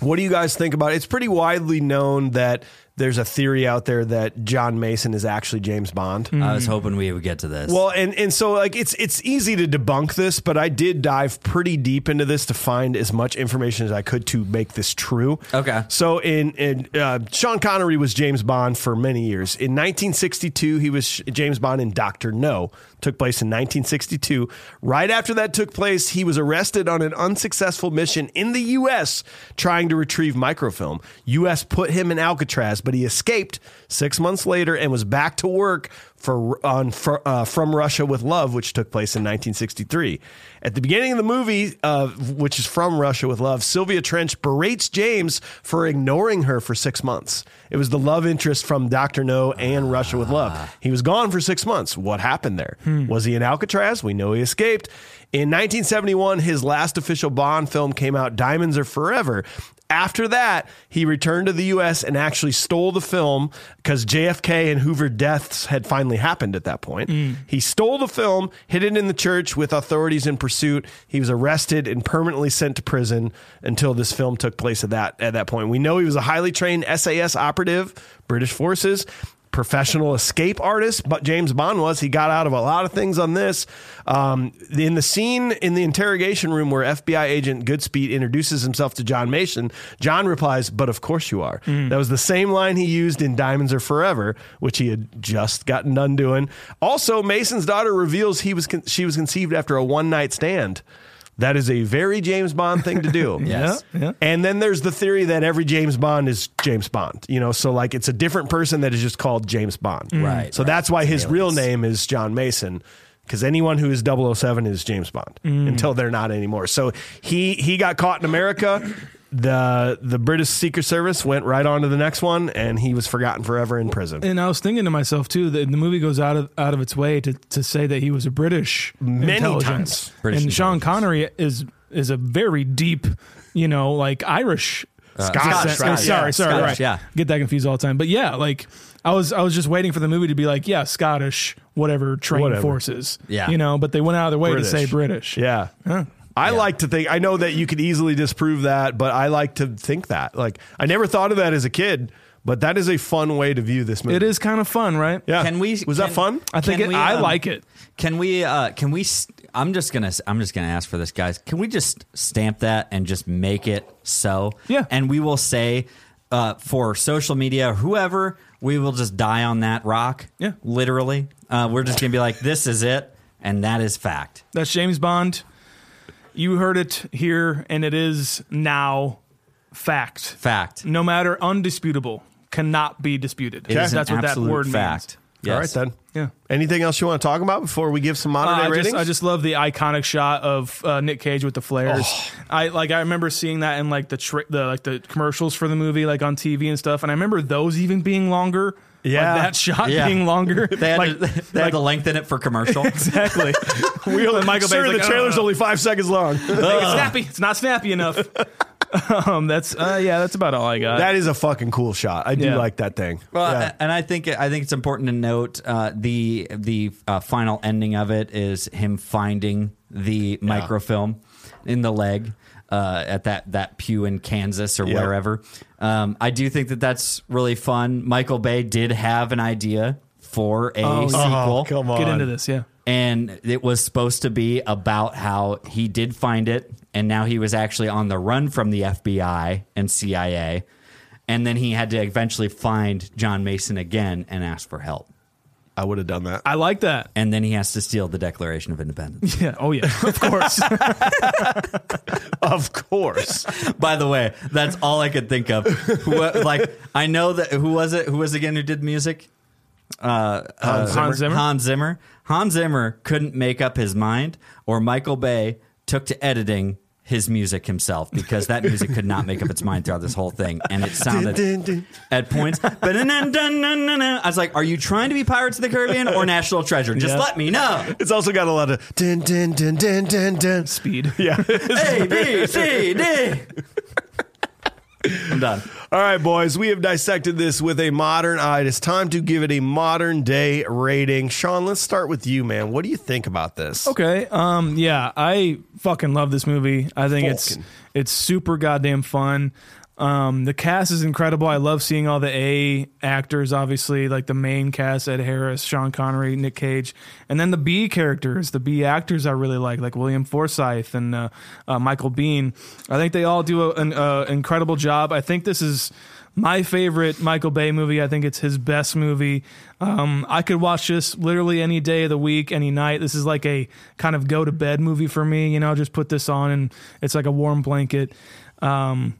What do you guys think about it? It's pretty widely known that there's a theory out there that John Mason is actually James Bond. I was hoping we would get to this. Well, and and so like it's it's easy to debunk this, but I did dive pretty deep into this to find as much information as I could to make this true. Okay. So in in uh, Sean Connery was James Bond for many years. In 1962, he was Sh- James Bond in Doctor No. Took place in 1962. Right after that took place, he was arrested on an unsuccessful mission in the U.S. trying to retrieve microfilm. U.S. put him in Alcatraz, but he escaped six months later and was back to work for on for, uh, From Russia with Love, which took place in 1963. At the beginning of the movie, uh, which is From Russia with Love, Sylvia Trench berates James for ignoring her for six months. It was the love interest from Doctor No and Russia with Love. He was gone for six months. What happened there? Was he in Alcatraz? We know he escaped. In 1971, his last official Bond film came out, Diamonds Are Forever. After that, he returned to the U.S. and actually stole the film because JFK and Hoover deaths had finally happened at that point. He stole the film, hid it in the church with authorities in pursuit. He was arrested and permanently sent to prison until this film took place at that at that point. We know he was a highly trained SAS operative, British forces. Professional escape artist, but James Bond was. He got out of a lot of things on this. Um, in the scene in the interrogation room where FBI agent Goodspeed introduces himself to John Mason, John replies, But of course you are. That was the same line he used in Diamonds Are Forever, which he had just gotten done doing. Also, Mason's daughter reveals he was con- she was conceived after a one night stand. That is a very James Bond thing to do. Yes. Yeah, yeah. And then there's the theory that every James Bond is James Bond, you know, so like it's a different person that is just called James Bond. Mm. Right, So right. that's why his real name is John Mason because anyone who is 007 is James Bond Mm. until they're not anymore. So he he got caught in America. The the British Secret Service went right on to the next one and he was forgotten forever in prison. And I was thinking to myself too that the movie goes out of out of its way to, to say that he was a British Many intelligence. times. British and Sean intelligence. Connery is is a very deep, you know, like Irish. Uh, Scottish, descent. right? Sorry, Yeah, sorry, Scottish, right. yeah. Get that confused all the time. But yeah, like I was I was just waiting for the movie to be like, yeah, Scottish, whatever, trained Whatever. forces. Yeah. You know, but they went out of their way British. to say British. Yeah. I like to think I know that you could easily disprove that, but I like to think that. Like I never thought of that as a kid, but that is a fun way to view this movie. It is kind of fun, right? Yeah. Can we? Was can- that fun? I think can it, we, I um, like it. Can we? Uh, can we? s- I'm just gonna. s- I'm just gonna ask for this, guys. Can we just stamp that and just make it so? Yeah. And we will say, uh, for social media, whoever, we will just die on that rock. Yeah. Literally, uh, we're just gonna be like, this is it, and that is fact. That's James Bond. You heard it here, and it is now fact. Fact. No matter undisputable, cannot be disputed. It is an That's what that absolute word fact. All right Yes. then. Yeah. Anything else you want to talk about before we give some modern means. day Uh, I, ratings? just, I just love the iconic shot of uh, Nick Cage with the flares. Oh. I like. I remember seeing that in like the, tri- the like the commercials for the movie, like on TV and stuff. And I remember those even being longer. Yeah. like that shot Yeah. being longer. They had, like, to, they had to lengthen it for commercial. exactly. Wheel and Michael Sir, Bay's the like, trailer's "Uh, only five seconds long. Make it snappy. It's not snappy enough. um, that's uh, yeah. That's about all I got. that is a fucking cool shot. I do Yeah. uh, like that thing. Well, Yeah. a- and I think I think it's important to note uh, the the uh, final ending of it is him finding the microfilm in the leg uh, at that that pew in Kansas or Yep. wherever. Um, I do think that that's really fun. Michael Bay did have an idea for a Oh, sequel, come on. Get into this, yeah. and it was supposed to be about how he did find it, and now he was actually on the run from the FBI and CIA, and then he had to eventually find John Mason again and ask for help, I would have done that. I like that. and then he has to steal the Declaration of Independence. Yeah. Oh yeah. Of course. of course. By the way, that's all I could think of. Who, like I know that who was it? Who was again who did music? Hans Zimmer. Hans Zimmer. Hans Zimmer couldn't make up his mind, or Michael Bay took to editing his music himself because that music could not make up its mind throughout this whole thing, and it Dun, dun, sounded dun. at points. ba-dun-dun-dun-dun-dun. I was like, "Are you trying to be Pirates of the Caribbean or National Treasure? Just Yeah. let me know." It's also got a lot of dun, dun, dun, dun, dun, dun. Speed. Yeah. A B C D. I'm done. All right, boys, we have dissected this with a modern eye. It is time to give it a modern day rating. Sean, let's start with you, man. What do you think about this? Okay. Um. Yeah, I fucking love this movie. I think it's Fucking. it's super goddamn fun. Um, the cast is incredible. I love seeing all the A actors, obviously, like the main cast: Ed Harris, Sean Connery, Nick Cage, and then the B characters, the B actors I really like, like William Forsythe and uh, uh, Michael Bean. I think they all do a, an uh, incredible job. I think this is my favorite Michael Bay movie. I think it's his best movie. Um, I could watch this literally any day of the week, any night. This is like a kind of go to bed movie for me. You know, just put this on and it's like a warm blanket. Um,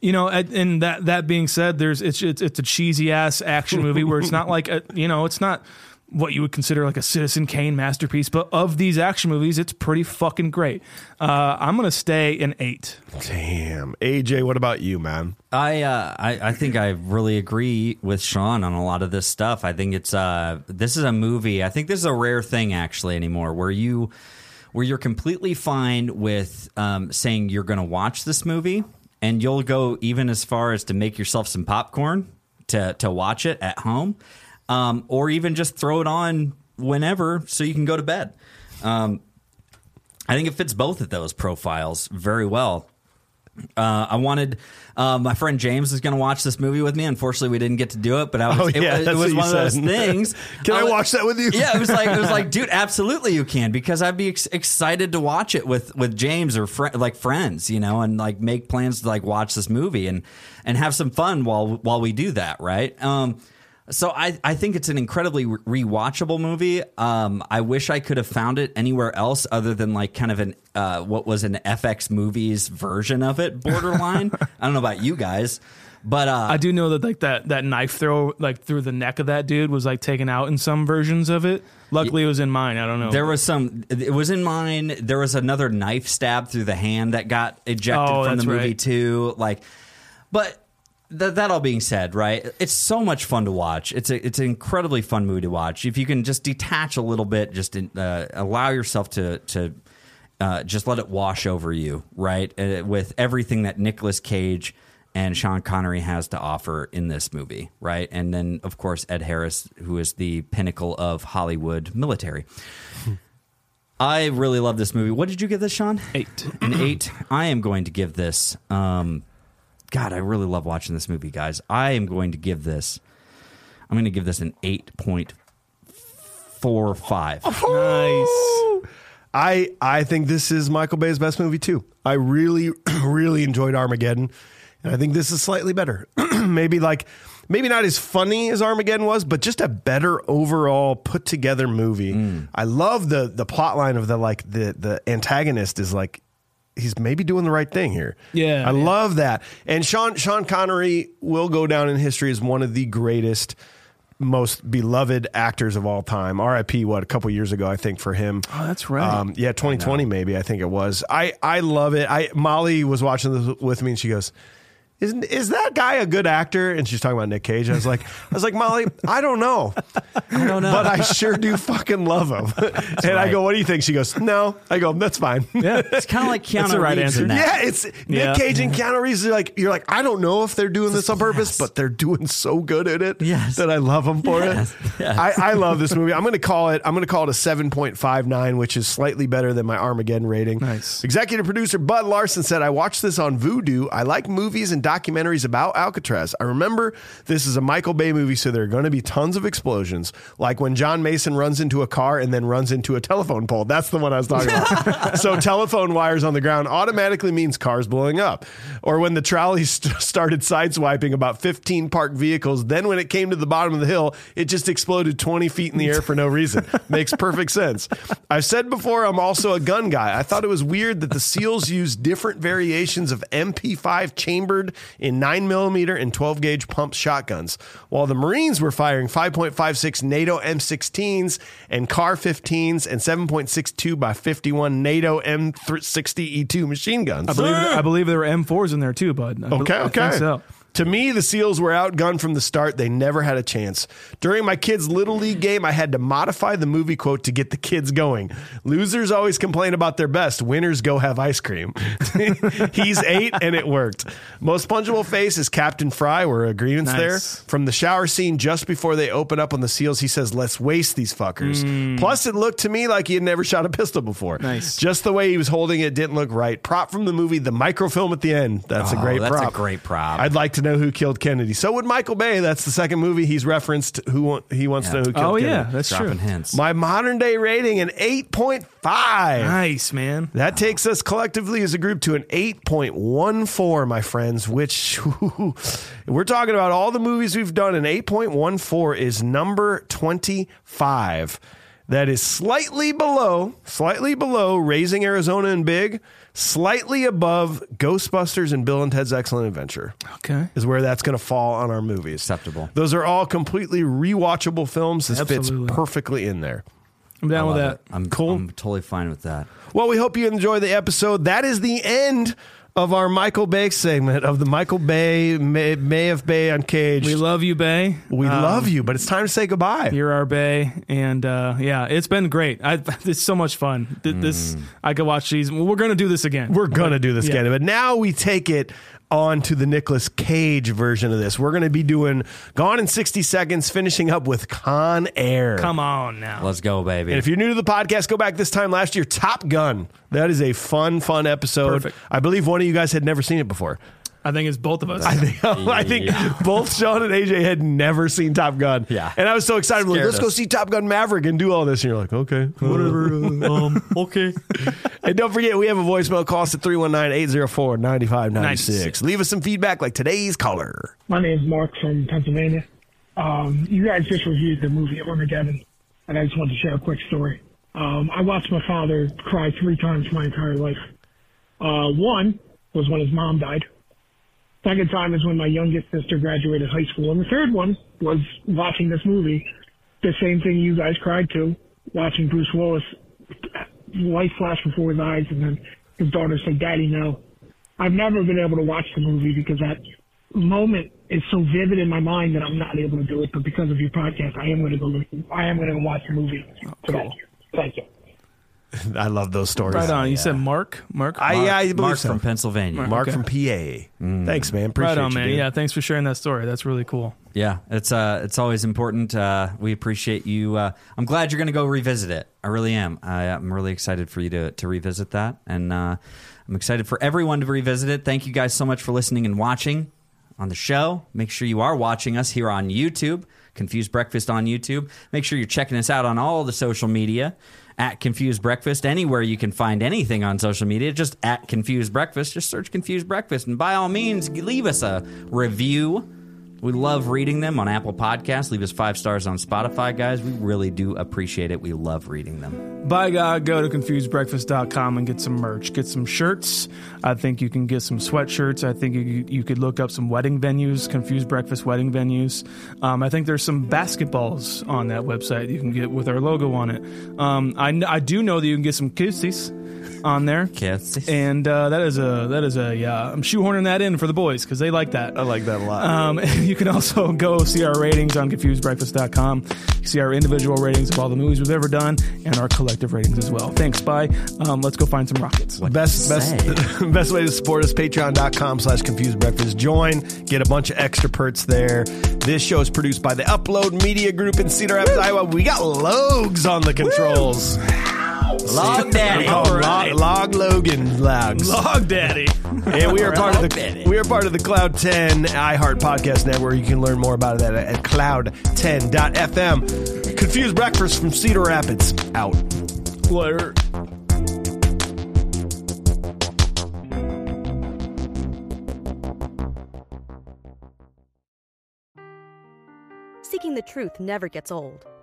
you know, and- and that that being said, there's it's it's, it's a cheesy ass action movie where it's not like a, you know it's not what you would consider like a Citizen Kane masterpiece, but of these action movies, it's pretty fucking great. Uh, I'm gonna stay an eight. Damn. AJ, what about you, man? I, uh, I I think I really agree with Sean on a lot of this stuff. I think it's uh this is a movie. I think this is a rare thing actually anymore where you where you're completely fine with um, saying you're going to watch this movie and you'll go even as far as to make yourself some popcorn to to watch it at home um, or even just throw it on whenever so you can go to bed. Um, I think it fits both of those profiles very well. Uh, I wanted uh, my friend James is going to watch this movie with me. Unfortunately, we didn't get to do it, but I was, Oh, yeah, it, that's was what you one of those said. things. Can I was- watch that with you? Yeah, it was like it was like, dude, absolutely you can because I'd be ex- excited to watch it with with James or fri like friends, you know, and like make plans to like watch this movie and and have some fun while while we do that, right? Um, so I, I think it's an incredibly re- rewatchable movie. Um, I wish I could have found it anywhere else other than like kind of an uh, what was an FX movies version of it, borderline. I don't know about you guys, but uh, I do know that like that that knife throw like through the neck of that dude was like taken out in some versions of it. Luckily, it was in mine. I don't know. There was some. It was in mine. There was another knife stab through the hand that got ejected Oh, from the that's movie right. too. Like, but th- that all being said, right? It's so much fun to watch. It's a, it's an incredibly fun movie to watch if you can just detach a little bit, just uh, allow yourself to to. Uh, just let it wash over you, right? Uh, with everything that Nicolas Cage and Sean Connery has to offer in this movie, right? And then, of course, Ed Harris, who is the pinnacle of Hollywood military. Hmm. I really love this movie. What did you give this, Sean? Eight. An eight. I am going to give this. Um, God, I really love watching this movie, guys. I am going to give this. I'm going to give this an eight point four five. Oh, nice. I I think this is Michael Bay's best movie too. I really really enjoyed Armageddon, and I think this is slightly better. maybe like maybe not as funny as Armageddon was, but just a better overall put together movie. Mm. I love the the plot line of the like the the antagonist is like he's maybe doing the right thing here. Yeah, I yeah. love that. And Sean Sean Connery will go down in history as one of the greatest most beloved actors of all time. RIP what a couple years ago I think for him. Oh, that's right. Um, yeah, 2020 maybe I think it was. I I love it. I Molly was watching this with me and she goes, "Isn't is that guy a good actor?" And she's talking about Nick Cage. I was like, I was like Molly, I don't know, I don't know. but I sure do fucking love him. and I right. go, "What do you think?" She goes, "No." I go, "That's fine." yeah. it's kind of like Keanu That's the right Reeves answer. in that. Yeah, it's Nick Yeah. Cage and Keanu Reeves. Are like you're like I don't know if they're doing this on purpose, class. but they're doing so good at it Yes. that I love them for Yes, it. yes. I, I love this movie. I'm going to call it. I'm going to call it a 7.59, which is slightly better than my Armageddon rating. Nice. Executive producer Bud Larson said, "I watched this on Voodoo. I like movies and documentaries about Alcatraz. I remember this is a Michael Bay movie, so there are going to be tons of explosions, like when John Mason runs into a car and then runs into a telephone pole. That's the one I was talking about. so telephone wires on the ground automatically means cars blowing up, or when the trolley st- started sideswiping about 15 parked vehicles. Then when it came to the bottom of the hill, it just exploded 20 feet in the air for no reason. Makes perfect sense. I've said before, I'm also a gun guy. I thought it was weird that the SEALs use different variations of MP5 chambered in 9mm and 12 gauge pump shotguns, while the Marines were firing 5.56 NATO M16s and CAR 15s and 7.62 by 51 NATO M60E2 E machine guns. I believe, I believe there were M4s in there too, bud. I be- Okay, I think okay. so. To me, the SEALs were outgunned from the start. They never had a chance. During my kids' Little League game, I had to modify the movie quote to get the kids going. Losers always complain about their best. Winners go have ice cream. He's eight, and it worked. Most punchable face is Captain Fry. We're agreements there. Nice. From the shower scene just before they open up on the SEALs, he says, Let's waste these fuckers. Plus, it looked to me like he had never shot a pistol before. Mm. Nice. Just the way he was holding it didn't look right. Prop from the movie, the microfilm at the end. That's a Oh, great that's a prop. great prop. I'd like to know who killed Kennedy. So would Michael Bay. That's the second movie he's referenced. Who wa- he wants to know who killed Oh Kennedy. yeah, that's true. Dropping hints. My modern day rating an eight point five. Nice man. That takes us collectively as a group to an 8.14, my friends, which we're talking about all the movies we've done, and 8.14 is number 25. That is slightly below, slightly below Raising Arizona and Big, slightly above Ghostbusters and Bill and Ted's Excellent Adventure Okay. is where that's going to fall on our movies. Acceptable. Those are all completely rewatchable films. This Absolutely. fits perfectly in there. I'm down Love with it. that. I'm Cool. I'm totally fine with that. Well, we hope you enjoy the episode. That is the end of our Michael Bay segment of the Michael Bay May, May of Bay Uncaged. We love you, Bay. we Um, love you, but it's time to say goodbye. You're our Bay, and uh, yeah, it's been great. I, it's so much fun. Th- This I could watch these. We're gonna do this again. Mm. We're going to do this Yeah. again, but now we take it on to the Nicolas Cage version of this. We're going to be doing Gone in 60 Seconds, finishing up with Con Air. Come on now. Let's go, baby. And if you're new to the podcast, go back this time last year, Top Gun. That is a fun, fun episode. Perfect. I believe one of you guys had never seen it before. I think it's both of us. I think, I think both Sean and AJ had never seen Top Gun. Yeah. And I was so excited. like, Scared Let's go us. see Top Gun Maverick and do all this. And you're like, okay, whatever. um, okay. and don't forget, we have a voicemail. Call us at 319 804 9596. Leave us some feedback like today's caller. My name's Mark from Pennsylvania. Um, you guys just reviewed the movie Armageddon, and I just wanted to share a quick story. Um, I watched my father cry three times my entire life. Uh, one was when his mom died. Second time is when my youngest sister graduated high school, and the third one was watching this movie, the same thing you guys cried to, watching Bruce Willis light flash before his eyes, and then his daughter said, "Daddy, no." I've never been able to watch the movie because that moment is so vivid in my mind that I'm not able to do it. But because of your podcast, I am going to go. listen- I am going to watch the movie. today. Thank you. I love those stories. Right on. You said Mark. Mark. I, Mark. yeah, I believe Mark so. from Pennsylvania. Mark Okay. Mm. from PA. Thanks, man. Appreciate Right on, you, man. dude. Yeah, thanks for sharing that story. That's really cool. Yeah, it's uh, it's always important. Uh, we appreciate you. Uh, I'm glad you're going to go revisit it. I really am. I, I'm really excited for you to to revisit that, and uh, I'm excited for everyone to revisit it. Thank you guys so much for listening and watching on the show. Make sure you are watching us here on YouTube. Confused Breakfast on YouTube. Make sure you're checking us out on all the social media at Confused Breakfast. Anywhere you can find anything on social media, just at Confused Breakfast. Just search Confused Breakfast, and by all means, leave us a review. We love reading them on Apple Podcasts. Leave us five stars on Spotify, guys. We really do appreciate it. We love reading them. By God, go to confusedbreakfast.com and get some merch. Get some shirts. I think you can get some sweatshirts. I think you, you could look up some wedding venues, Confused Breakfast wedding venues. Um, I think there's some basketballs on that website you can get with our logo on it. Um, I, kn- I do know that you can get some kisses on there. Kisses. And uh, that is a, that is a, uh, I'm shoehorning that in for the boys because they like that. I like that a lot. Um, you can also go see our ratings on confusedbreakfast.com. You see our individual ratings of all the movies we've ever done and our collective ratings as well. Thanks. Bye. Um, let's go find some rockets. Best best say. best way to support us patreon.com slash confused breakfast. Join, get a bunch of extra perks there. This show is produced by the Upload Media Group in Cedar Rapids, Iowa. We got logs on the controls. Log Daddy. We call him Log, Log Logan Logs. Log Daddy. and we are part of the Daddy. we are part of the Cloud 10 iHeart Podcast Network. You can learn more about that at cloud10.fm. Confused Breakfast from Cedar Rapids out. Blur. Seeking the truth never gets old.